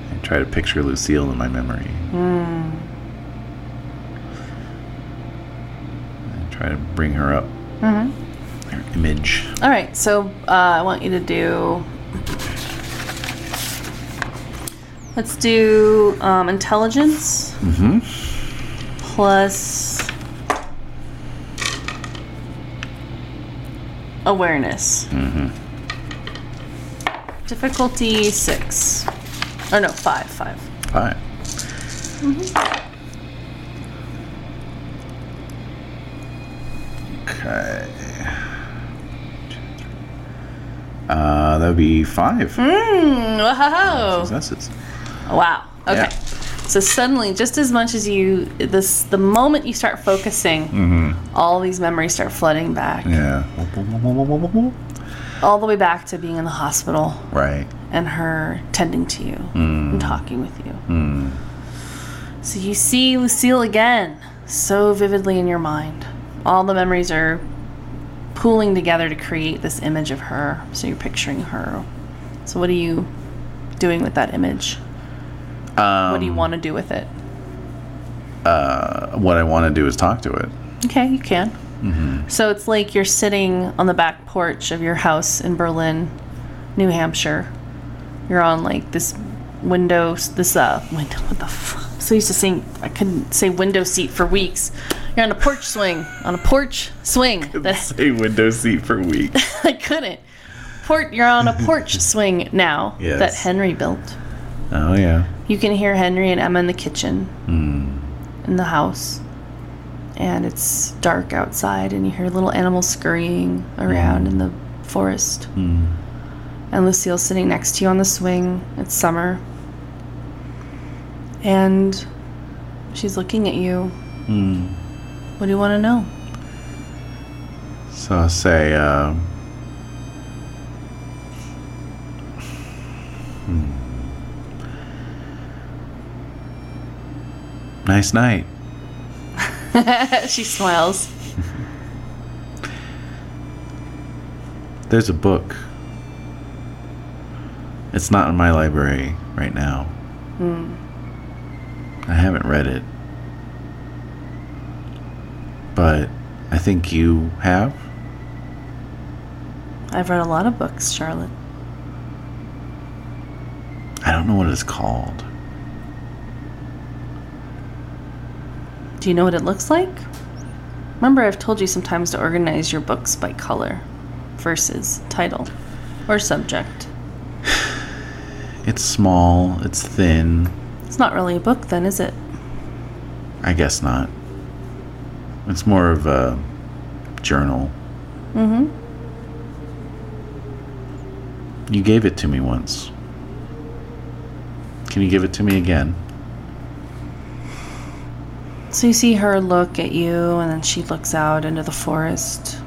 Speaker 1: and try to picture Lucille in my memory. And try to bring her up. Her image.
Speaker 3: All right, so uh, I want you to do. Let's do um, intelligence plus awareness. Difficulty six. Oh no, five, five.
Speaker 1: Hi. Okay. Uh, that would be five.
Speaker 3: Mm, wow.
Speaker 1: Successes.
Speaker 3: Wow. Okay.
Speaker 1: Yeah.
Speaker 3: So suddenly, just as much as you this, the moment you start focusing, all these memories start flooding back,
Speaker 1: Yeah.
Speaker 3: all the way back to being in the hospital
Speaker 1: Right.
Speaker 3: and her tending to you and talking with you. So you see Lucille again, so vividly in your mind. All the memories are pooling together to create this image of her. So you're picturing her. So what are you doing with that image? what do you want to do with it?
Speaker 1: What I want to do is talk to it.
Speaker 3: Okay, you can.
Speaker 1: Mm-hmm.
Speaker 3: So it's like you're sitting on the back porch of your house in Berlin, New Hampshire. You're on like this window, this uh, window. What the fuck? So used to saying I couldn't say window seat for weeks. You're on a porch swing, on a porch swing. That
Speaker 1: Say window seat for weeks.
Speaker 3: I couldn't. Port. You're on a porch swing now
Speaker 1: Yes.
Speaker 3: that Henry built.
Speaker 1: oh yeah.
Speaker 3: You can hear Henry and Emma in the kitchen,
Speaker 1: Hmm.
Speaker 3: in the house. And it's dark outside, and you hear little animals scurrying around in the forest.
Speaker 1: Hmm.
Speaker 3: And Lucille's sitting next to you on the swing. It's summer. And she's looking at you.
Speaker 1: Hmm.
Speaker 3: What do you want to know?
Speaker 1: So I'll say. Um, hmm. Nice night.
Speaker 3: she smiles.
Speaker 1: There's a book. It's not in my library right now. I haven't read it. But I think you have.
Speaker 3: I've read a lot of books, Charlotte.
Speaker 1: I don't know what it's called.
Speaker 3: Do you know what it looks like? Remember, I've told you sometimes to organize your books by color, verses, title, or subject.
Speaker 1: It's small, it's thin.
Speaker 3: It's not really a book, then, is it?
Speaker 1: I guess not. It's more of a journal.
Speaker 3: Mm hmm.
Speaker 1: You gave it to me once. Can you give it to me again?
Speaker 3: So you see her look at you, and then she looks out into the forest.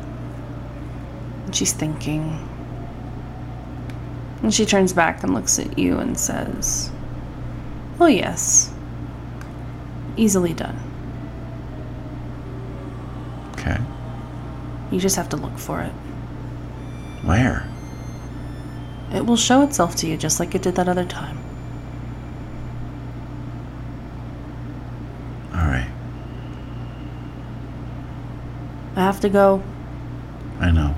Speaker 3: And she's thinking. And she turns back and looks at you and says, Oh, yes. Easily done.
Speaker 1: Okay.
Speaker 3: You just have to look for it.
Speaker 1: Where?
Speaker 3: It will show itself to you just like it did that other time.
Speaker 1: All right.
Speaker 3: have to go.
Speaker 1: I know.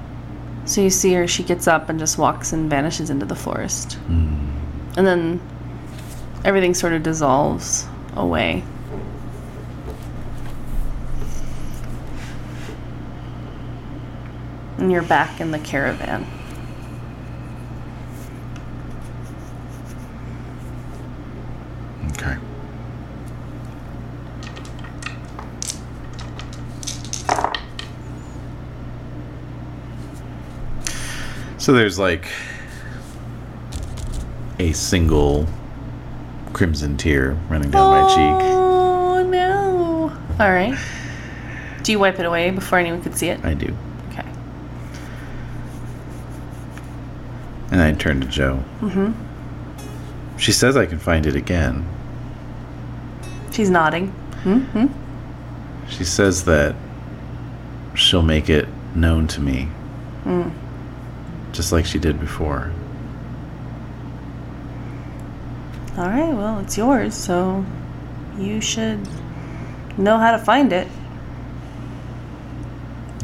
Speaker 3: So you see her, she gets up and just walks and vanishes into the forest.
Speaker 1: Hmm.
Speaker 3: And then everything sort of dissolves away. And you're back in the caravan.
Speaker 1: Okay. So there's like a single crimson tear running down my cheek.
Speaker 3: Oh no! All right. Do you wipe it away before anyone could see it?
Speaker 1: I do.
Speaker 3: Okay.
Speaker 1: And I turn to Joe. Mm-hmm. She says I can find it again.
Speaker 3: She's nodding. hmm
Speaker 1: She says that she'll make it known to me. Just like she did before.
Speaker 3: All right. Well, it's yours, so you should know how to find it.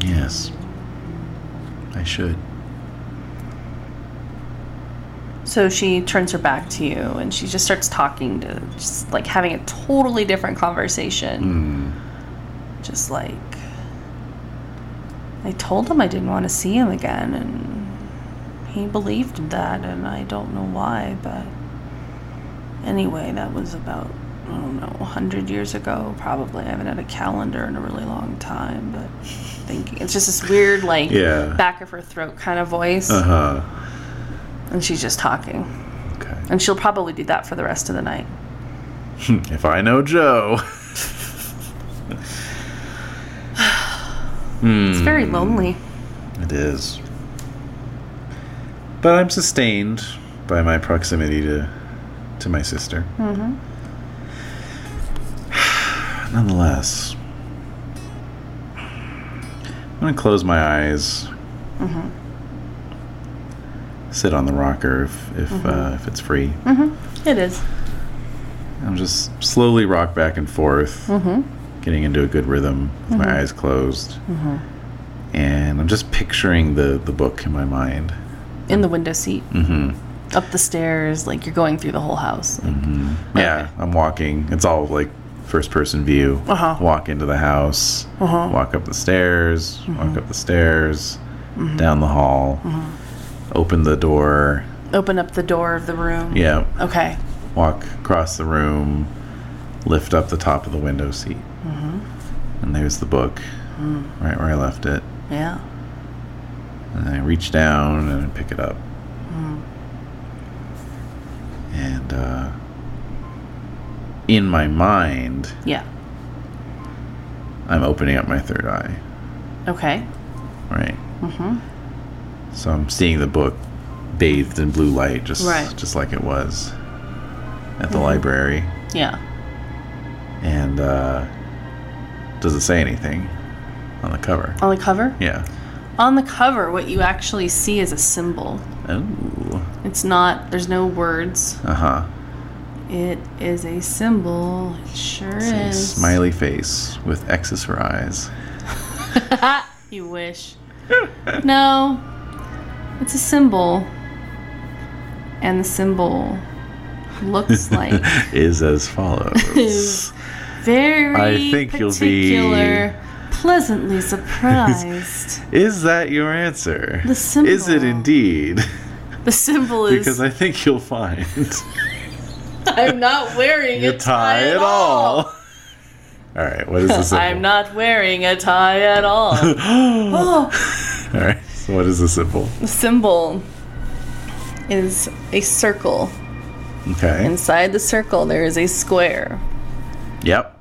Speaker 1: Yes. I should.
Speaker 3: So she turns her back to you and she just starts talking to, just like having a totally different conversation.
Speaker 1: Hmm.
Speaker 3: Just like, I told him I didn't want to see him again, and he believed that, and I don't know why, but anyway, that was about, I don't know, 100 years ago, probably. I haven't had a calendar in a really long time, but thinking. It's just this weird, like,
Speaker 1: Yeah.
Speaker 3: back of her throat kind of voice,
Speaker 1: Uh huh.
Speaker 3: and she's just talking.
Speaker 1: Okay.
Speaker 3: And she'll probably do that for the rest of the night.
Speaker 1: If I know Joe.
Speaker 3: It's
Speaker 1: Hmm. Mm.
Speaker 3: very lonely.
Speaker 1: It is. But I'm sustained by my proximity to to my sister. Mm-hmm. Nonetheless, I'm gonna close my eyes. Mm-hmm. Sit on the rocker if if uh, if it's free.
Speaker 3: It is.
Speaker 1: I'm just slowly rock back and forth, getting into a good rhythm with my eyes closed. And I'm just picturing the, the book in my mind.
Speaker 3: In the window seat.
Speaker 1: Mm.
Speaker 3: Mm-hmm. Up the stairs, like you're going through the whole house.
Speaker 1: Mm. Yeah, I'm walking. It's all like first person view.
Speaker 3: Uh-huh.
Speaker 1: Walk into the house, walk up the stairs, walk up the stairs, down the hall, open the door.
Speaker 3: Open up the door of the room.
Speaker 1: Yeah,
Speaker 3: Okay.
Speaker 1: walk across the room, lift up the top of the window seat. And there's the book, right where I left it.
Speaker 3: Yeah.
Speaker 1: And I reach down and I pick it up. And uh, in my mind,
Speaker 3: Yeah.
Speaker 1: I'm opening up my third eye,
Speaker 3: Okay.
Speaker 1: right? Mm-hmm. So I'm seeing the book bathed in blue light, just
Speaker 3: Right.
Speaker 1: just like it was at the library.
Speaker 3: Yeah.
Speaker 1: And uh, does it say anything on the cover?
Speaker 3: On the cover?
Speaker 1: Yeah.
Speaker 3: On the cover, what you actually see is a symbol.
Speaker 1: Ooh.
Speaker 3: It's not, there's no words.
Speaker 1: Uh huh.
Speaker 3: It is a symbol. It sure is.
Speaker 1: Smiley face with X's for eyes.
Speaker 3: Ah, you wish. no, it's a symbol. And the symbol looks like
Speaker 1: is as follows.
Speaker 3: very
Speaker 1: I think you'll be-
Speaker 3: particular, pleasantly surprised.
Speaker 1: is that your answer?
Speaker 3: The symbol.
Speaker 1: Is it indeed?
Speaker 3: the symbol is
Speaker 1: Because I think you'll find
Speaker 3: I'm not wearing
Speaker 1: your
Speaker 3: a tie,
Speaker 1: tie at all. All right, what is the symbol?
Speaker 3: I'm not wearing a tie at all. oh,
Speaker 1: All right, so what is the symbol?
Speaker 3: the symbol is a circle.
Speaker 1: Okay.
Speaker 3: Inside the circle, there is a square.
Speaker 1: Yep.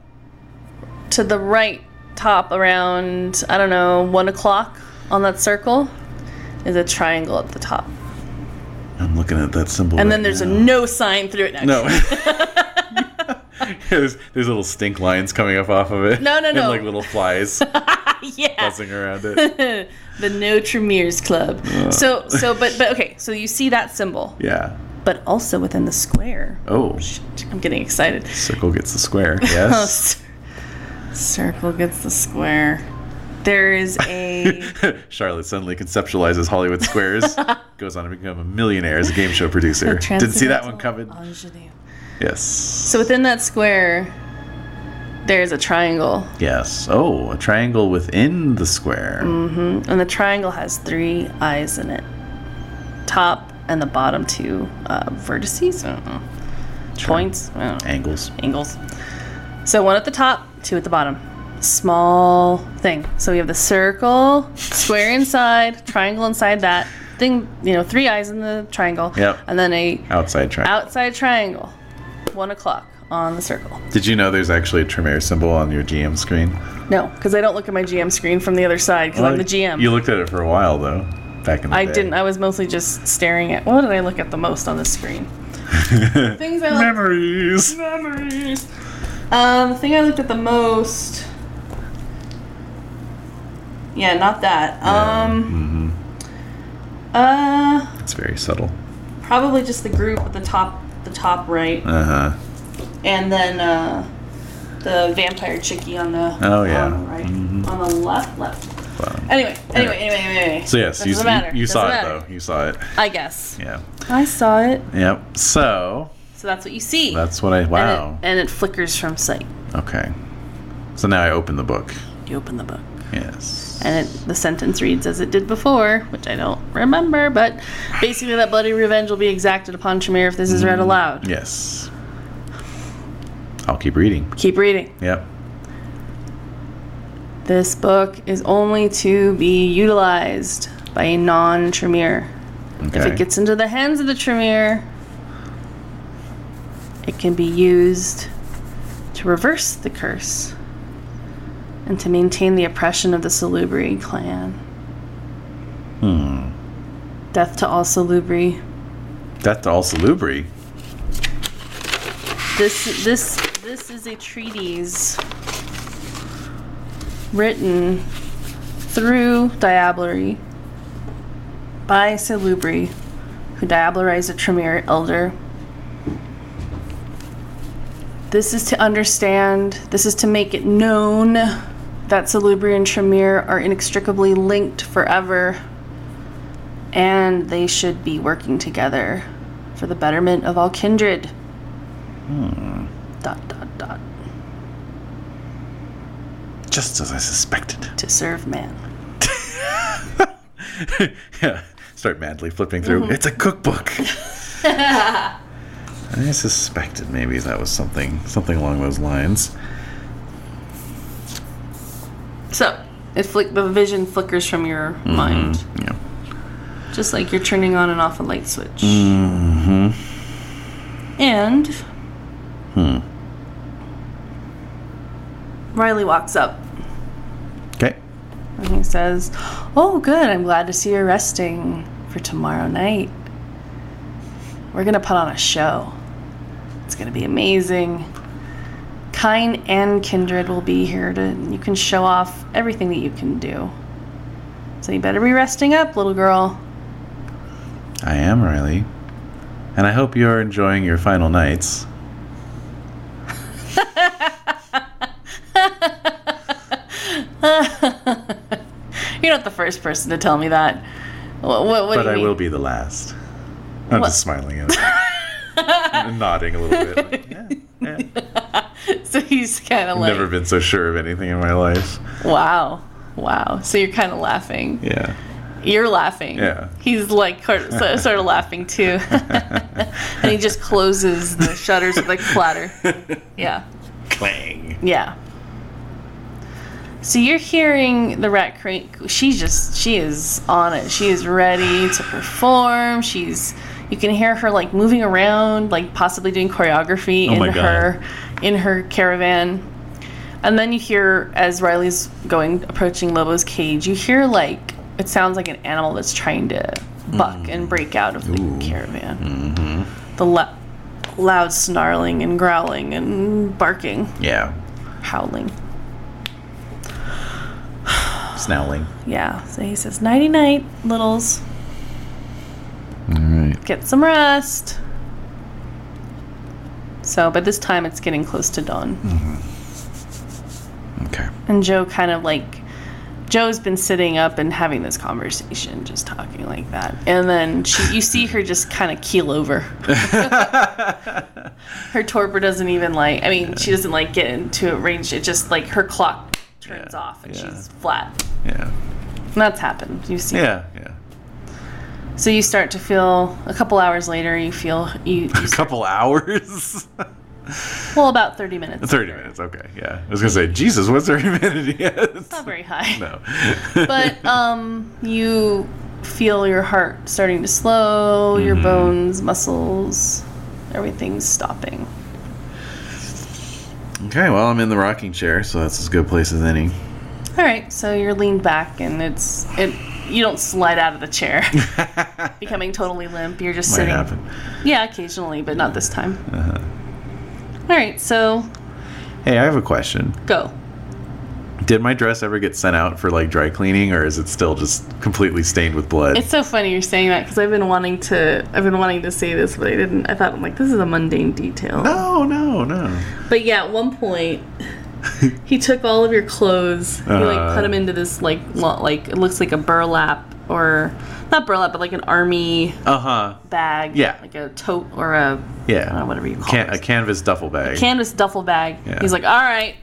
Speaker 3: to the right top around I don't know one o'clock on that circle is a triangle at the top,
Speaker 1: I'm looking at that symbol.
Speaker 3: and
Speaker 1: right
Speaker 3: then there's a
Speaker 1: now.
Speaker 3: no sign through it.
Speaker 1: No. there's, there's little stink lines coming up off of it.
Speaker 3: No, no,
Speaker 1: And
Speaker 3: no.
Speaker 1: like little flies
Speaker 3: yeah,
Speaker 1: buzzing around it.
Speaker 3: the No Tremors Club.
Speaker 1: Uh.
Speaker 3: So, so, but, but okay. So you see that symbol,
Speaker 1: Yeah.
Speaker 3: but also within the square.
Speaker 1: Oh,
Speaker 3: Shit, I'm getting excited.
Speaker 1: circle gets the square.
Speaker 3: Oh,
Speaker 1: Yes.
Speaker 3: c- circle gets the square. There is a
Speaker 1: Charlotte suddenly conceptualizes Hollywood Squares, goes on to become a millionaire as a game show producer. Didn't see that one coming.
Speaker 3: Transcendental Ingenue.
Speaker 1: Yes.
Speaker 3: So within that square, there's a triangle,
Speaker 1: yes. Oh, a triangle within the square.
Speaker 3: Mm. and the triangle has three eyes in it, top and the bottom two uh, vertices, I don't know.
Speaker 1: Sure.
Speaker 3: points, I don't know.
Speaker 1: Angles.
Speaker 3: angles. So one at the top, two at the bottom. Small thing. So we have the circle, square inside, triangle inside that thing. You know, three eyes in the triangle.
Speaker 1: Yep.
Speaker 3: And then a
Speaker 1: Outside triangle.
Speaker 3: outside triangle. One o'clock on the circle.
Speaker 1: Did you know there's actually a Tremere symbol on your GM screen?
Speaker 3: No, because I don't look at my GM screen from the other side because I'm the GM.
Speaker 1: You looked at it for a while though, back in the
Speaker 3: I
Speaker 1: day.
Speaker 3: didn't. I was mostly just staring at. What did I look at the most on this screen? Things I like
Speaker 1: Memories.
Speaker 3: Memories. Um, the thing I looked at the most. Yeah, not that. Um. Uh,
Speaker 1: It's very subtle.
Speaker 3: probably just the group at the top, the top right,
Speaker 1: Uh huh.
Speaker 3: and then uh, the vampire chickie on the
Speaker 1: Oh, yeah. Mm-hmm.
Speaker 3: on the right, on the left, left.
Speaker 1: Wow.
Speaker 3: Anyway, anyway,
Speaker 1: Anyway.
Speaker 3: anyway, anyway. anyway.
Speaker 1: So yes,
Speaker 3: That
Speaker 1: you,
Speaker 3: doesn't
Speaker 1: you-
Speaker 3: matter.
Speaker 1: you saw
Speaker 3: Doesn't
Speaker 1: it
Speaker 3: matter.
Speaker 1: though. You saw it.
Speaker 3: I guess
Speaker 1: Yeah.
Speaker 3: I saw it.
Speaker 1: Yep. So
Speaker 3: So that's what you see.
Speaker 1: that's what I. Wow.
Speaker 3: And it, and it flickers from sight.
Speaker 1: okay. So now I open the book.
Speaker 3: You open the book.
Speaker 1: Yes.
Speaker 3: And it, the sentence reads as it did before, which I don't remember, but basically that bloody revenge will be exacted upon Tremere if this is
Speaker 1: Mm,
Speaker 3: read aloud.
Speaker 1: Yes. I'll keep reading.
Speaker 3: Keep reading.
Speaker 1: Yep.
Speaker 3: This book is only to be utilized by a non Tremere.
Speaker 1: Okay.
Speaker 3: If it gets into the hands of the Tremere, it can be used to reverse the curse and to maintain the oppression of the Salubri clan.
Speaker 1: hmm.
Speaker 3: Death to all Salubri.
Speaker 1: That's all salubri.
Speaker 3: This this this is a treatise written through Diablerie by Salubri, who diablerized a Tremere elder. This is to understand, this is to make it known that Salubri and Tremere are inextricably linked forever and they should be working together for the betterment of all kindred dot dot dot
Speaker 1: Just as I suspected.
Speaker 3: to serve man.
Speaker 1: yeah. Start madly flipping through. It's a cookbook. I suspected maybe that was something something along those lines.
Speaker 3: So it flick the vision flickers from your mind,
Speaker 1: Yeah.
Speaker 3: just like you're turning on and off a light switch. And Riley walks up
Speaker 1: Okay.
Speaker 3: and he says, "Oh, good. I'm glad to see you're resting for tomorrow night. We're gonna put on a show. It's gonna be amazing." Kine and Kindred will be here to you can show off everything that you can do. So you better be resting up, little girl.
Speaker 1: I am Riley. And I hope you're enjoying your final nights.
Speaker 3: You're not the first person to tell me that. What, what, what
Speaker 1: but
Speaker 3: do you
Speaker 1: I
Speaker 3: mean?
Speaker 1: will be the last. I'm
Speaker 3: What?
Speaker 1: just smiling at it. and nodding a little bit. like, yeah, yeah.
Speaker 3: So he's kind of
Speaker 1: I've
Speaker 3: like,
Speaker 1: never been so sure of anything in my life.
Speaker 3: wow, wow. So you're kind of laughing.
Speaker 1: Yeah.
Speaker 3: You're laughing.
Speaker 1: Yeah.
Speaker 3: He's like sort of, sort of laughing too. and he just closes the shutters with a clatter. Yeah.
Speaker 1: Clang.
Speaker 3: Yeah. So you're hearing the Rat Creek. She's just, she is on it. She is ready to perform. She's, you can hear her like moving around, like possibly doing choreography
Speaker 1: Oh my
Speaker 3: in
Speaker 1: God.
Speaker 3: her, in her caravan. And then you hear as Riley's going approaching Lobo's cage, you hear like it sounds like an animal that's trying to buck
Speaker 1: Mm.
Speaker 3: and break out of the caravan.
Speaker 1: Mm-hmm.
Speaker 3: The lo- loud snarling and growling and barking,
Speaker 1: Yeah.
Speaker 3: howling.
Speaker 1: Snowling.
Speaker 3: Yeah. So he says, "Nighty night, littles.
Speaker 1: All right.
Speaker 3: Get some rest." So by this time, it's
Speaker 1: Mm.
Speaker 3: getting close to dawn,
Speaker 1: Okay.
Speaker 3: and Joe kind of like Joe's been sitting up and having this conversation, just talking like that, and then she, you see her just kind of keel over. her torpor doesn't even like. I mean, she doesn't like get into a range. It just like her clock turns
Speaker 1: Yeah,
Speaker 3: off and
Speaker 1: yeah.
Speaker 3: she's flat.
Speaker 1: Yeah.
Speaker 3: And that's happened. You see.
Speaker 1: Yeah. Yeah.
Speaker 3: So you start to feel a couple hours later. You feel you,
Speaker 1: A
Speaker 3: you
Speaker 1: couple hours.
Speaker 3: well about thirty minutes.
Speaker 1: Thirty minutes. Okay. Yeah. I was gonna say, Jesus, what's thirty minutes?
Speaker 3: It's
Speaker 1: Yes.
Speaker 3: not very high.
Speaker 1: No.
Speaker 3: but um, you feel your heart starting to slow, your
Speaker 1: Mm-hmm.
Speaker 3: bones, muscles, everything's stopping.
Speaker 1: okay. Well, I'm in the rocking chair, so that's as good a place as any.
Speaker 3: All right, so you're leaned back, and it's it. You don't slide out of the chair, becoming totally limp. You're just
Speaker 1: Might
Speaker 3: sitting.
Speaker 1: happen. Uh-huh.
Speaker 3: Yeah, occasionally, but not this time. All right, so
Speaker 1: Hey, I have a question.
Speaker 3: go.
Speaker 1: Did my dress ever get sent out for like dry cleaning, or is it still just completely stained with blood?
Speaker 3: It's so funny you're saying that because I've been wanting to. I've been wanting to say this, but I didn't. I thought I'm like this is a mundane detail.
Speaker 1: no, no, no.
Speaker 3: But yeah, at one point, he took all of your clothes. he like
Speaker 1: Uh.
Speaker 3: put them into this like lo- like it looks like a burlap or not burlap, but like an army
Speaker 1: Uh huh.
Speaker 3: bag.
Speaker 1: Yeah.
Speaker 3: like a tote or a
Speaker 1: Yeah.
Speaker 3: Uh, whatever you call
Speaker 1: Can-
Speaker 3: those.
Speaker 1: a canvas duffel bag.
Speaker 3: canvas duffel bag.
Speaker 1: Yeah.
Speaker 3: He's like, all right,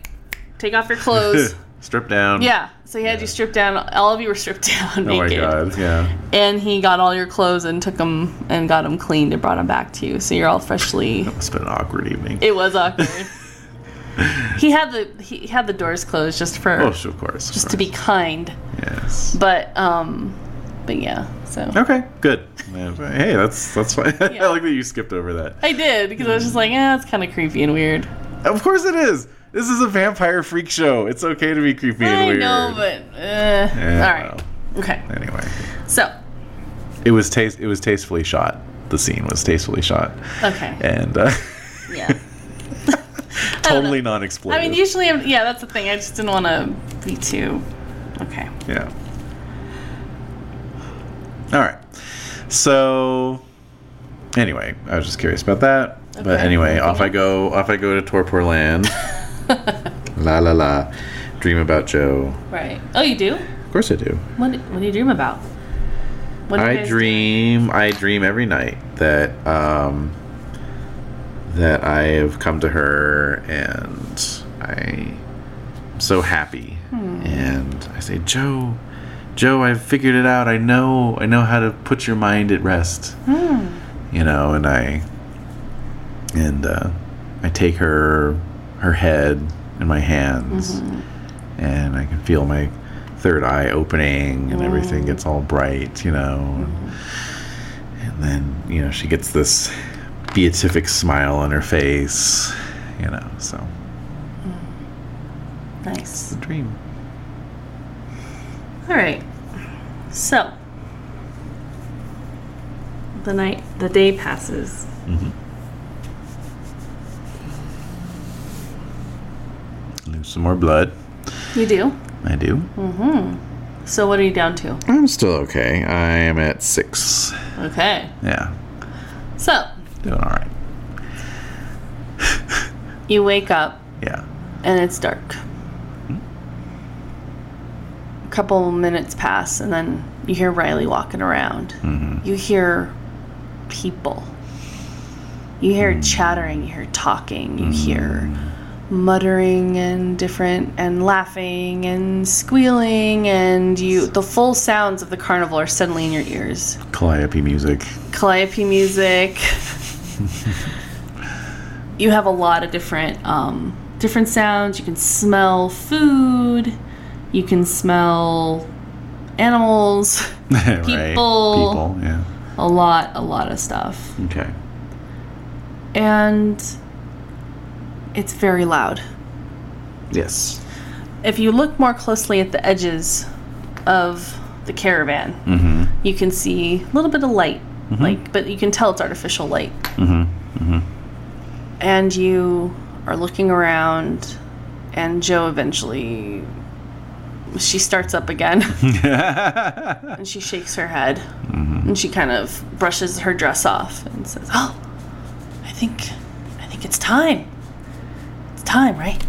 Speaker 3: take off your clothes.
Speaker 1: Strip down.
Speaker 3: yeah. So he had you stripped down. All of you were stripped down
Speaker 1: Oh my
Speaker 3: naked.
Speaker 1: god. Yeah.
Speaker 3: And he got all your clothes and took them and got them cleaned and brought them back to you. So you're all freshly.
Speaker 1: It's been an awkward evening.
Speaker 3: It was awkward. he had the he had the doors closed just for
Speaker 1: oh, of course. of
Speaker 3: just to be kind.
Speaker 1: course. Yes.
Speaker 3: But um, but yeah. So
Speaker 1: Okay, good. Yeah, but hey, that's that's fine.
Speaker 3: Yeah.
Speaker 1: I like that you skipped over that.
Speaker 3: I did because I was just like, yeah, it's kind of creepy and weird.
Speaker 1: Of course it is. This is a vampire freak show. It's okay to be creepy and
Speaker 3: I
Speaker 1: weird.
Speaker 3: know, but uh, all right. Okay.
Speaker 1: Anyway,
Speaker 3: So
Speaker 1: it was taste. It was tastefully shot. The scene was tastefully shot,
Speaker 3: okay.
Speaker 1: and uh,
Speaker 3: Yeah.
Speaker 1: totally non-exploitive.
Speaker 3: I mean, usually, I'm, yeah, that's the thing. I just didn't want to be too. Okay.
Speaker 1: yeah. All right. So, anyway, I was just curious about that. But
Speaker 3: Okay.
Speaker 1: anyway, off I go. Off I go to Torpor Land. la la la. Dream about Joe.
Speaker 3: Right. Oh, you do?
Speaker 1: Of course I do.
Speaker 3: What What do you dream about? What do you
Speaker 1: I
Speaker 3: guys-
Speaker 1: dream. I dream every night that um, that I have come to her, and I'm so happy.
Speaker 3: Hmm.
Speaker 1: And I say, Joe, Joe, I've figured it out. I know. I know how to put your mind at rest.
Speaker 3: Hmm.
Speaker 1: You know, and I and uh, I take her her head in my hands,
Speaker 3: Mm-hmm.
Speaker 1: and I can feel my third eye opening, and everything gets all bright, you know.
Speaker 3: Mm-hmm.
Speaker 1: And then you know she gets this beatific smile on her face, you know. So
Speaker 3: Nice.
Speaker 1: the dream.
Speaker 3: All right. So the night, the day passes.
Speaker 1: Lose some more blood.
Speaker 3: You do.
Speaker 1: I do.
Speaker 3: Mm-hmm. So what are you down to?
Speaker 1: I'm still okay. I am at six.
Speaker 3: Okay.
Speaker 1: Yeah,
Speaker 3: So
Speaker 1: doing all right.
Speaker 3: you wake up
Speaker 1: Yeah.
Speaker 3: and it's dark.
Speaker 1: Hmm?
Speaker 3: A couple minutes pass, and then you hear Riley walking around.
Speaker 1: Hmm. Mm-hmm.
Speaker 3: You hear people. You hear chattering, you hear talking, you hear muttering and different and laughing and squealing and you the full sounds of the carnival are suddenly in your ears.
Speaker 1: Calliope music.
Speaker 3: Calliope music. you have a lot of different um, different sounds. You can smell food. You can smell animals.
Speaker 1: Right.
Speaker 3: People.
Speaker 1: People. Yeah.
Speaker 3: A lot, a lot of stuff,
Speaker 1: Okay.
Speaker 3: and it's very loud.
Speaker 1: Yes.
Speaker 3: If you look more closely at the edges of the caravan,
Speaker 1: Mm-hmm.
Speaker 3: you can see a little bit of light, like, but you can tell it's artificial light. And you are looking around, and Joe eventually, she starts up again, and she shakes her head, and she kind of brushes her dress off and says, "Oh, I think, I think it's time. It's time, right?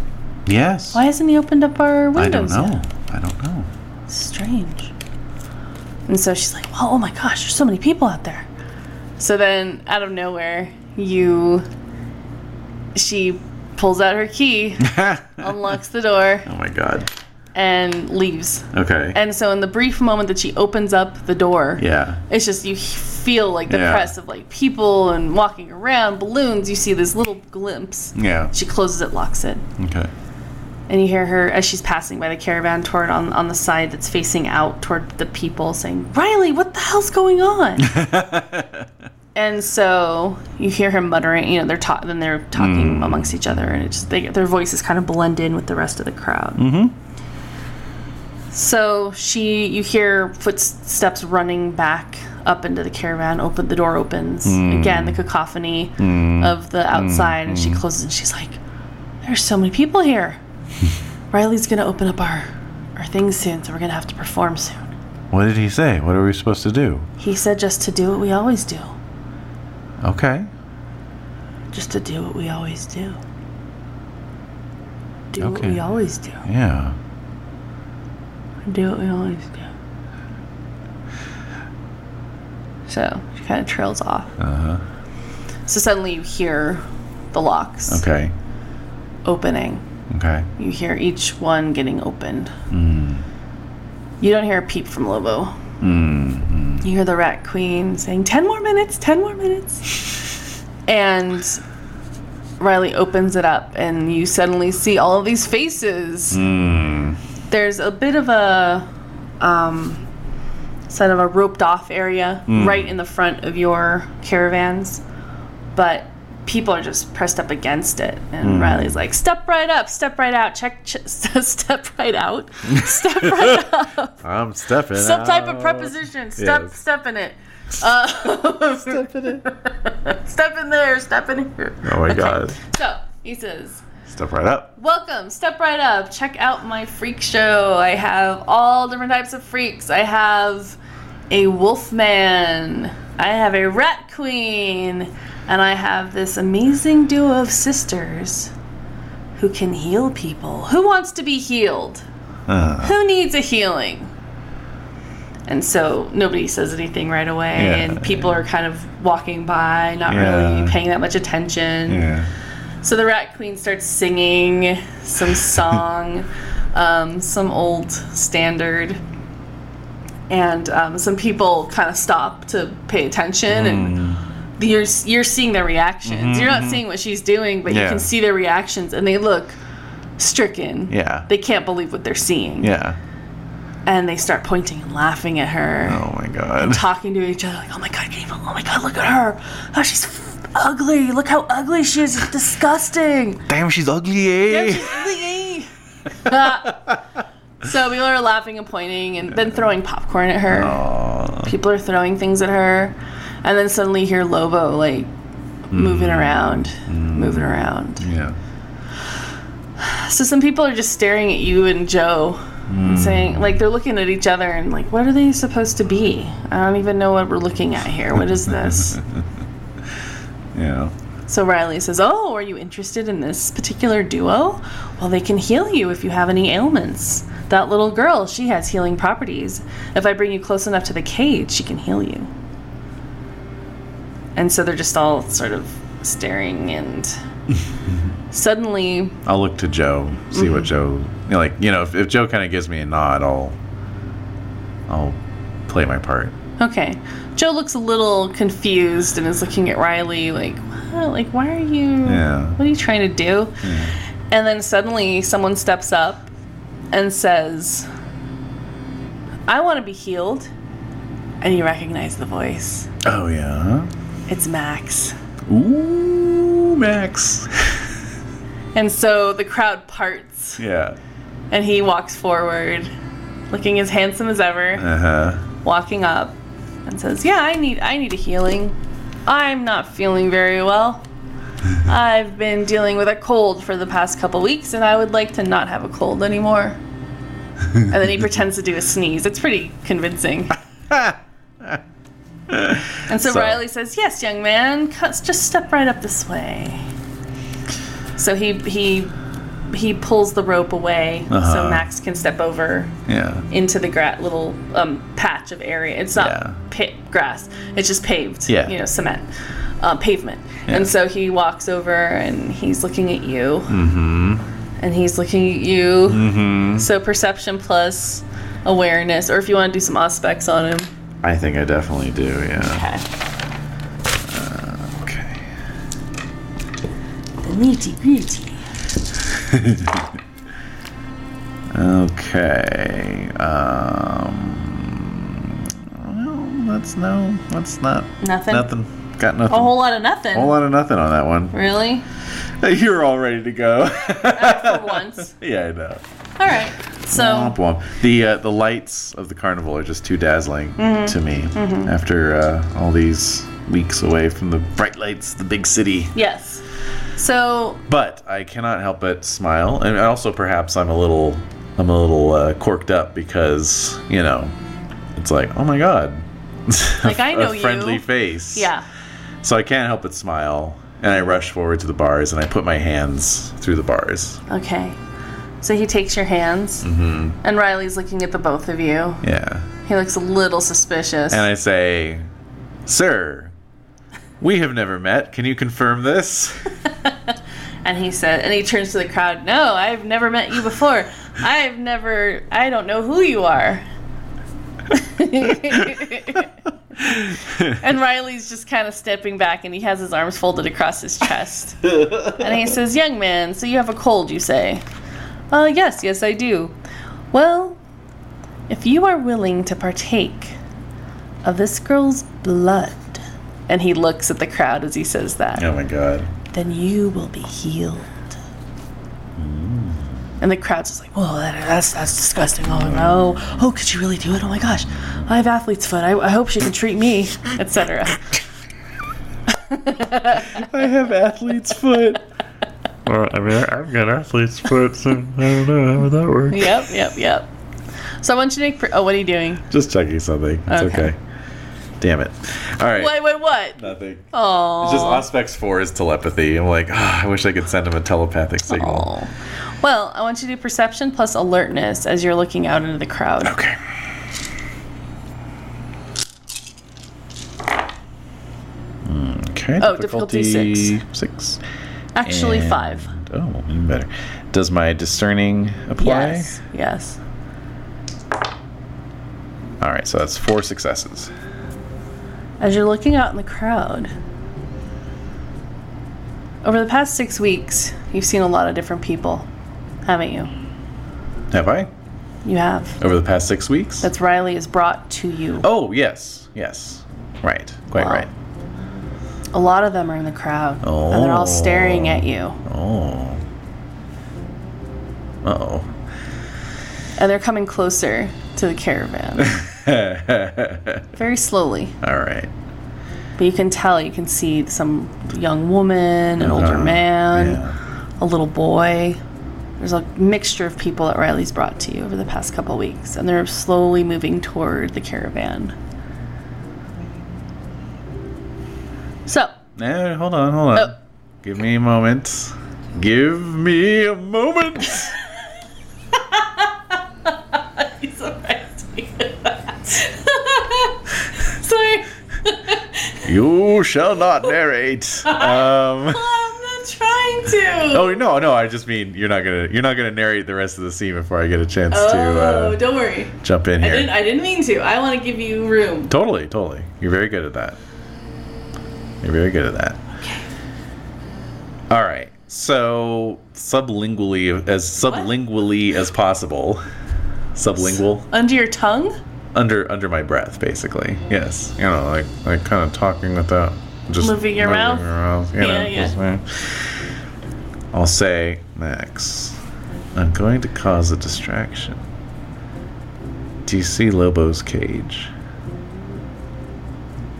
Speaker 1: Yes.
Speaker 3: Why hasn't he opened up our
Speaker 1: I don't
Speaker 3: windows?"
Speaker 1: know.
Speaker 3: yet?"
Speaker 1: I don't know.
Speaker 3: strange. And so she's like, well, oh my gosh, there's so many people out there. So then, out of nowhere, you. She pulls out her key,
Speaker 1: oh
Speaker 3: unlocks the door,
Speaker 1: my god.
Speaker 3: and leaves.
Speaker 1: Okay.
Speaker 3: And so, in the brief moment that she opens up the door,
Speaker 1: yeah.
Speaker 3: it's just you feel like the
Speaker 1: Yeah.
Speaker 3: press of like people and walking around, balloons. You see this little glimpse.
Speaker 1: Yeah.
Speaker 3: She closes it, locks it,
Speaker 1: Okay.
Speaker 3: and you hear her as she's passing by the caravan toward on, on the side that's facing out toward the people saying, Riley, what the hell's going on? and so you hear him muttering, you know, they're talking, then they're talking amongst each other, and it's just, they, their voices kind of blend in with the rest of the crowd. Mm-hmm. So she, you hear footsteps running back up into the caravan, open, the door opens. Again, the cacophony of the outside, and she closes and she's like, there's so many people here. Riley's gonna open up our our things soon, so we're gonna have to perform soon.
Speaker 1: What did he say? What are we supposed to do?
Speaker 3: He said just to do what we always do.
Speaker 1: Okay.
Speaker 3: Just to do what we always do. Do what
Speaker 1: Okay.
Speaker 3: we always do.
Speaker 1: Yeah.
Speaker 3: Do what we always do. So she kind of trails off.
Speaker 1: Uh huh.
Speaker 3: So suddenly you hear the locks
Speaker 1: Okay.
Speaker 3: opening.
Speaker 1: Okay.
Speaker 3: You hear each one getting opened. You don't hear a peep from Lobo. You hear the Rat Queen saying, 10 more minutes, 10 more minutes. And Riley opens it up, and you suddenly see all of these faces.
Speaker 1: Hmm.
Speaker 3: There's a bit of a. Um, sort of a roped off area
Speaker 1: Mm.
Speaker 3: right in the front of your caravans but people are just pressed up against it
Speaker 1: Mm.
Speaker 3: and riley's like step right up step right out check ch- step right out step right up
Speaker 1: I'm stepping.
Speaker 3: some type of
Speaker 1: out.
Speaker 3: preposition step
Speaker 1: Yes.
Speaker 3: step in it uh, step in it step in there step in here
Speaker 1: Oh my god.
Speaker 3: so he says
Speaker 1: Step right up.
Speaker 3: Welcome, step right up. Check out my freak show. I have all different types of freaks. I have a wolf man, I have a rat queen, and I have this amazing duo of sisters who can heal people. Who wants to be healed?
Speaker 1: Uh,
Speaker 3: Who needs a healing? And so nobody says anything right away,
Speaker 1: Yeah.
Speaker 3: and people are kind of walking by, not
Speaker 1: Yeah.
Speaker 3: really paying that much attention.
Speaker 1: yeah.
Speaker 3: So the Rat Queen starts singing some song, um, some old standard, and um, some people kind of stop to pay attention,
Speaker 1: Hmm.
Speaker 3: and you're you're seeing their reactions. You're not seeing what she's doing, but you
Speaker 1: Mm-hmm. Yeah.
Speaker 3: can see their reactions, and they look stricken.
Speaker 1: Yeah.
Speaker 3: They can't believe what they're seeing,
Speaker 1: Yeah.
Speaker 3: and they start pointing and laughing at her
Speaker 1: Oh my god.
Speaker 3: talking to each other like, oh my god, can you- oh my god, look at her. Oh, she's f- ugly. Look how ugly she is. It's disgusting.
Speaker 1: Damn, she's ugly, eh?
Speaker 3: She's ugly. so people are laughing and pointing and then throwing popcorn at her.
Speaker 1: Aw.
Speaker 3: People are throwing things at her. And then suddenly you hear Lobo like moving around, moving around.
Speaker 1: Yeah.
Speaker 3: So some people are just staring at you and Joe. and Saying like they're looking at each other and like, what are they supposed to be? I don't even know what we're looking at here. What is this?
Speaker 1: Yeah.
Speaker 3: So Riley says, Oh, are you interested in this particular duo? Well, they can heal you if you have any ailments. That little girl, she has healing properties. If I bring you close enough to the cage, she can heal you. And so they're just all sort of staring, and suddenly,
Speaker 1: I'll look to Joe, see what Joe,
Speaker 3: Mm-hmm.
Speaker 1: you know, like, you know, if, if Joe kind of gives me a nod, I'll, I'll play my part.
Speaker 3: okay, Joe looks a little confused and is looking at Riley like, what? Like, why are you.
Speaker 1: Yeah.
Speaker 3: What are you trying to do? And then suddenly someone steps up and says, I want to be healed. And you recognize the voice.
Speaker 1: Oh yeah.
Speaker 3: It's Max.
Speaker 1: Ooh, Max.
Speaker 3: And so the crowd parts
Speaker 1: yeah.
Speaker 3: and he walks forward, looking as handsome as ever,
Speaker 1: Uh huh.
Speaker 3: walking up and says, "Yeah, I need I need a healing. I'm not feeling very well. I've been dealing with a cold for the past couple weeks and I would like to not have a cold anymore." and then he pretends to do a sneeze. It's pretty convincing. and so,
Speaker 1: So-
Speaker 3: Riley says, "Yes, young man, c- just step right up this way." So he he he pulls the rope away so
Speaker 1: Uh-huh.
Speaker 3: Max can step over
Speaker 1: Yeah.
Speaker 3: into the gra- little um, patch of area. It's not
Speaker 1: Yeah.
Speaker 3: pa- grass; it's just paved.
Speaker 1: Yeah.
Speaker 3: you know, cement, uh, pavement. And
Speaker 1: Yeah.
Speaker 3: so he walks over, and he's looking at you, mm-hmm. and he's looking at you. Mm-hmm. So perception plus awareness, or if you want to do some aspects on him.
Speaker 1: I think I definitely do, yeah.
Speaker 3: Okay.
Speaker 1: Okay.
Speaker 3: The nitty gritty.
Speaker 1: Okay. Um well, that's no that's not
Speaker 3: Nothing?
Speaker 1: Nothing. Got nothing.
Speaker 3: A whole lot of nothing.
Speaker 1: whole lot of nothing on that one.
Speaker 3: Really?
Speaker 1: You're all ready to go.
Speaker 3: For once.
Speaker 1: yeah, I know.
Speaker 3: All right. So.
Speaker 1: Womp womp. The uh, the lights of the carnival are just too dazzling
Speaker 3: Mm-hmm.
Speaker 1: to me after uh, all these weeks away from the bright lights, of the big city.
Speaker 3: Yes. So
Speaker 1: But I cannot help but smile, and also perhaps I'm a little I'm a little uh, corked up because you know it's like oh my god,
Speaker 3: Like, I know
Speaker 1: a
Speaker 3: you.
Speaker 1: friendly face.
Speaker 3: yeah.
Speaker 1: So I can't help but smile, and I rush forward to the bars and I put my hands through the bars.
Speaker 3: Okay. So he takes your hands,
Speaker 1: Mm-hmm.
Speaker 3: and Riley's looking at the both of you.
Speaker 1: Yeah.
Speaker 3: He looks a little suspicious.
Speaker 1: And I say, Sir, we have never met. Can you confirm this?
Speaker 3: and he said, and he turns to the crowd. No, I've never met you before. I've never. I don't know who you are.
Speaker 1: Oh
Speaker 3: and Riley's just kind of stepping back, and he has his arms folded across his chest. and he says, "Young man, so you have a cold, you say?" Uh, yes, yes, I do. Well, if you are willing to partake of this girl's blood, and he looks at the crowd as he says that
Speaker 1: Oh my god.
Speaker 3: then you will be healed. And the crowd's just like, whoa, that, that's that's disgusting. Oh no! Oh, could she really do it? Oh my gosh, I have athlete's foot. I, I hope she can treat me, etc.
Speaker 1: I have athlete's foot.
Speaker 4: Well, I mean, I- I've got athlete's foot, so I don't know how would that work.
Speaker 3: yep, yep, yep. So I want you to make. Pre- oh, what are you doing?
Speaker 1: Just checking something. It's
Speaker 3: Okay.
Speaker 1: okay. Damn it. All right.
Speaker 3: Wait, wait, what?
Speaker 1: Nothing.
Speaker 3: Oh.
Speaker 1: It's just Auspex 4 is telepathy. I'm like, ah, I wish I could send him a telepathic signal.
Speaker 3: Oh. Well, I want you to do perception plus alertness as you're looking out into the crowd.
Speaker 1: Okay. Okay.
Speaker 3: Oh, difficulty
Speaker 1: difficulty six.
Speaker 3: Actually,
Speaker 1: And-
Speaker 3: five.
Speaker 1: Oh, even better. Does my discerning apply?
Speaker 3: Yes. Yes.
Speaker 1: All right, so that's four successes.
Speaker 3: As you're looking out in the crowd, over the past six weeks, you've seen a lot of different people, haven't you?
Speaker 1: Have I?
Speaker 3: You have.
Speaker 1: Over the past six weeks?
Speaker 3: That's Riley has brought to you.
Speaker 1: oh, yes, yes. Right, quite
Speaker 3: Wow.
Speaker 1: right.
Speaker 3: A lot of them are in the crowd, and they're all staring at you,
Speaker 1: Oh.
Speaker 3: and they're coming closer to the caravan,
Speaker 1: Uh-oh.
Speaker 3: very slowly.
Speaker 1: All right.
Speaker 3: But you can tell, you can see some young woman, an older
Speaker 1: Uh,
Speaker 3: man,
Speaker 1: yeah.
Speaker 3: a little boy. There's a mixture of people that Riley's brought to you over the past couple weeks, and they're slowly moving toward the caravan. So,
Speaker 1: Eh, hold on, hold on.
Speaker 3: Oh.
Speaker 1: Give me a moment. Give me a moment.
Speaker 3: he's Sorry,
Speaker 1: you shall not narrate. Um.
Speaker 3: I'm not trying to.
Speaker 1: Oh no, no. I just mean you're not gonna you're not gonna narrate the rest of the scene before I get a chance
Speaker 3: Oh,
Speaker 1: to uh,
Speaker 3: don't worry.
Speaker 1: jump in here.
Speaker 3: I didn't mean to. I want to give you room.
Speaker 1: Totally, totally. You're very good at that. You're very good at that. All right. So sublingually, as sublingually as possible, sublingual
Speaker 3: Under your tongue?
Speaker 1: under under my breath, basically. Yes, you know, like like kind of talking without just
Speaker 3: Moving your mouth?
Speaker 1: around, you know,
Speaker 3: Yeah, yeah.
Speaker 1: just, eh. I'll say, Max, I'm going to cause a distraction. Do you see Lobo's cage?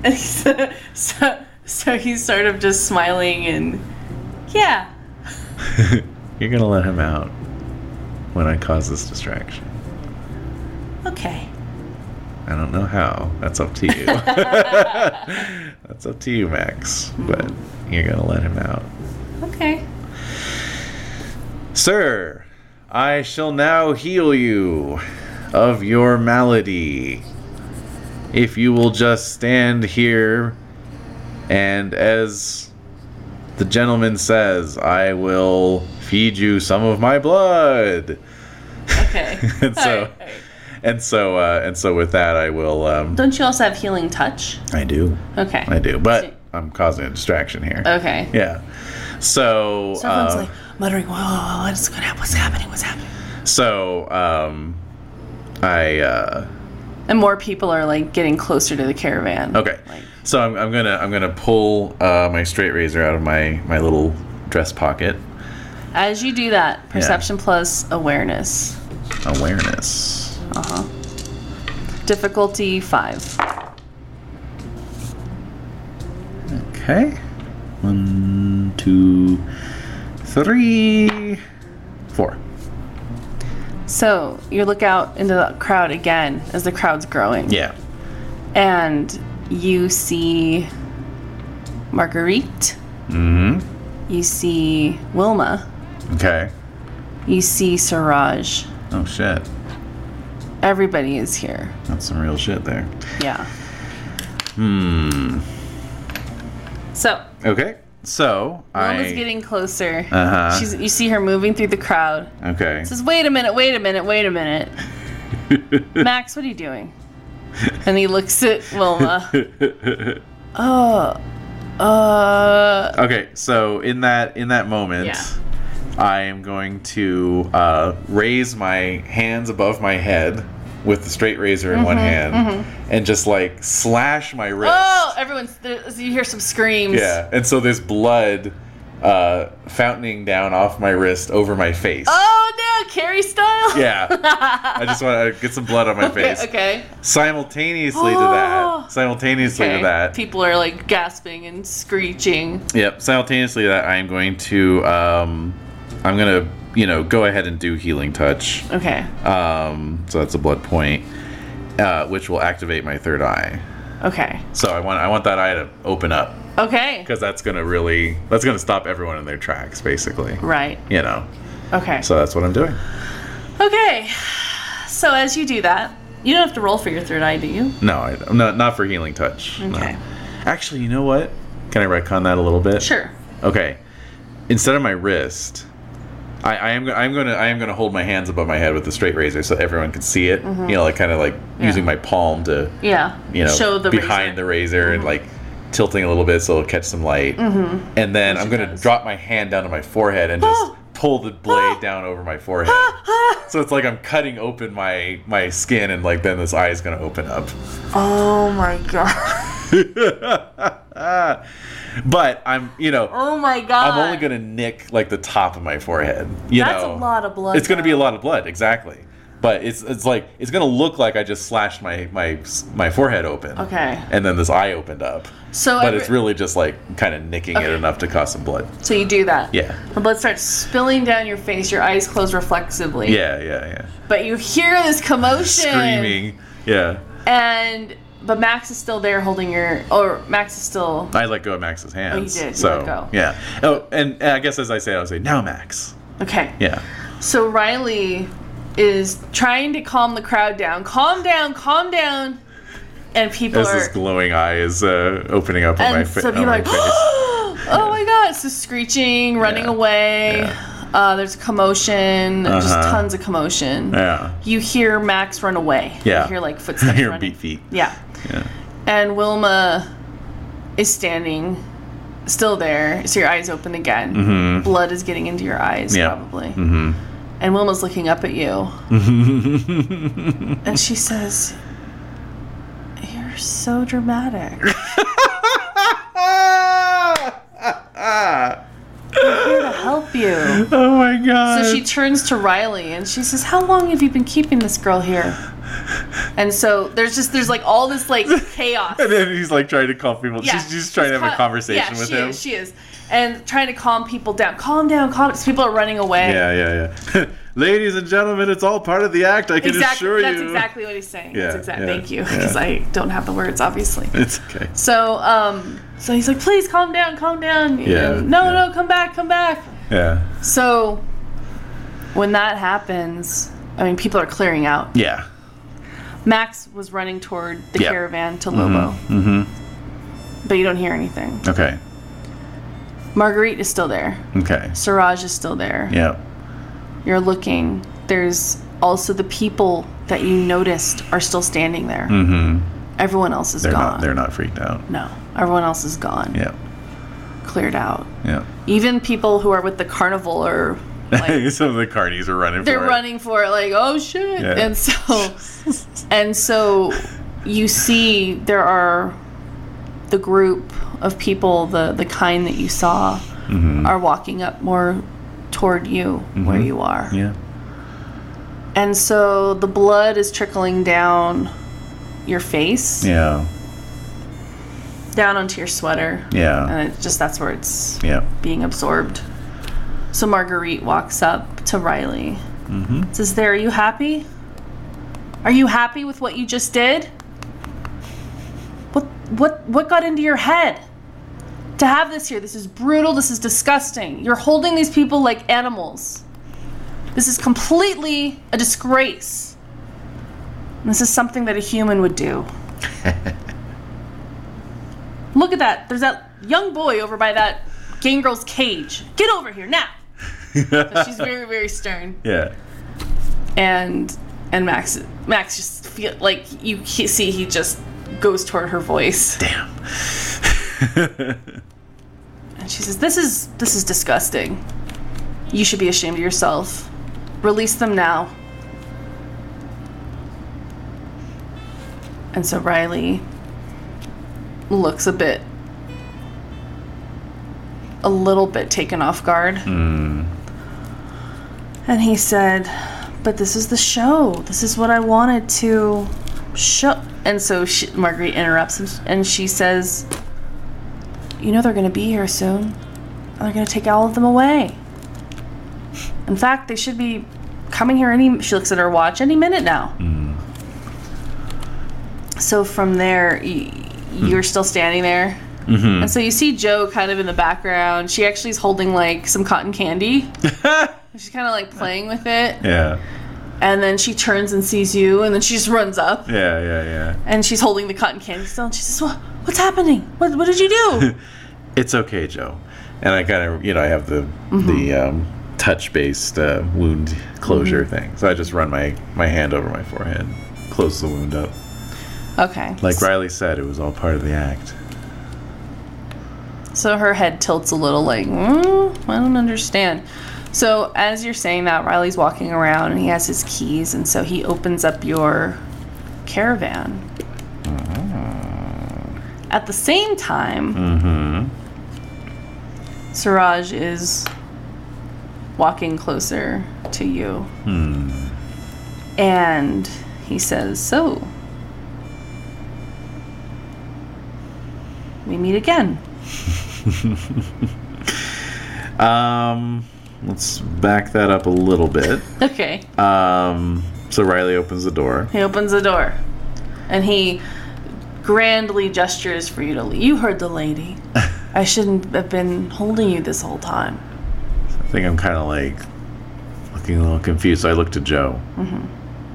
Speaker 3: And he's, so, so he's sort of just smiling and, yeah.
Speaker 1: You're gonna let him out when I cause this distraction.
Speaker 3: Okay.
Speaker 1: I don't know how. That's up to you. That's up to you, Max. But you're gonna let him out.
Speaker 3: Okay.
Speaker 1: Sir, I shall now heal you of your malady. If you will just stand here, and as the gentleman says, I will feed you some of my blood.
Speaker 3: Okay.
Speaker 1: And so-
Speaker 3: Alright, alright.
Speaker 1: And so, uh, and so with that, I will. Um,
Speaker 3: Don't you also have healing touch?
Speaker 1: I do.
Speaker 3: Okay.
Speaker 1: I do, but I'm causing a distraction here.
Speaker 3: Okay.
Speaker 1: Yeah. So.
Speaker 3: So everyone's
Speaker 1: uh,
Speaker 3: like muttering, whoa, whoa, whoa, what's going to happen? What's happening? What's happening?
Speaker 1: So, um, I, uh,
Speaker 3: And more people are like getting closer to the caravan.
Speaker 1: okay.
Speaker 3: Like,
Speaker 1: So I'm, I'm gonna, I'm gonna pull, uh, my straight razor out of my, my little dress pocket.
Speaker 3: as you do that, perception plus awareness. Uh-huh.
Speaker 1: Awareness.
Speaker 3: Difficulty five.
Speaker 1: Okay. One, two, three, four.
Speaker 3: So you look out into the crowd again as the crowd's growing.
Speaker 1: Yeah.
Speaker 3: And you see Marguerite. Mm-hmm. You see Wilma.
Speaker 1: Okay.
Speaker 3: You see Siraj.
Speaker 1: Oh shit.
Speaker 3: Everybody is here.
Speaker 1: That's some real shit there. Hmm.
Speaker 3: Yeah. Hmm. So
Speaker 1: Okay. So I.
Speaker 3: Wilma's getting closer.
Speaker 1: Uh-huh.
Speaker 3: She's, you see her moving through the crowd.
Speaker 1: Okay.
Speaker 3: Says, "Wait a minute! Wait a minute! Wait a minute!" Max, what are you doing? And he looks at Wilma. oh, uh,
Speaker 1: Okay, so in that in that moment,
Speaker 3: Yeah.
Speaker 1: I am going to uh, raise my hands above my head with the straight razor in
Speaker 3: Mm-hmm,
Speaker 1: one hand, and just like slash my wrist.
Speaker 3: oh! Everyone's there's- you hear some screams.
Speaker 1: Yeah, and so there's blood uh, fountaining down off my wrist over my face.
Speaker 3: Oh no, Carrie style.
Speaker 1: Yeah, I just want to get some blood on my
Speaker 3: Okay.
Speaker 1: face.
Speaker 3: okay.
Speaker 1: Simultaneously to
Speaker 3: Oh.
Speaker 1: that, simultaneously
Speaker 3: okay.
Speaker 1: to that,
Speaker 3: People are like gasping and screeching.
Speaker 1: Yep. Simultaneously, that I'm going to, um, I'm gonna, you know, go ahead and do healing touch.
Speaker 3: Okay.
Speaker 1: Um, so that's a blood point, uh, which will activate my third eye.
Speaker 3: Okay.
Speaker 1: So I want, I want that eye to open up
Speaker 3: Okay.
Speaker 1: because that's gonna really, that's gonna stop everyone in their tracks, basically.
Speaker 3: Right.
Speaker 1: You know.
Speaker 3: Okay.
Speaker 1: So that's what I'm doing.
Speaker 3: Okay. So as you do that, you don't have to roll for your third eye, do you?
Speaker 1: No, I, not not for healing touch. no.
Speaker 3: Okay.
Speaker 1: Actually, you know what? Can I retcon that a little bit?
Speaker 3: Sure.
Speaker 1: Okay. Instead of my wrist, I, I am go- I'm gonna I am gonna hold my hands above my head with the straight razor so everyone can see it.
Speaker 3: Mm-hmm.
Speaker 1: You know, like kind of like using my palm to
Speaker 3: Yeah.
Speaker 1: you know
Speaker 3: Show the
Speaker 1: behind
Speaker 3: razor. Mm-hmm.
Speaker 1: the razor and like tilting a little bit so it'll catch some light. And then I'm gonna
Speaker 3: does.
Speaker 1: drop my hand down to my forehead and just pull the blade down over my forehead. so it's like I'm cutting open my my skin and like then this eye is gonna open up.
Speaker 3: Oh my god.
Speaker 1: Ah. But I'm you know.
Speaker 3: Oh my god.
Speaker 1: I'm only gonna nick like the top of my forehead. You
Speaker 3: That's
Speaker 1: know?
Speaker 3: a lot of blood,
Speaker 1: It's gonna be a
Speaker 3: though.
Speaker 1: lot of blood, exactly. But it's it's like it's gonna look like I just slashed my my my forehead open.
Speaker 3: Okay.
Speaker 1: And then this eye opened up.
Speaker 3: So
Speaker 1: but
Speaker 3: every-
Speaker 1: it's really just like kind of nicking it
Speaker 3: Okay.
Speaker 1: enough to cause some blood.
Speaker 3: So you do that.
Speaker 1: Yeah.
Speaker 3: The blood starts spilling down your face. Your eyes close reflexively.
Speaker 1: Yeah, yeah,
Speaker 3: But you hear this commotion.
Speaker 1: yeah. Screaming. Yeah.
Speaker 3: And but Max is still there holding your. Or Max is still.
Speaker 1: I let go of Max's hands.
Speaker 3: did. Oh, You
Speaker 1: So
Speaker 3: let go.
Speaker 1: yeah. Oh, and, and I guess as I say, I would say now, Max.
Speaker 3: Okay.
Speaker 1: Yeah.
Speaker 3: So Riley is trying to calm the crowd down. Calm down. Calm down. And people
Speaker 1: As
Speaker 3: are.
Speaker 1: this glowing eye is uh, opening up on my,
Speaker 3: and
Speaker 1: fa-
Speaker 3: so
Speaker 1: on
Speaker 3: people
Speaker 1: my
Speaker 3: are like,
Speaker 1: face.
Speaker 3: oh my god! So screeching, running
Speaker 1: Yeah.
Speaker 3: away. Uh, there's commotion. Just
Speaker 1: Uh-huh.
Speaker 3: tons of commotion.
Speaker 1: Yeah.
Speaker 3: You hear Max run away.
Speaker 1: Yeah.
Speaker 3: You hear like footsteps.
Speaker 1: I hear
Speaker 3: running.
Speaker 1: beat feet.
Speaker 3: Yeah.
Speaker 1: Yeah.
Speaker 3: And Wilma is standing still there, so your eyes open again. Blood is getting into your eyes,
Speaker 1: Mm-hmm. Yeah. Mm.
Speaker 3: probably. And Wilma's looking up at you. and she says, You're so dramatic.
Speaker 1: oh
Speaker 3: Here to help you.
Speaker 1: my god.
Speaker 3: So she turns to Riley and she says, "How long have you been keeping this girl here?" And so there's just there's like all this like chaos.
Speaker 1: and then he's like trying to call people.
Speaker 3: Yeah,
Speaker 1: she's just trying to have
Speaker 3: ca-
Speaker 1: a conversation
Speaker 3: yeah,
Speaker 1: with
Speaker 3: she
Speaker 1: him.
Speaker 3: Is, she is, and trying to calm people down. Calm down, calm. So people are running away.
Speaker 1: yeah, yeah, yeah. Ladies and gentlemen, it's all part of the act. I can assure
Speaker 3: exactly. That's
Speaker 1: you.
Speaker 3: exactly what he's saying. that's
Speaker 1: Yeah,
Speaker 3: exactly.
Speaker 1: yeah,
Speaker 3: Thank you,
Speaker 1: yeah.
Speaker 3: because I don't have the words, obviously.
Speaker 1: It's okay.
Speaker 3: So, um, so he's like, "Please calm down, calm down." You
Speaker 1: Yeah,
Speaker 3: know, no,
Speaker 1: yeah.
Speaker 3: no, come back, come back.
Speaker 1: Yeah.
Speaker 3: So when that happens, I mean, people are clearing out.
Speaker 1: Yeah.
Speaker 3: Max was running toward the
Speaker 1: Yeah.
Speaker 3: caravan to Lobo,
Speaker 1: Mm
Speaker 3: but you don't hear anything.
Speaker 1: hmm. Okay.
Speaker 3: Marguerite is still there.
Speaker 1: Okay.
Speaker 3: Siraj is still there.
Speaker 1: Yeah.
Speaker 3: You're looking. There's also the people that you noticed are still standing there.
Speaker 1: Mm hmm.
Speaker 3: Everyone else is
Speaker 1: They're
Speaker 3: gone.
Speaker 1: not. They're not freaked out.
Speaker 3: No, everyone else is gone.
Speaker 1: Yeah.
Speaker 3: Cleared out.
Speaker 1: Yeah.
Speaker 3: Even people who are with the carnival are like
Speaker 1: Some of the carnies are running.
Speaker 3: they're
Speaker 1: for
Speaker 3: running for it, like oh shit.
Speaker 1: Yeah.
Speaker 3: And so and so you see there are the group of people the the kind that you saw
Speaker 1: Mm-hmm.
Speaker 3: are walking up more toward you where you are.
Speaker 1: It. Mm-hmm. Yeah.
Speaker 3: And so the blood is trickling down your face,
Speaker 1: Yeah.
Speaker 3: down onto your sweater.
Speaker 1: Yeah.
Speaker 3: And it just that's where it's
Speaker 1: Yeah.
Speaker 3: being absorbed. So Marguerite walks up to Riley. Says, There, are you happy? Are you happy with what you just did? What what what got into your head? To have this here, this is brutal, this is disgusting. You're holding these people like animals. This is completely a disgrace. And This is something that a human would do. Look at that. There's that young boy over by that gang girl's cage. Get over here now. So she's very, very stern.
Speaker 1: Yeah.
Speaker 3: And and Max Max just feel like you he- see he just goes toward her voice.
Speaker 1: Damn.
Speaker 3: And she says, "This is this is disgusting. You should be ashamed of yourself. Release them now." And so Riley looks a bit a little bit taken off guard.
Speaker 1: Mm.
Speaker 3: And he said, "But this is the show. This is what I wanted to show." And so she, Marguerite interrupts him and she says, you know they're going to be here soon. And They're going to take all of them away. In fact, they should be coming here any. She looks at her watch any minute now. So from there, y- you're still standing there, and so you see Joe kind of in the background. She actually is holding like some cotton candy. She's kind of like playing with it,
Speaker 1: Yeah.
Speaker 3: and then she turns and sees you, and then she just runs up
Speaker 1: Yeah. Yeah. Yeah.
Speaker 3: and she's holding the cotton candy still, and she says, "What? What's happening? What? What did you do?"
Speaker 1: It's okay, Joe. And I kind of, you know, I have the the um, touch based uh, wound closure thing, so I just run my my hand over my forehead, close the wound up.
Speaker 3: okay,
Speaker 1: Like Riley said, it was all part of the act.
Speaker 3: So her head tilts a little, like, mm, I don't understand. So as you're saying that, Riley's walking around and he has his keys, and so he opens up your caravan. At the same time, Siraj is walking closer to you. And he says, So, we meet again.
Speaker 1: Um, let's back that up a little bit.
Speaker 3: Okay.
Speaker 1: Um, so Riley opens the door.
Speaker 3: He opens the door, and he grandly gestures for you to leave. You heard the lady. I shouldn't have been holding you this whole time.
Speaker 1: I think I'm kind of like looking a little confused. So I look to Joe.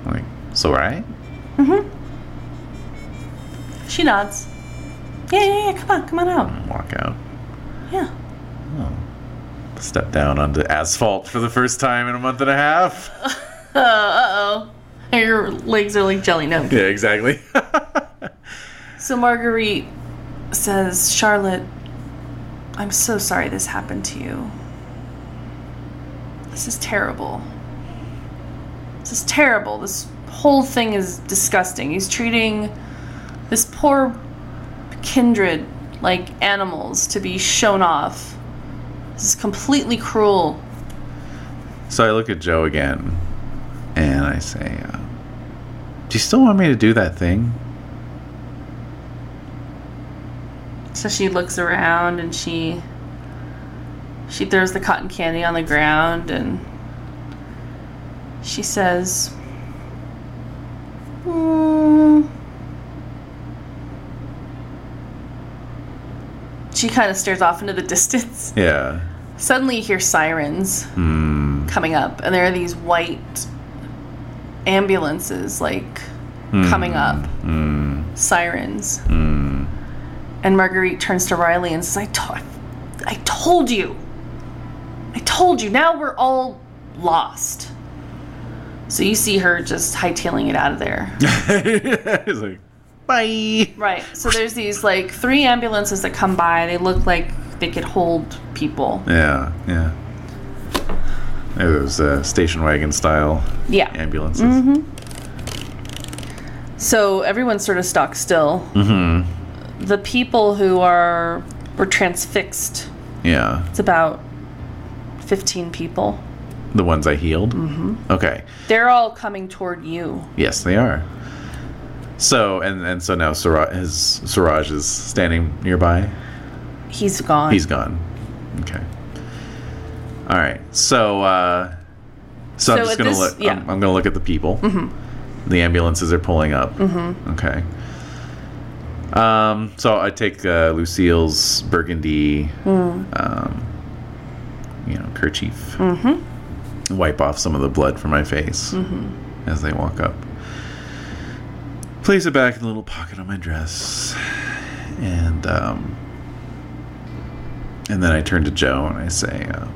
Speaker 1: Like, so right?
Speaker 3: She nods. Yeah, yeah, yeah. Come on, come on out.
Speaker 1: Walk out.
Speaker 3: Yeah.
Speaker 1: Oh. Step down onto asphalt for the first time in a month and a half.
Speaker 3: Uh oh. Your legs are like jelly. No.
Speaker 1: Yeah, exactly.
Speaker 3: So Marguerite says, Charlotte, I'm so sorry this happened to you. This is terrible. This is terrible. This whole thing is disgusting. He's treating this poor kindred like animals to be shown off. This is completely cruel.
Speaker 1: so I look at Joe again, and I say, uh, "Do you still want me to do that thing?"
Speaker 3: So she looks around and she she throws the cotton candy on the ground and she says, "Mm." She kind of stares off into the distance.
Speaker 1: Yeah.
Speaker 3: Suddenly you hear sirens.
Speaker 1: Hmm.
Speaker 3: coming up, and there are these white ambulances like
Speaker 1: Hmm.
Speaker 3: coming up, sirens. And Marguerite turns to Riley and says, "I to- I told you, I told you. Now we're all lost." So you see her just hightailing it out of there.
Speaker 1: He's like, bye.
Speaker 3: Right. So there's these like three ambulances that come by. They look like they could hold people.
Speaker 1: Yeah, yeah. It was uh, station wagon style
Speaker 3: Yeah.
Speaker 1: ambulances.
Speaker 3: Mm-hmm. So everyone's sort of stuck still.
Speaker 1: Mm-hmm.
Speaker 3: The people who are were transfixed.
Speaker 1: Yeah,
Speaker 3: It's about fifteen people.
Speaker 1: the ones I healed. Mm-hmm. Okay.
Speaker 3: They're all coming toward you.
Speaker 1: Yes, they are. So and and so now Siraj, his Siraj is standing nearby.
Speaker 3: He's gone.
Speaker 1: He's gone. Okay. All right. So uh, so,
Speaker 3: So
Speaker 1: I'm
Speaker 3: at
Speaker 1: just gonna
Speaker 3: this-
Speaker 1: look.
Speaker 3: yeah. Mm-hmm.
Speaker 1: I'm, I'm gonna look at the people. The ambulances are pulling up. Okay. Um, so I take uh, Lucille's burgundy,
Speaker 3: Mm.
Speaker 1: um, you know, kerchief.
Speaker 3: Mm-hmm.
Speaker 1: Wipe off some of the blood from my face as they walk up. Place it back in the little pocket on my dress, and um, and then I turn to Joe and I say, um,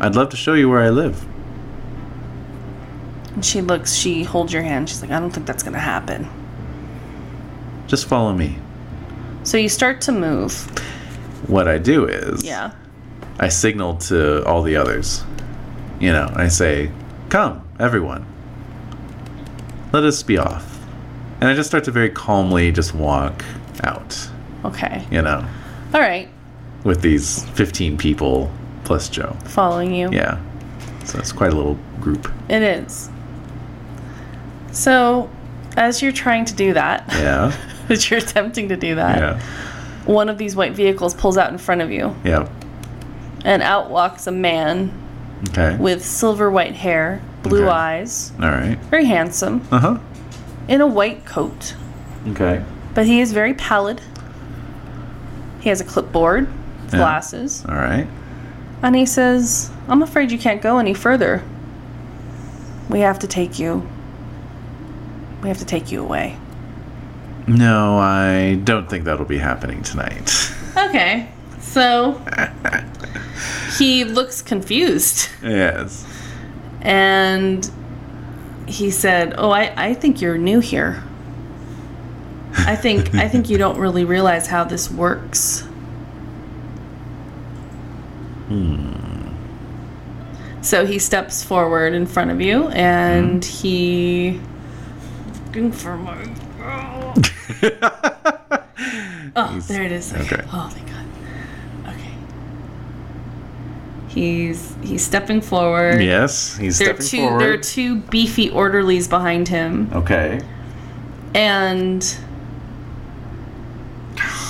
Speaker 1: I'd love to show you where I live.
Speaker 3: And she looks. She holds your hand. She's like, I don't think that's gonna happen.
Speaker 1: Just follow me.
Speaker 3: So you start to move.
Speaker 1: What I do is,
Speaker 3: Yeah.
Speaker 1: I signal to all the others. You know, I say, Come, everyone. Let us be off. And I just start to very calmly just walk out,
Speaker 3: Okay.
Speaker 1: you know,
Speaker 3: All right.
Speaker 1: with these 15 people plus Joe.
Speaker 3: Following you.
Speaker 1: Yeah. So it's quite a little group.
Speaker 3: It is. So, as you're trying to do that,
Speaker 1: Yeah.
Speaker 3: as you're attempting to do that,
Speaker 1: Yeah.
Speaker 3: one of these white vehicles pulls out in front of you,
Speaker 1: Yeah.
Speaker 3: and out walks a man
Speaker 1: Okay. All
Speaker 3: with silver white hair, blue
Speaker 1: Okay.
Speaker 3: eyes,
Speaker 1: right.
Speaker 3: very handsome,
Speaker 1: Uh huh.
Speaker 3: in a white coat.
Speaker 1: Okay.
Speaker 3: But he is very pallid. He has a clipboard,
Speaker 1: Yeah.
Speaker 3: glasses,
Speaker 1: All right.
Speaker 3: and he says, I'm afraid you can't go any further. We have to take you. We have to take you away.
Speaker 1: No, I don't think that'll be happening tonight.
Speaker 3: Okay. So he looks confused
Speaker 1: yes.
Speaker 3: and he said, "Oh, I, I think you're new here. I think I think you don't really realize how this works." Hmm. So he steps forward in front of you and he looking for my Oh, there it is.
Speaker 1: okay.
Speaker 3: Oh my god. Okay. He's he's stepping forward.
Speaker 1: Yes, he's
Speaker 3: There are
Speaker 1: stepping
Speaker 3: two
Speaker 1: forward.
Speaker 3: there are two beefy orderlies behind him.
Speaker 1: okay. Oh.
Speaker 3: And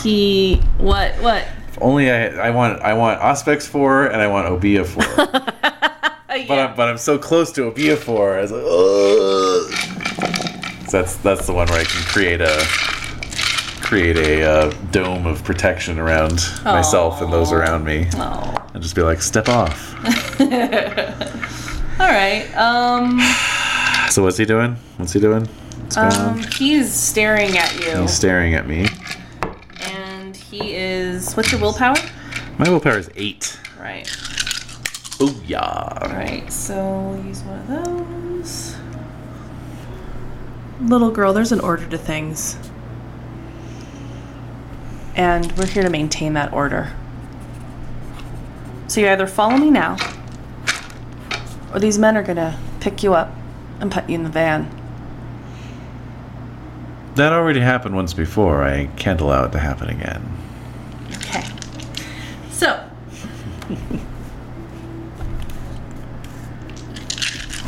Speaker 3: he what what?
Speaker 1: If only I, I want I want Auspex four and I want Obia four, but
Speaker 3: Uh, yeah.
Speaker 1: I'm but I'm so close to Obia four. I was like, Ugh. So that's that's the one where I can create a create a uh, dome of protection around myself and those around me,
Speaker 3: Oh.
Speaker 1: and just be like, step off.
Speaker 3: All right. Um
Speaker 1: so what's he doing? What's he doing? What's going
Speaker 3: um
Speaker 1: on?
Speaker 3: he's staring at you
Speaker 1: He's staring at me.
Speaker 3: and he is what's your willpower?
Speaker 1: My willpower is eight.
Speaker 3: Right.
Speaker 1: Oh yeah.
Speaker 3: Right, so we'll use one of those. Little girl, there's an order to things. And we're here to maintain that order. So you either follow me now, or these men are gonna pick you up and put you in the van.
Speaker 1: That already happened once before. I can't allow it to happen again.
Speaker 3: Okay. So,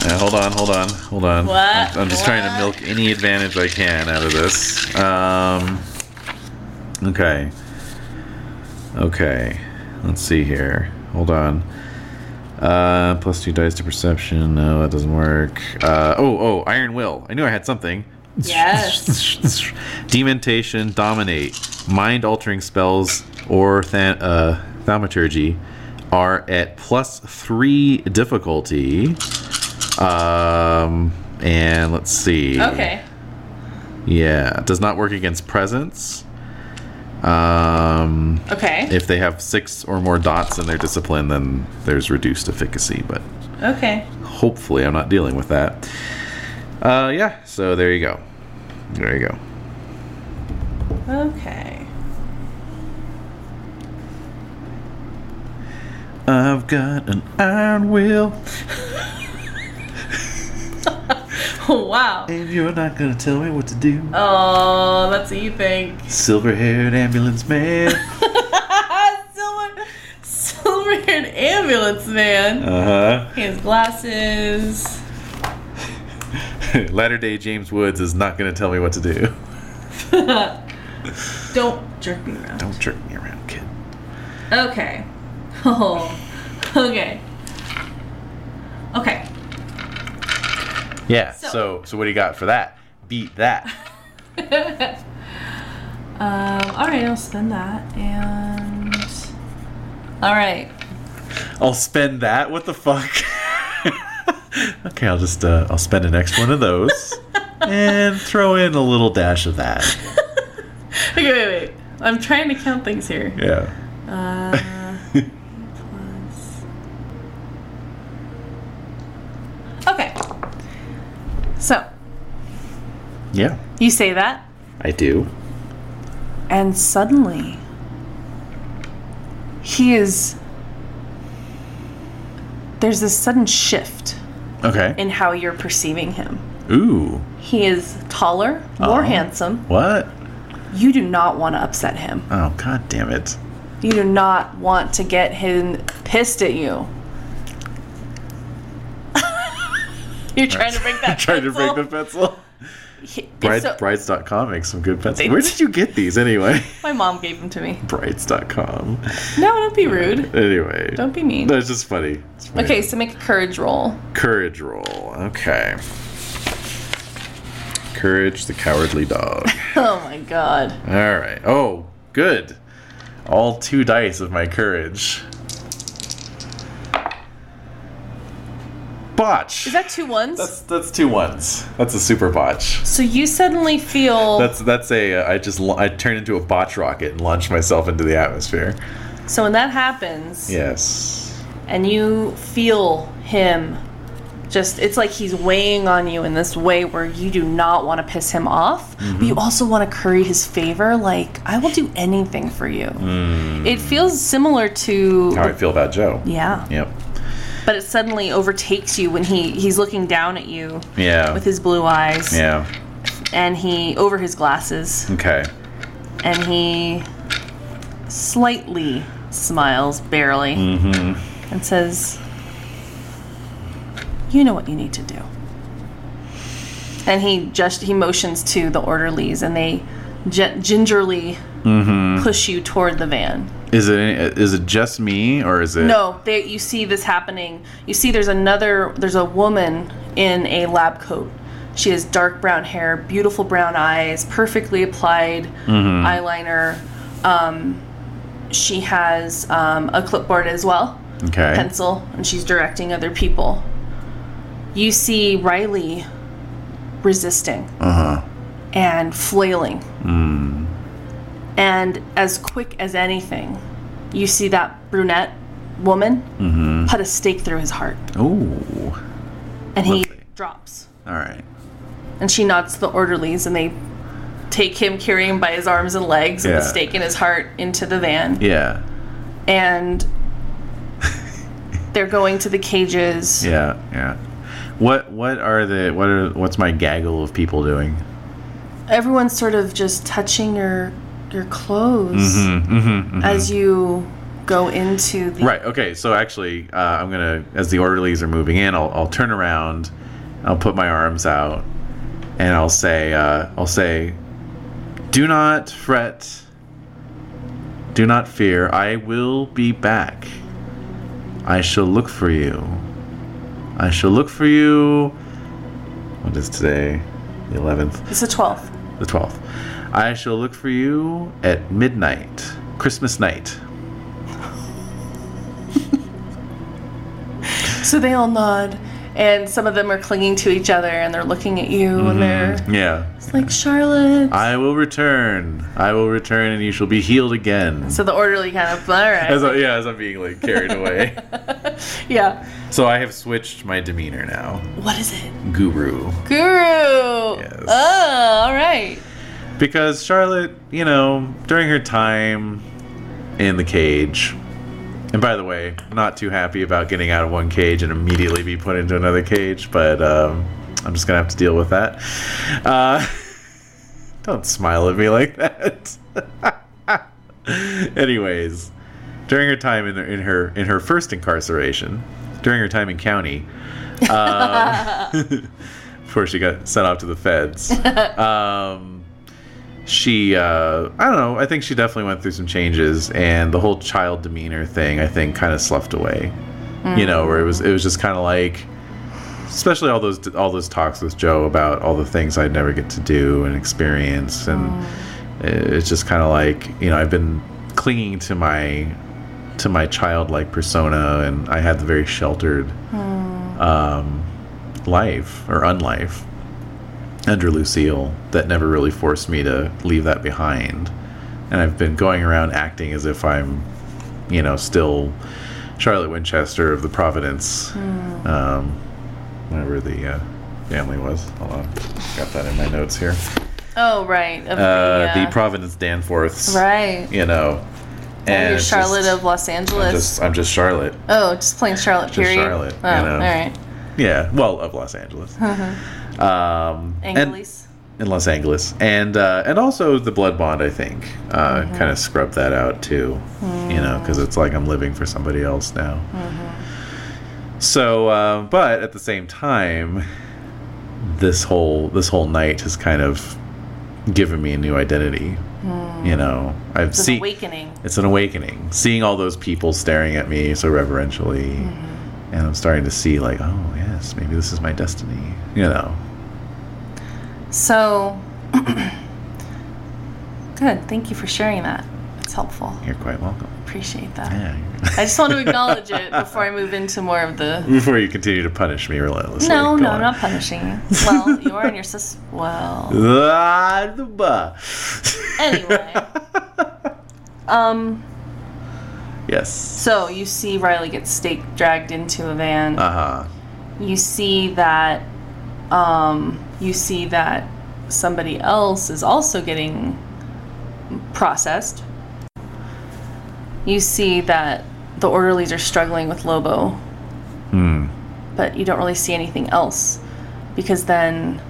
Speaker 1: Uh, hold on, hold on, hold on.
Speaker 3: What?
Speaker 1: I'm, I'm just trying to
Speaker 3: What?
Speaker 1: milk any advantage I can out of this. Um, okay. Okay. Let's see here. Hold on. Uh, plus two dice to perception. No, that doesn't work. Uh, oh, oh, Iron Will. I knew I had something.
Speaker 3: yes.
Speaker 1: Dementation, dominate, mind altering spells, or than- uh, thaumaturgy are at plus three difficulty. Um, and let's see.
Speaker 3: Okay.
Speaker 1: Yeah, does not work against presence. Um,
Speaker 3: Okay.
Speaker 1: if they have six or more dots in their discipline, then there's reduced efficacy. But
Speaker 3: okay.
Speaker 1: hopefully, I'm not dealing with that. Uh, yeah. So there you go. There you go.
Speaker 3: Okay.
Speaker 1: I've got an iron will,
Speaker 3: Oh, wow.
Speaker 1: and you're not gonna tell me what to do.
Speaker 3: Oh, that's what you think.
Speaker 1: Silver-haired ambulance man.
Speaker 3: silver, silver haired ambulance man.
Speaker 1: Uh
Speaker 3: He has glasses.
Speaker 1: huh. Latter day James Woods is not gonna tell me what to do.
Speaker 3: Don't jerk me around.
Speaker 1: Don't jerk me around, kid.
Speaker 3: Okay. Oh. Okay. Okay.
Speaker 1: Yeah.
Speaker 3: So-
Speaker 1: so, so what do you got for that? Beat that.
Speaker 3: Um, all right, I'll spend that and. All right.
Speaker 1: I'll spend that. What the fuck? okay, I'll just uh, I'll spend an extra one of those and throw in a little dash of that.
Speaker 3: Okay, wait, wait. I'm trying to count things here.
Speaker 1: Yeah.
Speaker 3: Uh, plus. Okay. So
Speaker 1: Yeah,
Speaker 3: you say that,
Speaker 1: I do.
Speaker 3: and suddenly he is. There's this sudden shift
Speaker 1: Okay.
Speaker 3: in how you're perceiving him.
Speaker 1: Ooh.
Speaker 3: He is taller, more
Speaker 1: Oh.
Speaker 3: handsome.
Speaker 1: What?
Speaker 3: You do not want to upset him.
Speaker 1: Oh god damn it.
Speaker 3: You do not want to get him pissed at you. You're trying to break that.
Speaker 1: Trying to break
Speaker 3: pencil.
Speaker 1: the pencil.
Speaker 3: He-
Speaker 1: Bride,
Speaker 3: so-
Speaker 1: brides.com makes some good pencils.
Speaker 3: They-
Speaker 1: Where did you get these anyway?
Speaker 3: my mom gave him to me.
Speaker 1: brides.com.
Speaker 3: No, don't be rude.
Speaker 1: Anyway.
Speaker 3: Don't be mean.
Speaker 1: That's just funny. It's funny.
Speaker 3: Okay, so make a courage roll.
Speaker 1: Courage roll. Okay. Courage the cowardly dog.
Speaker 3: Oh my god.
Speaker 1: All right. Oh, good. All two dice of my courage. Botch.
Speaker 3: Is that two ones?
Speaker 1: that's that's two ones. That's a super botch.
Speaker 3: so you suddenly feel.
Speaker 1: That's that's a uh, I just la- I turned into a botch rocket and launched myself into the atmosphere.
Speaker 3: so when that happens,
Speaker 1: Yes.
Speaker 3: and you feel him just it's like he's weighing on you in this way where you do not want to piss him off but you also want to curry his favor like i will do anything for you it feels similar to
Speaker 1: How I feel about Joe.
Speaker 3: yeah
Speaker 1: Yep.
Speaker 3: but it suddenly overtakes you when he he's looking down at you
Speaker 1: Yeah.
Speaker 3: with his blue eyes
Speaker 1: yeah.
Speaker 3: and he over his glasses
Speaker 1: Okay.
Speaker 3: and he slightly smiles barely and says you know what you need to do and he just he motions to the orderlies and they gi- gingerly push you toward the van
Speaker 1: Is it any, uh, is it just me or is it
Speaker 3: no they, you see this happening you see there's another there's a woman in a lab coat she has dark brown hair beautiful brown eyes perfectly applied eyeliner um, she has um, a clipboard as well
Speaker 1: Okay.
Speaker 3: pencil and she's directing other people you see riley resisting
Speaker 1: Uh huh.
Speaker 3: and flailing. And as quick as anything, you see that brunette woman put a stake through his heart,
Speaker 1: Mm-hmm. Ooh.
Speaker 3: and he
Speaker 1: Lovely.
Speaker 3: drops.
Speaker 1: All right.
Speaker 3: And she nods to the orderlies, and they take him, carry him by his arms and legs, and the
Speaker 1: Yeah.
Speaker 3: stake in his heart into the van.
Speaker 1: Yeah.
Speaker 3: And they're going to the cages.
Speaker 1: Yeah. Yeah. What what are the what are what's my gaggle of people doing?
Speaker 3: Everyone's sort of just touching your your clothes
Speaker 1: Mm-hmm.
Speaker 3: as you go into the
Speaker 1: Right. Okay. So actually, uh, I'm gonna as the orderlies are moving in, I'll, I'll turn around, I'll put my arms out, and I'll say uh, I'll say, "Do not fret. Do not fear. I will be back. I shall look for you. I shall look for you. What is today? The 11th
Speaker 3: It's the twelfth.
Speaker 1: the 12th. I shall look for you at midnight, Christmas night.
Speaker 3: So they all nod, and some of them are clinging to each other and they're looking at you and they're
Speaker 1: Yeah.
Speaker 3: like, Charlotte.
Speaker 1: Mm-hmm. I will return. I will return, and you shall be healed again.
Speaker 3: so the orderly kind of, all right.
Speaker 1: As I, yeah, as I'm being like carried away.
Speaker 3: yeah.
Speaker 1: so I have switched my demeanor now.
Speaker 3: What is it?
Speaker 1: Guru.
Speaker 3: Guru.
Speaker 1: Yes.
Speaker 3: Oh, all right.
Speaker 1: Because Charlotte, you know, during her time in the cage, and by the way, not too happy about getting out of one cage and immediately be put into another cage, but um, I'm just gonna have to deal with that. Uh, don't smile at me like that. Anyways, during her time in, in her in her first incarceration, during her time in county, um, before she got sent off to the feds, um, she uh, I don't know. I think she definitely went through some changes, and the whole child demeanor thing I think kind of sloughed away. You know, where it was it was just kind of like. Especially all those all those talks with Joe about all the things I'd never get to do and experience, and it's just kind of like you know I've been clinging to my to my childlike persona, and I had the very sheltered um, life or unlife under Lucille that never really forced me to leave that behind. And I've been going around acting as if I'm, you know, still Charlotte Winchester of the Providence,
Speaker 3: Hmm.
Speaker 1: um, whatever the uh, family was. Hold on, got that in my notes here.
Speaker 3: Oh, right. Of
Speaker 1: Uh,
Speaker 3: the, uh,
Speaker 1: The Providence Danforths,
Speaker 3: Right.
Speaker 1: You know,
Speaker 3: And you're
Speaker 1: it's
Speaker 3: Charlotte
Speaker 1: just-
Speaker 3: of Los Angeles.
Speaker 1: I'm just, I'm just Charlotte.
Speaker 3: oh, just playing Charlotte, period.
Speaker 1: Charlotte, you
Speaker 3: Oh,
Speaker 1: know.
Speaker 3: all right.
Speaker 1: Yeah, well, of Los Angeles.
Speaker 3: Uh-huh.
Speaker 1: um, and-
Speaker 3: Angeles.
Speaker 1: in Los Angeles, and uh, and also the blood bond. I think uh,
Speaker 3: Mm-hmm.
Speaker 1: kind of scrub that out too, you know,
Speaker 3: Mm.
Speaker 1: because it's like I'm living for somebody else now.
Speaker 3: Mm-hmm.
Speaker 1: So, uh, but at the same time, this whole this whole night has kind of given me a new identity. You know, I've
Speaker 3: Mm. It's an
Speaker 1: seen
Speaker 3: awakening.
Speaker 1: it's an awakening. Seeing all those people staring at me so reverentially,
Speaker 3: Mm-hmm.
Speaker 1: and I'm starting to see like, oh yes, maybe this is my destiny. You know,
Speaker 3: So, good. Thank you for sharing that. It's helpful.
Speaker 1: you're quite welcome.
Speaker 3: Appreciate that.
Speaker 1: Yeah.
Speaker 3: I just want to acknowledge it before I move into more of the.
Speaker 1: Before you continue to punish me relentlessly.
Speaker 3: No,
Speaker 1: Go
Speaker 3: no,
Speaker 1: on.
Speaker 3: I'm not punishing you. Well, you are and your sis. Well,
Speaker 1: Ah, the bah.
Speaker 3: anyway. Um.
Speaker 1: yes.
Speaker 3: So you see Riley get stake dragged into a van.
Speaker 1: Uh huh.
Speaker 3: you see that um, you see that somebody else is also getting processed. You see that the orderlies are struggling with Lobo,
Speaker 1: Hmm.
Speaker 3: but you don't really see anything else because then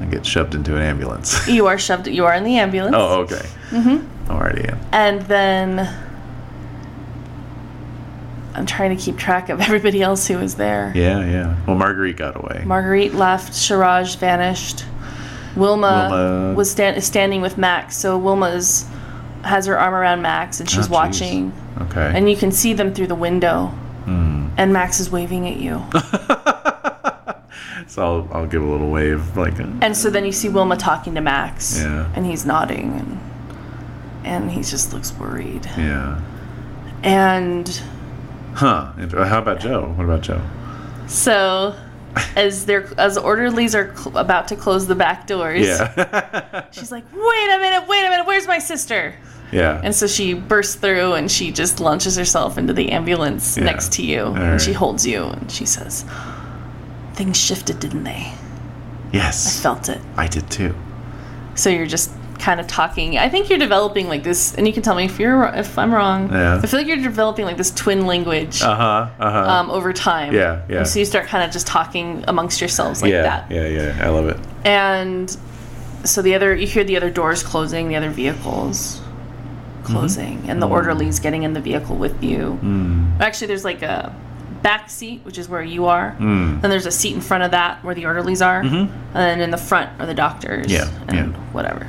Speaker 1: I get shoved into an ambulance.
Speaker 3: you are shoved. You are in the ambulance,
Speaker 1: oh, okay. Mm
Speaker 3: Mm-hmm.
Speaker 1: hmm. Alrighty. yeah.
Speaker 3: and then I'm trying to keep track of everybody else who was there.
Speaker 1: Yeah, yeah. Well, Marguerite got away.
Speaker 3: Marguerite left. Sharaj vanished. Wilma,
Speaker 1: Wilma-
Speaker 3: was stand, is standing with Max, so Wilma's has her arm around Max and
Speaker 1: Oh,
Speaker 3: she's
Speaker 1: jeez.
Speaker 3: watching,
Speaker 1: Okay.
Speaker 3: and you can see them through the window.
Speaker 1: Hmm.
Speaker 3: And Max is waving at you,
Speaker 1: so I'll, I'll give a little wave, like. uh,
Speaker 3: and so then you see Wilma talking to Max,
Speaker 1: Yeah.
Speaker 3: and he's nodding, and and he just looks worried.
Speaker 1: Yeah.
Speaker 3: And
Speaker 1: Huh. Inter- How about Joe? What about Joe?
Speaker 3: so, as they're as the orderlies are cl- about to close the back doors,
Speaker 1: Yeah.
Speaker 3: she's like, "Wait a minute! Wait a minute! Where's my sister?"
Speaker 1: yeah.
Speaker 3: And so she bursts through and she just launches herself into the ambulance
Speaker 1: Yeah.
Speaker 3: next to you. and
Speaker 1: right.
Speaker 3: she holds you and she says, Things shifted, didn't they?
Speaker 1: yes.
Speaker 3: Felt it.
Speaker 1: I did too.
Speaker 3: So you're just kind of talking. I think you're developing like this, and you can tell me if you're if I'm wrong.
Speaker 1: Yeah.
Speaker 3: I feel like you're developing like this twin language
Speaker 1: Uh huh. Uh huh.
Speaker 3: um, over time.
Speaker 1: Yeah, yeah.
Speaker 3: And so you start kind of just talking amongst yourselves like
Speaker 1: yeah.
Speaker 3: that.
Speaker 1: Yeah. Yeah. I love it.
Speaker 3: And so the other, you hear the other doors closing, the other vehicles closing,
Speaker 1: Mm-hmm.
Speaker 3: and the
Speaker 1: Mm.
Speaker 3: orderlies getting in the vehicle with you. Actually, there's like a back seat, which is where you are. Mm. Then there's a seat in front of that where the orderlies are. And then in the front are the doctors.
Speaker 1: Mm-hmm. Yeah,
Speaker 3: And
Speaker 1: yeah.
Speaker 3: whatever.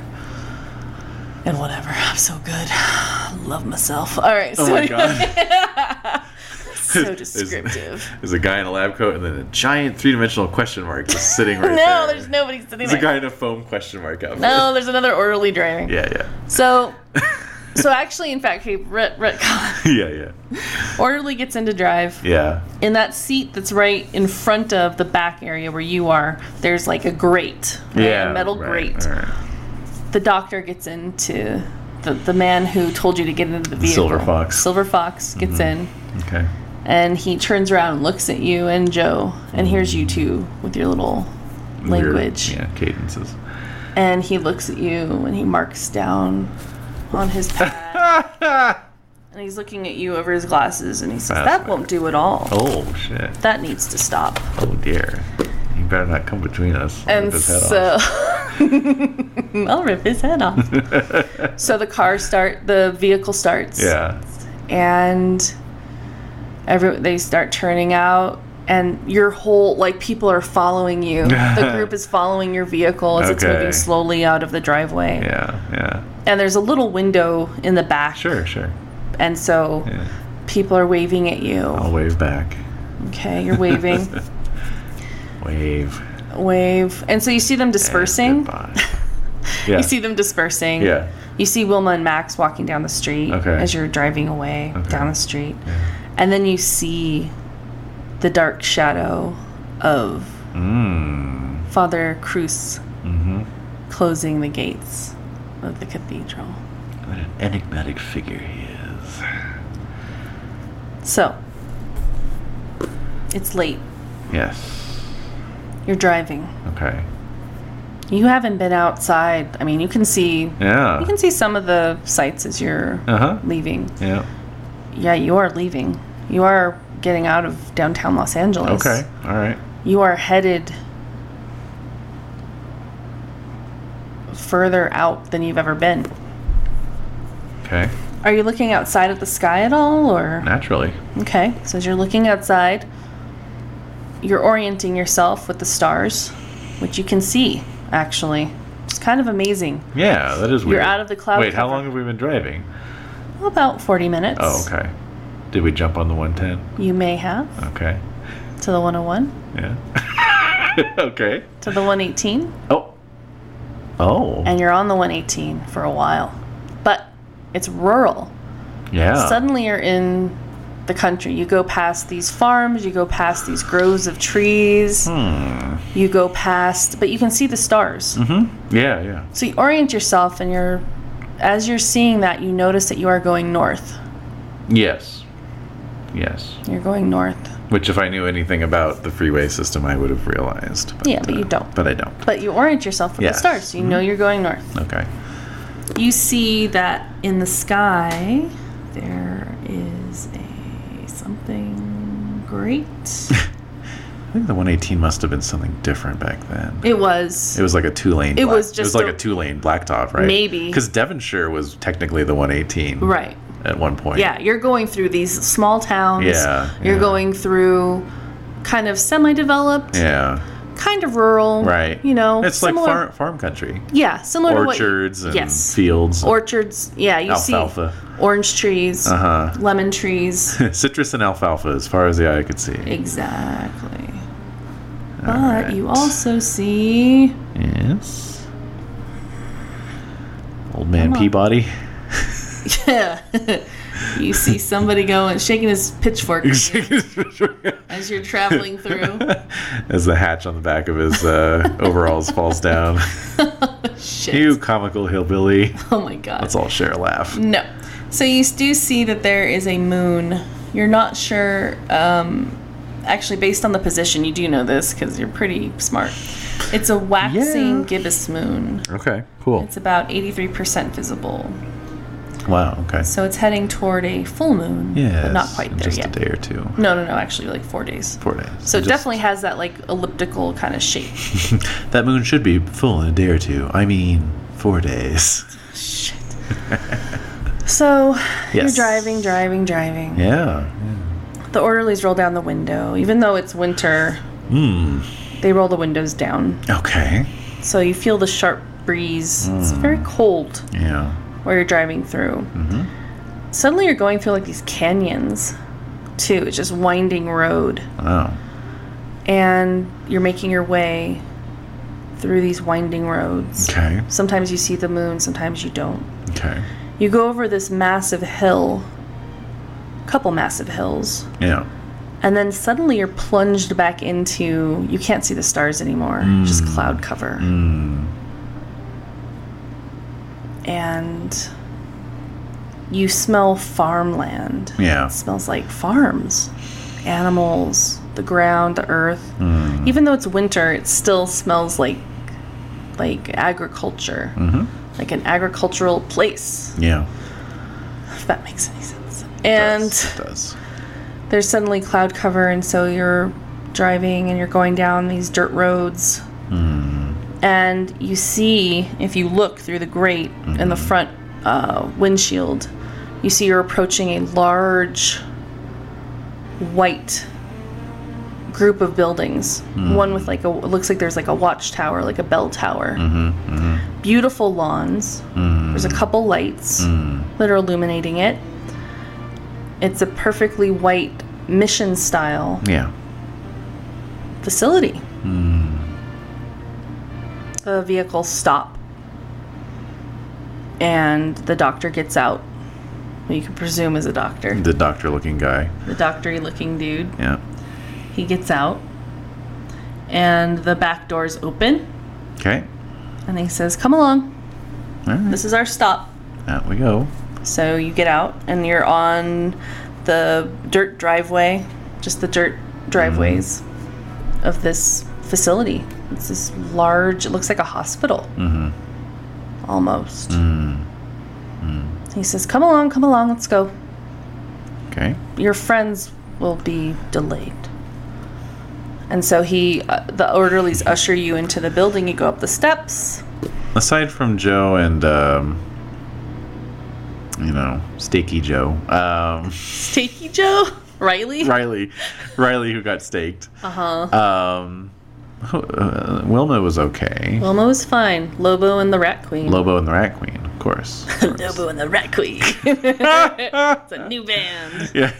Speaker 3: And whatever. I'm so good. Love myself. All right. So
Speaker 1: Oh my
Speaker 3: anyway,
Speaker 1: god.
Speaker 3: so
Speaker 1: There's-
Speaker 3: descriptive.
Speaker 1: There's a guy in a lab coat and then a giant three dimensional question mark just sitting right
Speaker 3: no,
Speaker 1: there.
Speaker 3: there's nobody sitting
Speaker 1: There's a
Speaker 3: there.
Speaker 1: guy in a foam question mark outfit.
Speaker 3: No, there's another orderly driving.
Speaker 1: Yeah, yeah.
Speaker 3: So so actually, in fact, hey, ret- retcon.
Speaker 1: yeah, yeah,
Speaker 3: Orderly gets into drive.
Speaker 1: yeah.
Speaker 3: In that seat that's right in front of the back area where you are, there's like a grate, right?
Speaker 1: Yeah,
Speaker 3: a metal
Speaker 1: right,
Speaker 3: grate.
Speaker 1: right.
Speaker 3: The doctor gets into the the man who told you to get into the vehicle.
Speaker 1: Silver Fox. Mm-hmm.
Speaker 3: Silver Fox gets in.
Speaker 1: Okay.
Speaker 3: and he turns around and looks at you and Joe and hears you two with your little language.
Speaker 1: Weird, yeah, cadences.
Speaker 3: And he looks at you and he marks down on his pad. and he's looking at you over his glasses and he says,
Speaker 1: That's
Speaker 3: That
Speaker 1: weird.
Speaker 3: won't do at all.
Speaker 1: Oh shit.
Speaker 3: That needs to stop.
Speaker 1: Oh dear. You better not come between us. I'll rip
Speaker 3: And
Speaker 1: his head off.
Speaker 3: so I'll rip his head off. so the car start the vehicle starts.
Speaker 1: Yeah.
Speaker 3: and every they start turning out and your whole like people are following you the group is following your vehicle as it's
Speaker 1: Okay.
Speaker 3: moving slowly out of the driveway
Speaker 1: Yeah. Yeah.
Speaker 3: and there's a little window in the back
Speaker 1: Sure. Sure.
Speaker 3: and so
Speaker 1: Yeah. Oh.
Speaker 3: people are waving at you
Speaker 1: I'll wave back.
Speaker 3: okay you're waving
Speaker 1: Wave.
Speaker 3: wave and so you see them dispersing
Speaker 1: Goodbye. Yeah.
Speaker 3: you see them dispersing
Speaker 1: Yeah.
Speaker 3: you see wilma and max walking down the street
Speaker 1: Okay.
Speaker 3: as you're driving away
Speaker 1: Okay.
Speaker 3: down the street
Speaker 1: Yeah.
Speaker 3: and then you see the dark shadow of
Speaker 1: Mm.
Speaker 3: Father Cruz
Speaker 1: Mhm.
Speaker 3: closing the gates of the cathedral.
Speaker 1: What an enigmatic figure he is.
Speaker 3: So, it's late.
Speaker 1: Yes.
Speaker 3: You're driving.
Speaker 1: Okay.
Speaker 3: You haven't been outside. I mean, you can see
Speaker 1: Yeah.
Speaker 3: you can see some of the sights as you're
Speaker 1: Uh huh.
Speaker 3: leaving.
Speaker 1: Yeah.
Speaker 3: Yeah, you are leaving. You are getting out of downtown Los Angeles.
Speaker 1: Okay. All right.
Speaker 3: You are headed further out than you've ever been.
Speaker 1: Okay.
Speaker 3: Are you looking outside at the sky at all or
Speaker 1: Naturally.
Speaker 3: Okay, so as you're looking outside, you're orienting yourself with the stars, which you can see, actually. It's kind of amazing.
Speaker 1: Yeah, that is
Speaker 3: You're
Speaker 1: weird.
Speaker 3: out of the cloud
Speaker 1: Wait, how
Speaker 3: cover.
Speaker 1: long have we been driving?
Speaker 3: About 40 minutes.
Speaker 1: Oh, okay. Did we jump on the 110?
Speaker 3: You may have
Speaker 1: Okay.
Speaker 3: to the 101,
Speaker 1: Yeah. okay.
Speaker 3: to the 118,
Speaker 1: Oh. Oh.
Speaker 3: and you're on the 118 for a while. But it's rural.
Speaker 1: yeah.
Speaker 3: Suddenly you're in the country. You go past these farms, you go past these groves of trees,
Speaker 1: Hmm.
Speaker 3: you go past, but you can see the stars.
Speaker 1: hmm Yeah, yeah.
Speaker 3: So you orient yourself, and you're, as you're seeing that, you notice that you are going north.
Speaker 1: Yes. Yes.
Speaker 3: You're going north,
Speaker 1: Which, if I knew anything about the freeway system, I would have realized. But, uh,
Speaker 3: Yeah, but you don't.
Speaker 1: But I don't.
Speaker 3: but you orient yourself with
Speaker 1: Yes. Mm-hmm.
Speaker 3: the stars. so You know you're going north.
Speaker 1: Okay.
Speaker 3: You see that in the sky, there is a something great.
Speaker 1: I think the 118 must have been something different back then.
Speaker 3: It was.
Speaker 1: It was like a two lane.
Speaker 3: It was
Speaker 1: it
Speaker 3: just
Speaker 1: was like
Speaker 3: a-
Speaker 1: a, two lane blacktop, right?
Speaker 3: Maybe.
Speaker 1: because Devonshire was technically the 118
Speaker 3: Right.
Speaker 1: at one point.
Speaker 3: Yeah, you're going through these small towns.
Speaker 1: Yeah,
Speaker 3: You're
Speaker 1: yeah.
Speaker 3: going through kind of semi developed,
Speaker 1: yeah,
Speaker 3: kind of rural.
Speaker 1: right.
Speaker 3: You know,
Speaker 1: it's like
Speaker 3: similar-
Speaker 1: farm farm country,
Speaker 3: Yeah, similar to what.
Speaker 1: orchards and
Speaker 3: yes.
Speaker 1: fields,
Speaker 3: orchards. Yeah, you
Speaker 1: alfalfa,
Speaker 3: see orange trees,
Speaker 1: uh
Speaker 3: lemon trease.
Speaker 1: huh, citrus and alfalfa, as far as the eye could see.
Speaker 3: exactly. But
Speaker 1: Alright.
Speaker 3: you also see
Speaker 1: Yes. Old man Peabody.
Speaker 3: yeah, you see somebody going shaking his pitchfork
Speaker 1: As
Speaker 3: as you're traveling through.
Speaker 1: the hatch on the back of his uh, overalls falls down.
Speaker 3: Shit.
Speaker 1: You comical hillbilly.
Speaker 3: Oh my god.
Speaker 1: Let's all share a laugh.
Speaker 3: No. So you do see that there is a moon. You're not sure. Um, actually, based on the position, you do know this because you're pretty smart. It's a waxing
Speaker 1: Yeah.
Speaker 3: gibbous moon.
Speaker 1: Okay, cool.
Speaker 3: It's about 83% visible.
Speaker 1: Wow, okay.
Speaker 3: So it's heading toward a full moon,
Speaker 1: Yeah,
Speaker 3: but not quite there
Speaker 1: just
Speaker 3: yet.
Speaker 1: a day or two.
Speaker 3: No, no, no. Actually, like four days.
Speaker 1: Four days.
Speaker 3: So it
Speaker 1: Just-
Speaker 3: definitely has that like elliptical kind of shape.
Speaker 1: That moon should be full in a day or two. I mean, four days.
Speaker 3: Shit. So you're
Speaker 1: Yes.
Speaker 3: driving, driving, driving.
Speaker 1: Yeah.
Speaker 3: The orderlies roll down the window, even though it's winter.
Speaker 1: Hmm.
Speaker 3: They roll the windows down,
Speaker 1: Okay.
Speaker 3: so you feel the sharp breeze. It's very cold
Speaker 1: Yeah.
Speaker 3: where you're driving through. Suddenly, you're going through like these canyons, too. It's just winding road.
Speaker 1: Wow.
Speaker 3: and you're making your way through these winding roads.
Speaker 1: Okay.
Speaker 3: Sometimes you see the moon, sometimes you don't.
Speaker 1: Okay.
Speaker 3: You go over this massive hill, couple massive hills,
Speaker 1: Yeah.
Speaker 3: and then suddenly you're plunged back into you can't see the stars anymore, just cloud cover.
Speaker 1: Hmm.
Speaker 3: And you smell farmland.
Speaker 1: Yeah.
Speaker 3: It smells like farms, animals, the ground, the earth.
Speaker 1: Mm-hmm. Hmm.
Speaker 3: Even though it's winter, it still smells like like agriculture,
Speaker 1: Mm-hmm.
Speaker 3: like an agricultural place.
Speaker 1: Yeah.
Speaker 3: If that makes any sense.
Speaker 1: It
Speaker 3: And
Speaker 1: does. It does.
Speaker 3: there's suddenly cloud cover, and so you're driving and you're going down these dirt roads. And you see, if you look through the grate in the front uh, windshield, you see you're approaching a large white group of buildings. One with like a, it looks like there's like a watchtower, like a bell tower. Beautiful lawns. There's a couple lights that are illuminating it. It's a perfectly white mission style
Speaker 1: Yeah.
Speaker 3: facility. The vehicles stop, and the doctor gets out. Who you can presume is a doctor,
Speaker 1: The doctor looking guy.
Speaker 3: the doctory-looking dude.
Speaker 1: Yeah.
Speaker 3: He gets out, and the back door's open,
Speaker 1: Okay.
Speaker 3: and he says, "Come along.
Speaker 1: All right.
Speaker 3: This is our stop."
Speaker 1: Out we go.
Speaker 3: So you get out and you're on the dirt driveway, just the dirt driveways of this facility. It's this large, it looks like a hospital. Almost. He says, Come along, come along, let's go.
Speaker 1: Okay.
Speaker 3: Your friends will be delayed. And so he, uh, the orderlies usher you into the building. You go up the steps.
Speaker 1: Aside from Joe and, um, you know, Stakey Joe, um,
Speaker 3: Stakey Joe? Riley?
Speaker 1: Riley, Riley who got staked.
Speaker 3: Uh huh.
Speaker 1: Um, who- uh, Wilma was okay.
Speaker 3: Wilma was fine. Lobo and the Rat Queen.
Speaker 1: Lobo and the Rat Queen, of course. Of course.
Speaker 3: Lobo and the Rat Queen. it's a new band.
Speaker 1: Yeah.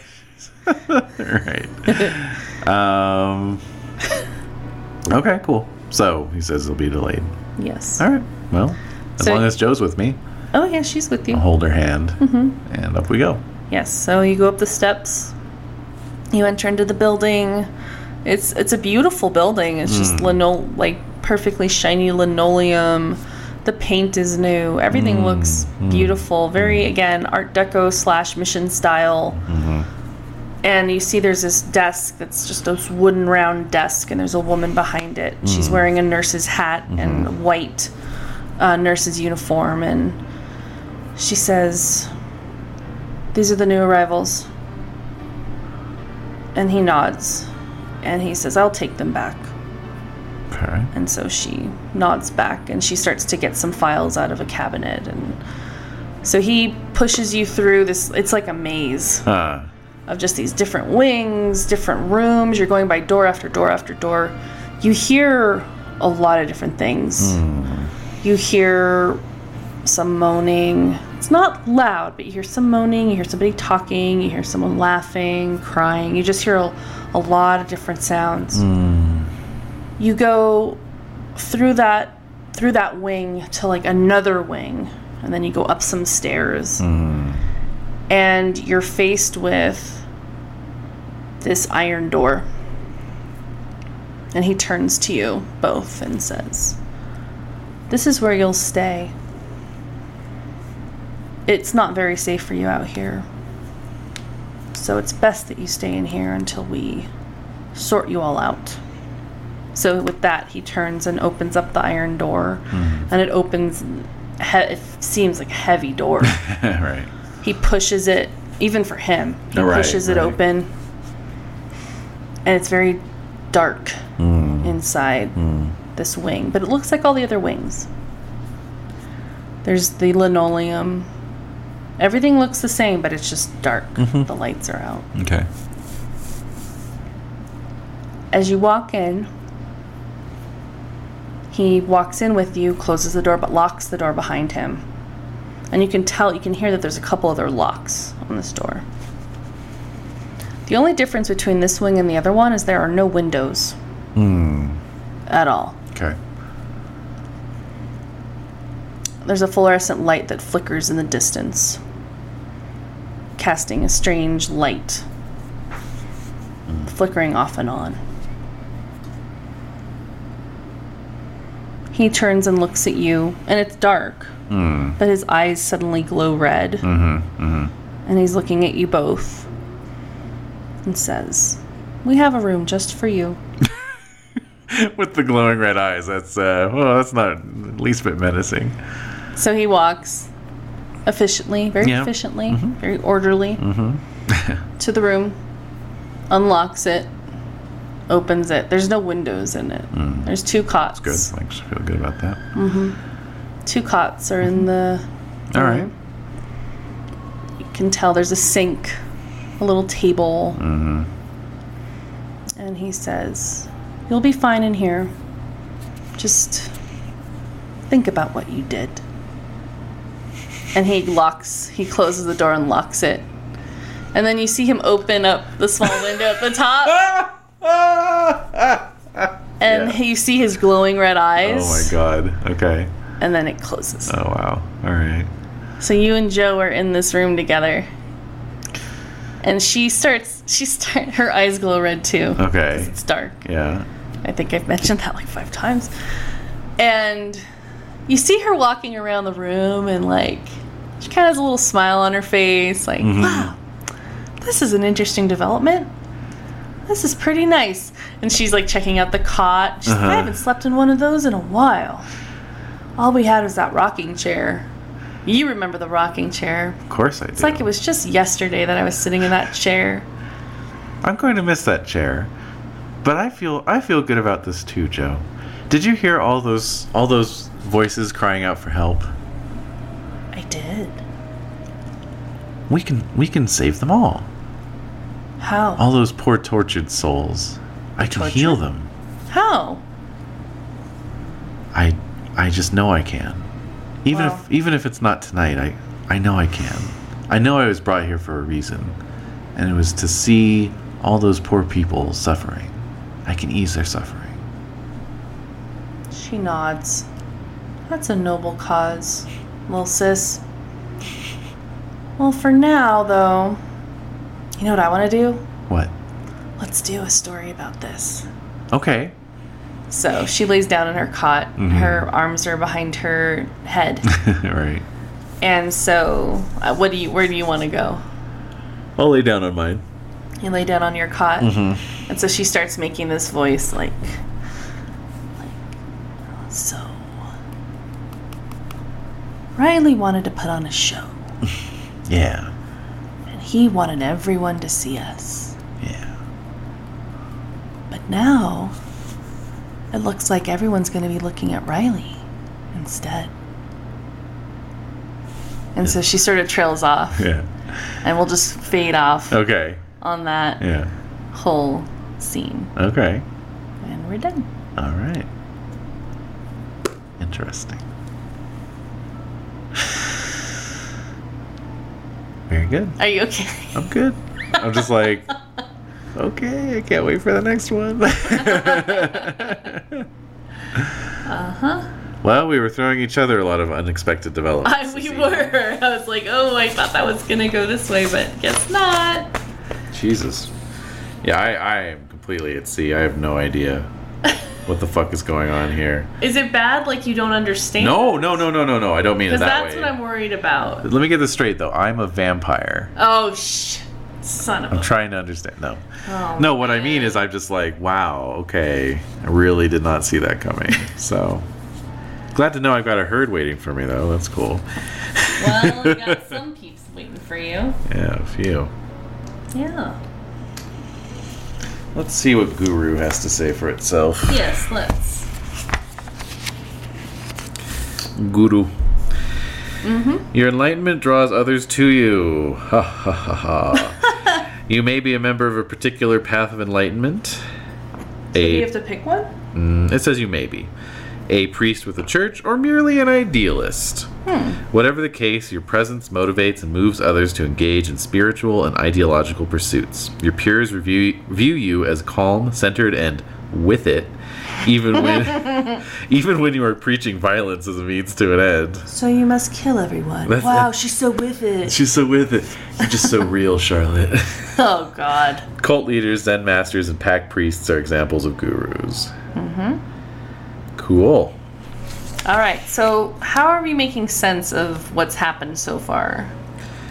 Speaker 1: right. um, okay, cool. So he says he'll be delayed.
Speaker 3: Yes.
Speaker 1: All right. Well, as
Speaker 3: So-
Speaker 1: long as Joe's with me,
Speaker 3: Oh yeah, she's with you.
Speaker 1: I'll hold her hand, and up we go.
Speaker 3: Yes. So you go up the steps. You enter into the building. It's it's a beautiful building. It's just linol like perfectly shiny linoleum. The paint is new. Everything looks beautiful. Very again Art Deco slash Mission style. And you see there's this desk that's just this wooden round desk, and there's a woman behind it. She's wearing a nurse's hat and a white uh, nurse's uniform, and she says, These are the new arrivals. And he nods, and he says, I'll take them back.
Speaker 1: Okay.
Speaker 3: And so she nods back, and she starts to get some files out of a cabinet. And so he pushes you through this, it's like a maze
Speaker 1: Uh,
Speaker 3: of just these different wings, different rooms. You're going by door after door after door. You hear a lot of different things. You hear some moaning. It's not loud, but you hear some moaning. You hear somebody talking. You hear someone laughing, crying. You just hear a, a lot of different sounds. You go through that through that wing to like another wing, and then you go up some stairs and you're faced with this iron door. And he turns to you both and says, This is where you'll stay. It's not very safe for you out here. So it's best that you stay in here until we sort you all out. So with that, he turns and opens up the iron door, and it opens. He- it seems like a heavy door
Speaker 1: right.
Speaker 3: he pushes it even for him he
Speaker 1: Right,
Speaker 3: pushes it
Speaker 1: right.
Speaker 3: open and it's very dark
Speaker 1: Mm.
Speaker 3: inside this wing but it looks like all the other wings there's the linoleum everything looks the same but it's just dark
Speaker 1: Mm-hmm.
Speaker 3: the lights are out
Speaker 1: Okay.
Speaker 3: as you walk in he walks in with you closes the door but locks the door behind him and you can tell you can hear that there's a couple other locks on this door the only difference between this wing and the other one is there are no windows at all
Speaker 1: Okay.
Speaker 3: There's a fluorescent light that flickers in the distance, casting a strange light, flickering off and on. He turns and looks at you, and it's dark, but his eyes suddenly glow red. And he's looking at you both and says, We have a room just for you.
Speaker 1: With the glowing red eyes, that's uh, well, that's not least bit menacing.
Speaker 3: So he walks efficiently, very
Speaker 1: Yeah. Mm-hmm.
Speaker 3: efficiently, very orderly to the room, unlocks it, opens it. There's no windows in it. There's two cots.
Speaker 1: Mm. Good, Mm-hmm. I actually feel good about that.
Speaker 3: Two cots are in the.
Speaker 1: All right.
Speaker 3: You can tell there's a sink, a little table.
Speaker 1: Mm-hmm.
Speaker 3: And he says, You'll be fine in here. Just think about what you did. And he locks, he closes the door and locks it. And then you see him open up the small window at the top,
Speaker 1: Mm-hmm.
Speaker 3: and
Speaker 1: Yeah.
Speaker 3: you see his glowing red eyes.
Speaker 1: Oh my god. Okay.
Speaker 3: And then it closes.
Speaker 1: Oh wow. All right.
Speaker 3: So you and Joe are in this room together. And she starts she start her eyes glow red too.
Speaker 1: Okay.
Speaker 3: It's dark.
Speaker 1: Yeah.
Speaker 3: I think I've mentioned that like 5 times. And you see her walking around the room and like she kind of has a little smile on her face like wow. This is an interesting development. This is pretty nice. And she's like checking out the cot. She's like,
Speaker 1: Uh-huh.
Speaker 3: I haven't slept in one of those in a while. All we had was that rocking chair. You remember the rocking chair.
Speaker 1: Of course I do.
Speaker 3: It's like it was just yesterday that I was sitting in that chair.
Speaker 1: I'm going to miss that chair. But I feel I feel good about this too, Joe. Did you hear all those all those voices crying out for help?
Speaker 3: I did.
Speaker 1: We can we can save them all.
Speaker 3: How?
Speaker 1: All those poor tortured souls. I can heal
Speaker 3: Tortured?
Speaker 1: them.
Speaker 3: How?
Speaker 1: I I just know I can. Even
Speaker 3: Wow.
Speaker 1: if even if it's not tonight, I I know I can. I know I was brought here for a reason, and it was to see all those poor people suffering. I can ease their suffering.
Speaker 3: She nods. That's a noble cause, little sis. Well, for now, though, you know what I want to do?
Speaker 1: What?
Speaker 3: Let's do a story about this.
Speaker 1: Okay.
Speaker 3: So she lays down in her cot. Her arms are behind her head.
Speaker 1: all right.
Speaker 3: and so, uh, what do you? Where do you want to go?
Speaker 1: I'll lay down on mine.
Speaker 3: You lay down on your cot,
Speaker 1: Mm-hmm.
Speaker 3: and so she starts making this voice like, like so. Riley wanted to put on a show,
Speaker 1: Yeah.
Speaker 3: and he wanted everyone to see us.
Speaker 1: Yeah.
Speaker 3: But now, it looks like everyone's going to be looking at Riley instead. And so she sort of trails off,
Speaker 1: Yeah.
Speaker 3: and we'll just fade off
Speaker 1: Okay.
Speaker 3: on that
Speaker 1: Yeah.
Speaker 3: whole scene,
Speaker 1: Okay.
Speaker 3: and we're done.
Speaker 1: All right. Interesting. Very good.
Speaker 3: Are you okay?
Speaker 1: I'm good. I'm just like, okay, I can't wait for the next one. uh-huh.
Speaker 3: Uh-huh.
Speaker 1: Well, we were throwing each other a lot of unexpected developments.
Speaker 3: I, we
Speaker 1: this evening.
Speaker 3: were. I was like, oh, I thought that was gonna go this way, but guess not.
Speaker 1: Jesus. Yeah, I, I am completely at sea. I have no idea what the fuck is going on here.
Speaker 3: Is it bad? Like you don't understand?
Speaker 1: No, no, no, no, no, no. I don't mean it that
Speaker 3: because that's
Speaker 1: way.
Speaker 3: what I'm worried about.
Speaker 1: Let me get this straight, though. I'm a vampire.
Speaker 3: Oh sh, son of a.
Speaker 1: I'm trying to understand. No.
Speaker 3: Oh,
Speaker 1: No, what I mean is I'm just like, wow, okay. I really did not see that coming. So glad to know I've got a herd waiting for me though. That's cool.
Speaker 3: Well, we got some peeps waiting for you.
Speaker 1: Yeah, a few.
Speaker 3: Yeah.
Speaker 1: Let's see what Guru has to say for itself.
Speaker 3: Yes. Let's.
Speaker 1: Guru. Your enlightenment draws others to you. Ha ha ha ha. you may be a member of a particular path of enlightenment.
Speaker 3: Do
Speaker 1: A
Speaker 3: you have to pick one?
Speaker 1: Mm, It says you may be a priest with a church or merely an idealist. Whatever the case, your presence motivates and moves others to engage in spiritual and ideological pursuits. Your peers review, view you as calm, centered, and with it, even when even when you are preaching violence as a means to an end.
Speaker 3: So you must kill everyone.
Speaker 1: That's-
Speaker 3: wow, she's so with it.
Speaker 1: She's so with it. You're just so real, Charlotte.
Speaker 3: oh God.
Speaker 1: Cult leaders, Zen masters, and pack priests are examples of gurus. Mm-hmm. Cool.
Speaker 3: All right. So how are we making sense of what's happened so far?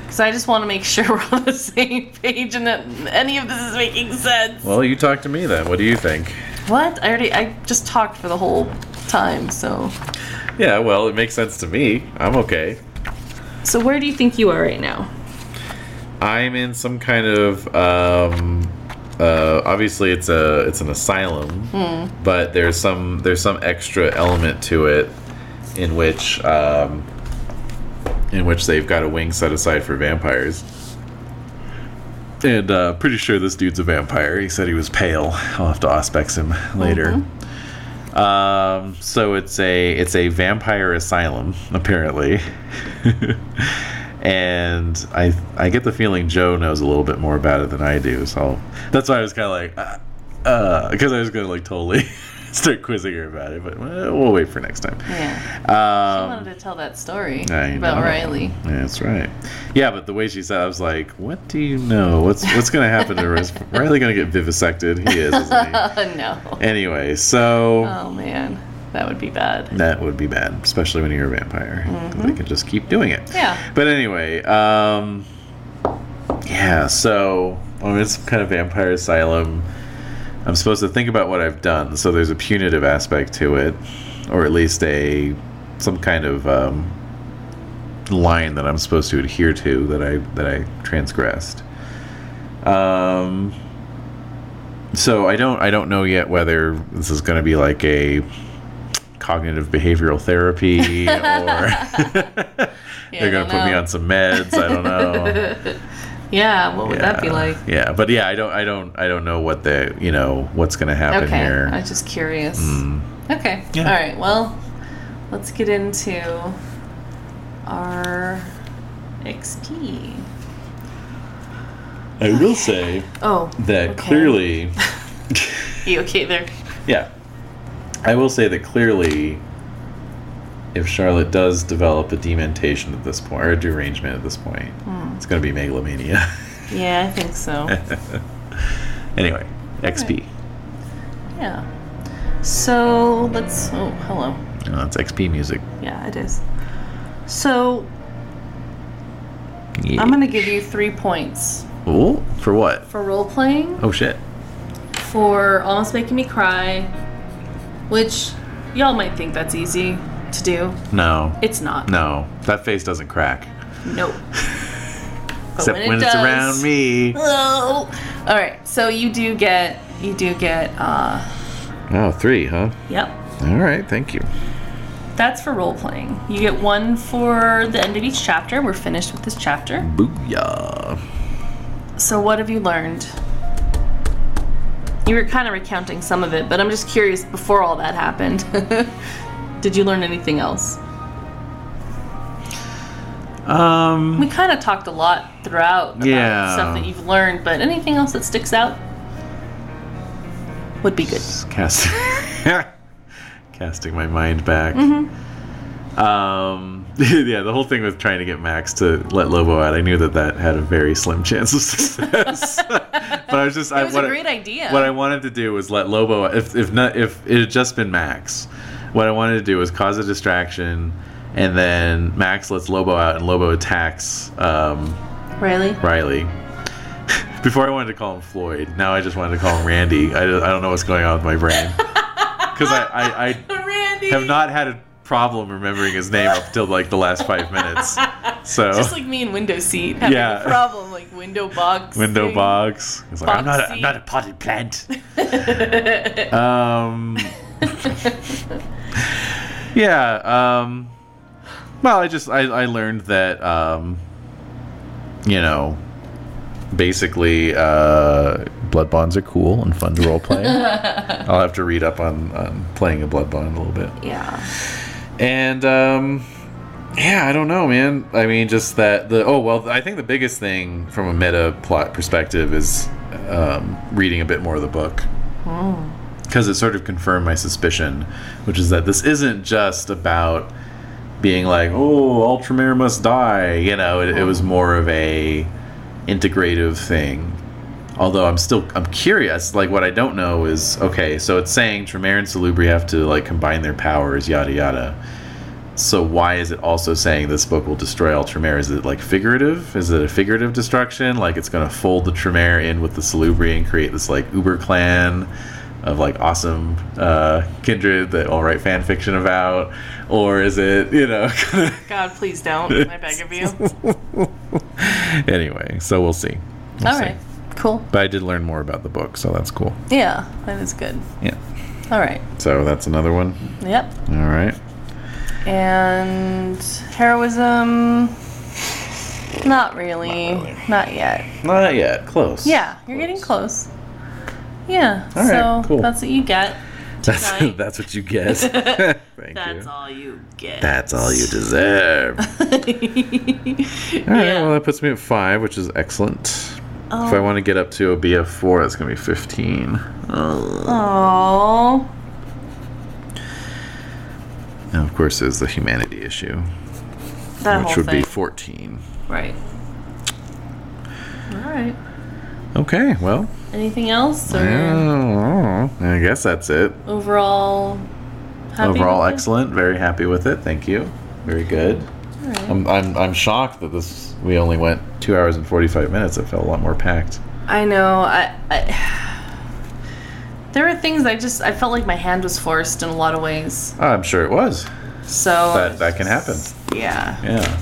Speaker 3: Because I just want to make sure we're on the same page and that any of this is making sense.
Speaker 1: Well, you talk to me then. What do you think?
Speaker 3: What? I already. I just talked for the whole time. So.
Speaker 1: Yeah, well, it makes sense to me. I'm okay.
Speaker 3: So where do you think you are right now?
Speaker 1: I'm in some kind of um, uh, obviously it's a it's an asylum, but there's some there's some extra element to it in which um, in which they've got a wing set aside for vampires. And uh, pretty sure this dude's a vampire. He said he was pale. I'll have to auspex him later. Um, so it's a it's a vampire asylum apparently, and I I get the feeling Joe knows a little bit more about it than I do. So that's why I was kind of like, because I was gonna like totally start quizzing her about it, but uh, we'll wait for next time.
Speaker 3: Yeah. I
Speaker 1: Um,
Speaker 3: wanted to tell that story
Speaker 1: I
Speaker 3: about
Speaker 1: know.
Speaker 3: Riley.
Speaker 1: That's right. Yeah, but the way she said, it, I was like, "What do you know? What's what's going to happen to her? Is Riley going to get vivisected? He is, isn't he?"
Speaker 3: Uh, no.
Speaker 1: Anyway, so
Speaker 3: Oh man, that would be bad.
Speaker 1: that would be bad, especially when you're a vampire. 'cause They could just keep doing it.
Speaker 3: Yeah.
Speaker 1: But anyway, um, yeah. So I'm in some kind of vampire asylum. I'm supposed to think about what I've done, so there's a punitive aspect to it, or at least a some kind of um, line that I'm supposed to adhere to that I that I transgressed. Um, so I don't I don't know yet whether this is going to be like a cognitive behavioral therapy or
Speaker 3: Yeah,
Speaker 1: they're
Speaker 3: I
Speaker 1: going
Speaker 3: don't
Speaker 1: to put me
Speaker 3: know.
Speaker 1: on some meds. I don't know.
Speaker 3: Yeah. What would that be
Speaker 1: Yeah.
Speaker 3: like?
Speaker 1: Yeah, but yeah, I don't, I don't, I don't know what the, you know, what's gonna happen
Speaker 3: Okay.
Speaker 1: here. Mm. Hmm.
Speaker 3: I was just curious. Okay.
Speaker 1: Yeah.
Speaker 3: All right. Well, let's get into our XP.
Speaker 1: I will say
Speaker 3: Oh.
Speaker 1: that
Speaker 3: okay.
Speaker 1: clearly,
Speaker 3: You okay there?
Speaker 1: yeah, I will say that clearly, if Charlotte does develop a dementation at this point or a derangement at this point,
Speaker 3: Hmm.
Speaker 1: it's gonna be megalomania.
Speaker 3: Yeah, I think so.
Speaker 1: anyway, XP.
Speaker 3: yeah. So let's. Oh, hello.
Speaker 1: Oh, that's XP music.
Speaker 3: Yeah, it is. So
Speaker 1: Yeah.
Speaker 3: I'm gonna give you three points
Speaker 1: Ooh, for what?
Speaker 3: for role playing,
Speaker 1: Oh shit.
Speaker 3: for almost making me cry, which y'all might think that's easy to do.
Speaker 1: No.
Speaker 3: It's not.
Speaker 1: no, that face doesn't crack.
Speaker 3: Nope. But
Speaker 1: Except when, it's
Speaker 3: does-
Speaker 1: around me.
Speaker 3: Oh. All right. So you do get you do get uh
Speaker 1: Oh, three, huh?
Speaker 3: yep.
Speaker 1: All right, thank you.
Speaker 3: That's for role playing. You get one for the end of each chapter. We're finished with this chapter.
Speaker 1: Booyah.
Speaker 3: So what have you learned? You were kind of recounting some of it, but I'm just curious before all that happened. Did you learn anything else?
Speaker 1: Um,
Speaker 3: We kind of talked a lot throughout about
Speaker 1: Yeah.
Speaker 3: stuff that you've learned, but anything else that sticks out would be good.
Speaker 1: just cast, casting my mind back.
Speaker 3: Mm-hmm.
Speaker 1: Um, yeah, the whole thing with trying to get Max to let Lobo out, I knew that that had a very slim chance of success. but I was just, I,
Speaker 3: It was
Speaker 1: what
Speaker 3: a
Speaker 1: I-
Speaker 3: great idea.
Speaker 1: What I wanted to do was let Lobo. If if not, if it had just been Max, what I wanted to do was cause a distraction, and then Max lets Lobo out, and Lobo attacks um,
Speaker 3: Riley?
Speaker 1: Riley. Before I wanted to call him Floyd. Now I just wanted to call him Randy. I, don't- I don't know what's going on with my brain. Because I, I, I
Speaker 3: Randy!
Speaker 1: have not had a problem remembering his name up till like the last five minutes. So,
Speaker 3: Just like me and window seat having
Speaker 1: Yeah.
Speaker 3: a problem, like window box.
Speaker 1: window
Speaker 3: thing.
Speaker 1: box. It's like, I'm, not a,
Speaker 3: Boxy.
Speaker 1: I'm not a potted plant. um, yeah. Um, well, I just, I, I learned that, um, you know, basically uh, blood bonds are cool and fun to role play. I'll have to read up on, on playing a blood bond a little bit.
Speaker 3: Yeah.
Speaker 1: And um yeah, I don't know, man. I mean, just that the oh well, I think the biggest thing from a meta plot perspective is um, reading a bit more of the book. because it sort of confirmed my suspicion, which is that this isn't just about being like, "Oh, Ultramar must die." You know, it, it was more of a integrative thing. Although I'm still I'm curious. Like, what I don't know is okay. So it's saying Tremere and Salubri have to like combine their powers, yada yada. So why is it also saying this book will destroy all Tremere? Is it like figurative? Is it a figurative destruction? Like it's going to fold the Tremere in with the Salubri and create this like Uber clan of like awesome uh, kindred that I'll write fan fiction about, or is it you know?
Speaker 3: God, please don't. I beg of you. All
Speaker 1: anyway, so we'll see. We'll see.
Speaker 3: right. Cool.
Speaker 1: But I did learn more about the book, so that's cool.
Speaker 3: Yeah, that is good.
Speaker 1: Yeah.
Speaker 3: All right.
Speaker 1: So that's another one.
Speaker 3: Yep.
Speaker 1: All right.
Speaker 3: And heroism. Not really. Not, yet.
Speaker 1: Not yet. Close.
Speaker 3: Yeah, you're getting close. Yeah.
Speaker 1: All
Speaker 3: so
Speaker 1: right, cool.
Speaker 3: that's what you get.
Speaker 1: That's,
Speaker 3: tonight.
Speaker 1: that's what you get. Thank
Speaker 3: That's
Speaker 1: you.
Speaker 3: all you get.
Speaker 1: That's all you deserve. All right,
Speaker 3: yeah.
Speaker 1: well, that puts me at five, which is excellent. If
Speaker 3: Oh.
Speaker 1: I want to get up to a BF4, that's going to be 15. Oh.
Speaker 3: Aw.
Speaker 1: And of course, there's the humanity issue,
Speaker 3: That
Speaker 1: which
Speaker 3: whole
Speaker 1: would
Speaker 3: thing.
Speaker 1: be 14.
Speaker 3: right. All right.
Speaker 1: Okay, well,
Speaker 3: Anything else? Or
Speaker 1: yeah, I guess that's it.
Speaker 3: Overall. Happy
Speaker 1: Overall,
Speaker 3: with it?
Speaker 1: excellent. Very happy with it. Thank you. Very good.
Speaker 3: All right.
Speaker 1: I'm, I'm, I'm shocked that this we only went two hours and 45 minutes. It felt a lot more packed.
Speaker 3: I know. I, I there were things I just I felt like my hand was forced in a lot of ways.
Speaker 1: I'm sure it was.
Speaker 3: So
Speaker 1: That, that can happen.
Speaker 3: yeah,
Speaker 1: Yeah.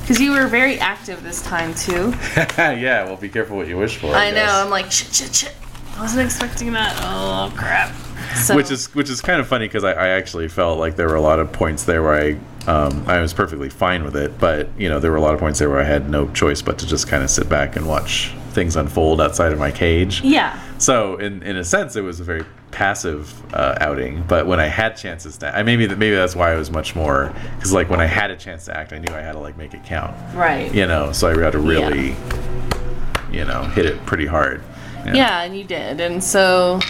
Speaker 3: because you were very active this time too.
Speaker 1: yeah, well, be careful what you wish for.
Speaker 3: I, know.
Speaker 1: guess.
Speaker 3: I'm like shit, shit, shit. I wasn't expecting that. Oh crap. So,
Speaker 1: which is which is kind of funny because I, I actually felt like there were a lot of points there where I um, I was perfectly fine with it, but you know there were a lot of points there where I had no choice but to just kind of sit back and watch things unfold outside of my cage.
Speaker 3: yeah.
Speaker 1: So in in a sense, it was a very passive uh, outing. But when I had chances to, I maybe that maybe that's why I was much more because like when I had a chance to act, I knew I had to like make it count.
Speaker 3: Right.
Speaker 1: You know, so I had to really, you know, hit it pretty hard.
Speaker 3: Yeah, and you did, and so,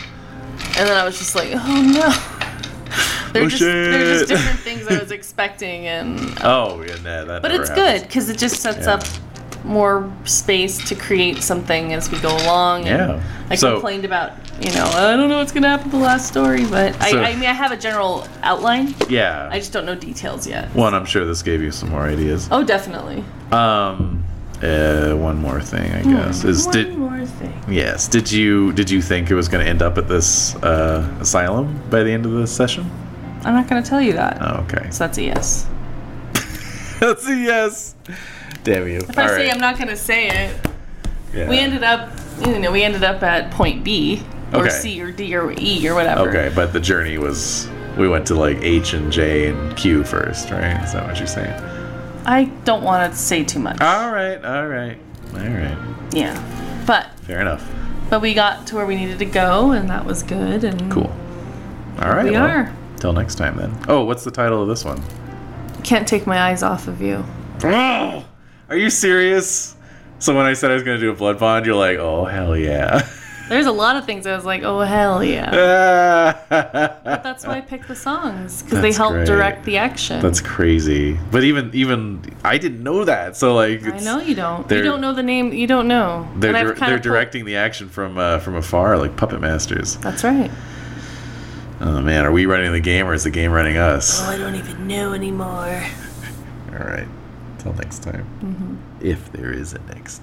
Speaker 3: and then I was just like, oh no. They're
Speaker 1: Oh,
Speaker 3: just they're
Speaker 1: shit.
Speaker 3: just different things I was expecting, and
Speaker 1: Oh, yeah, no, that.
Speaker 3: But
Speaker 1: never
Speaker 3: it's
Speaker 1: happens.
Speaker 3: good because it just sets
Speaker 1: Yeah.
Speaker 3: up more space to create something as we go along. and
Speaker 1: Yeah.
Speaker 3: I
Speaker 1: So-
Speaker 3: complained about, you know, I don't know what's going to happen to the last story, but
Speaker 1: So-
Speaker 3: I, I mean, I have a general outline.
Speaker 1: Yeah.
Speaker 3: I just don't know details yet.
Speaker 1: One, I'm sure this gave you some more ideas.
Speaker 3: Oh, definitely.
Speaker 1: Um, uh, one more thing, I guess is
Speaker 3: One
Speaker 1: did
Speaker 3: more thing.
Speaker 1: yes did you did you think it was going to end up at this uh, asylum by the end of the session?
Speaker 3: I'm not going to tell you that.
Speaker 1: Oh, okay,
Speaker 3: So that's a yes.
Speaker 1: that's a yes. Damn you!
Speaker 3: If I say I'm not going to say it,
Speaker 1: Yeah.
Speaker 3: we ended up, you know, we ended up at point B or
Speaker 1: Okay.
Speaker 3: C or D or E or whatever.
Speaker 1: Okay, but the journey was we went to like H and J and Q first, right? Is that what you're saying?
Speaker 3: I don't want to say too much.
Speaker 1: All right, all right, all right.
Speaker 3: yeah. But
Speaker 1: Fair enough.
Speaker 3: But we got to where we needed to go, and that was good. And
Speaker 1: Cool. All right.
Speaker 3: We
Speaker 1: well,
Speaker 3: are.
Speaker 1: Till next time then. Oh, what's the title of this one?
Speaker 3: Can't take my eyes off of you.
Speaker 1: Oh, are you serious? So when I said I was going to do a blood bond, you're like, oh hell yeah.
Speaker 3: There's a lot of things I was like, oh hell yeah.
Speaker 1: That's
Speaker 3: That's why I picked the songs because they
Speaker 1: That's
Speaker 3: help
Speaker 1: great.
Speaker 3: direct the action.
Speaker 1: crazy. But even even I didn't know that. So like,
Speaker 3: I know you don't.
Speaker 1: they're-
Speaker 3: You don't know the name. You don't know.
Speaker 1: They're
Speaker 3: And I've
Speaker 1: dir-
Speaker 3: kinda
Speaker 1: they're
Speaker 3: pulled-
Speaker 1: directing the action from uh, from afar, like puppet masters.
Speaker 3: That's right.
Speaker 1: Oh man, are we running the game or is the game running us?
Speaker 3: Oh, I don't even know anymore. Mm-hmm.
Speaker 1: All right. Till next time. If there is a next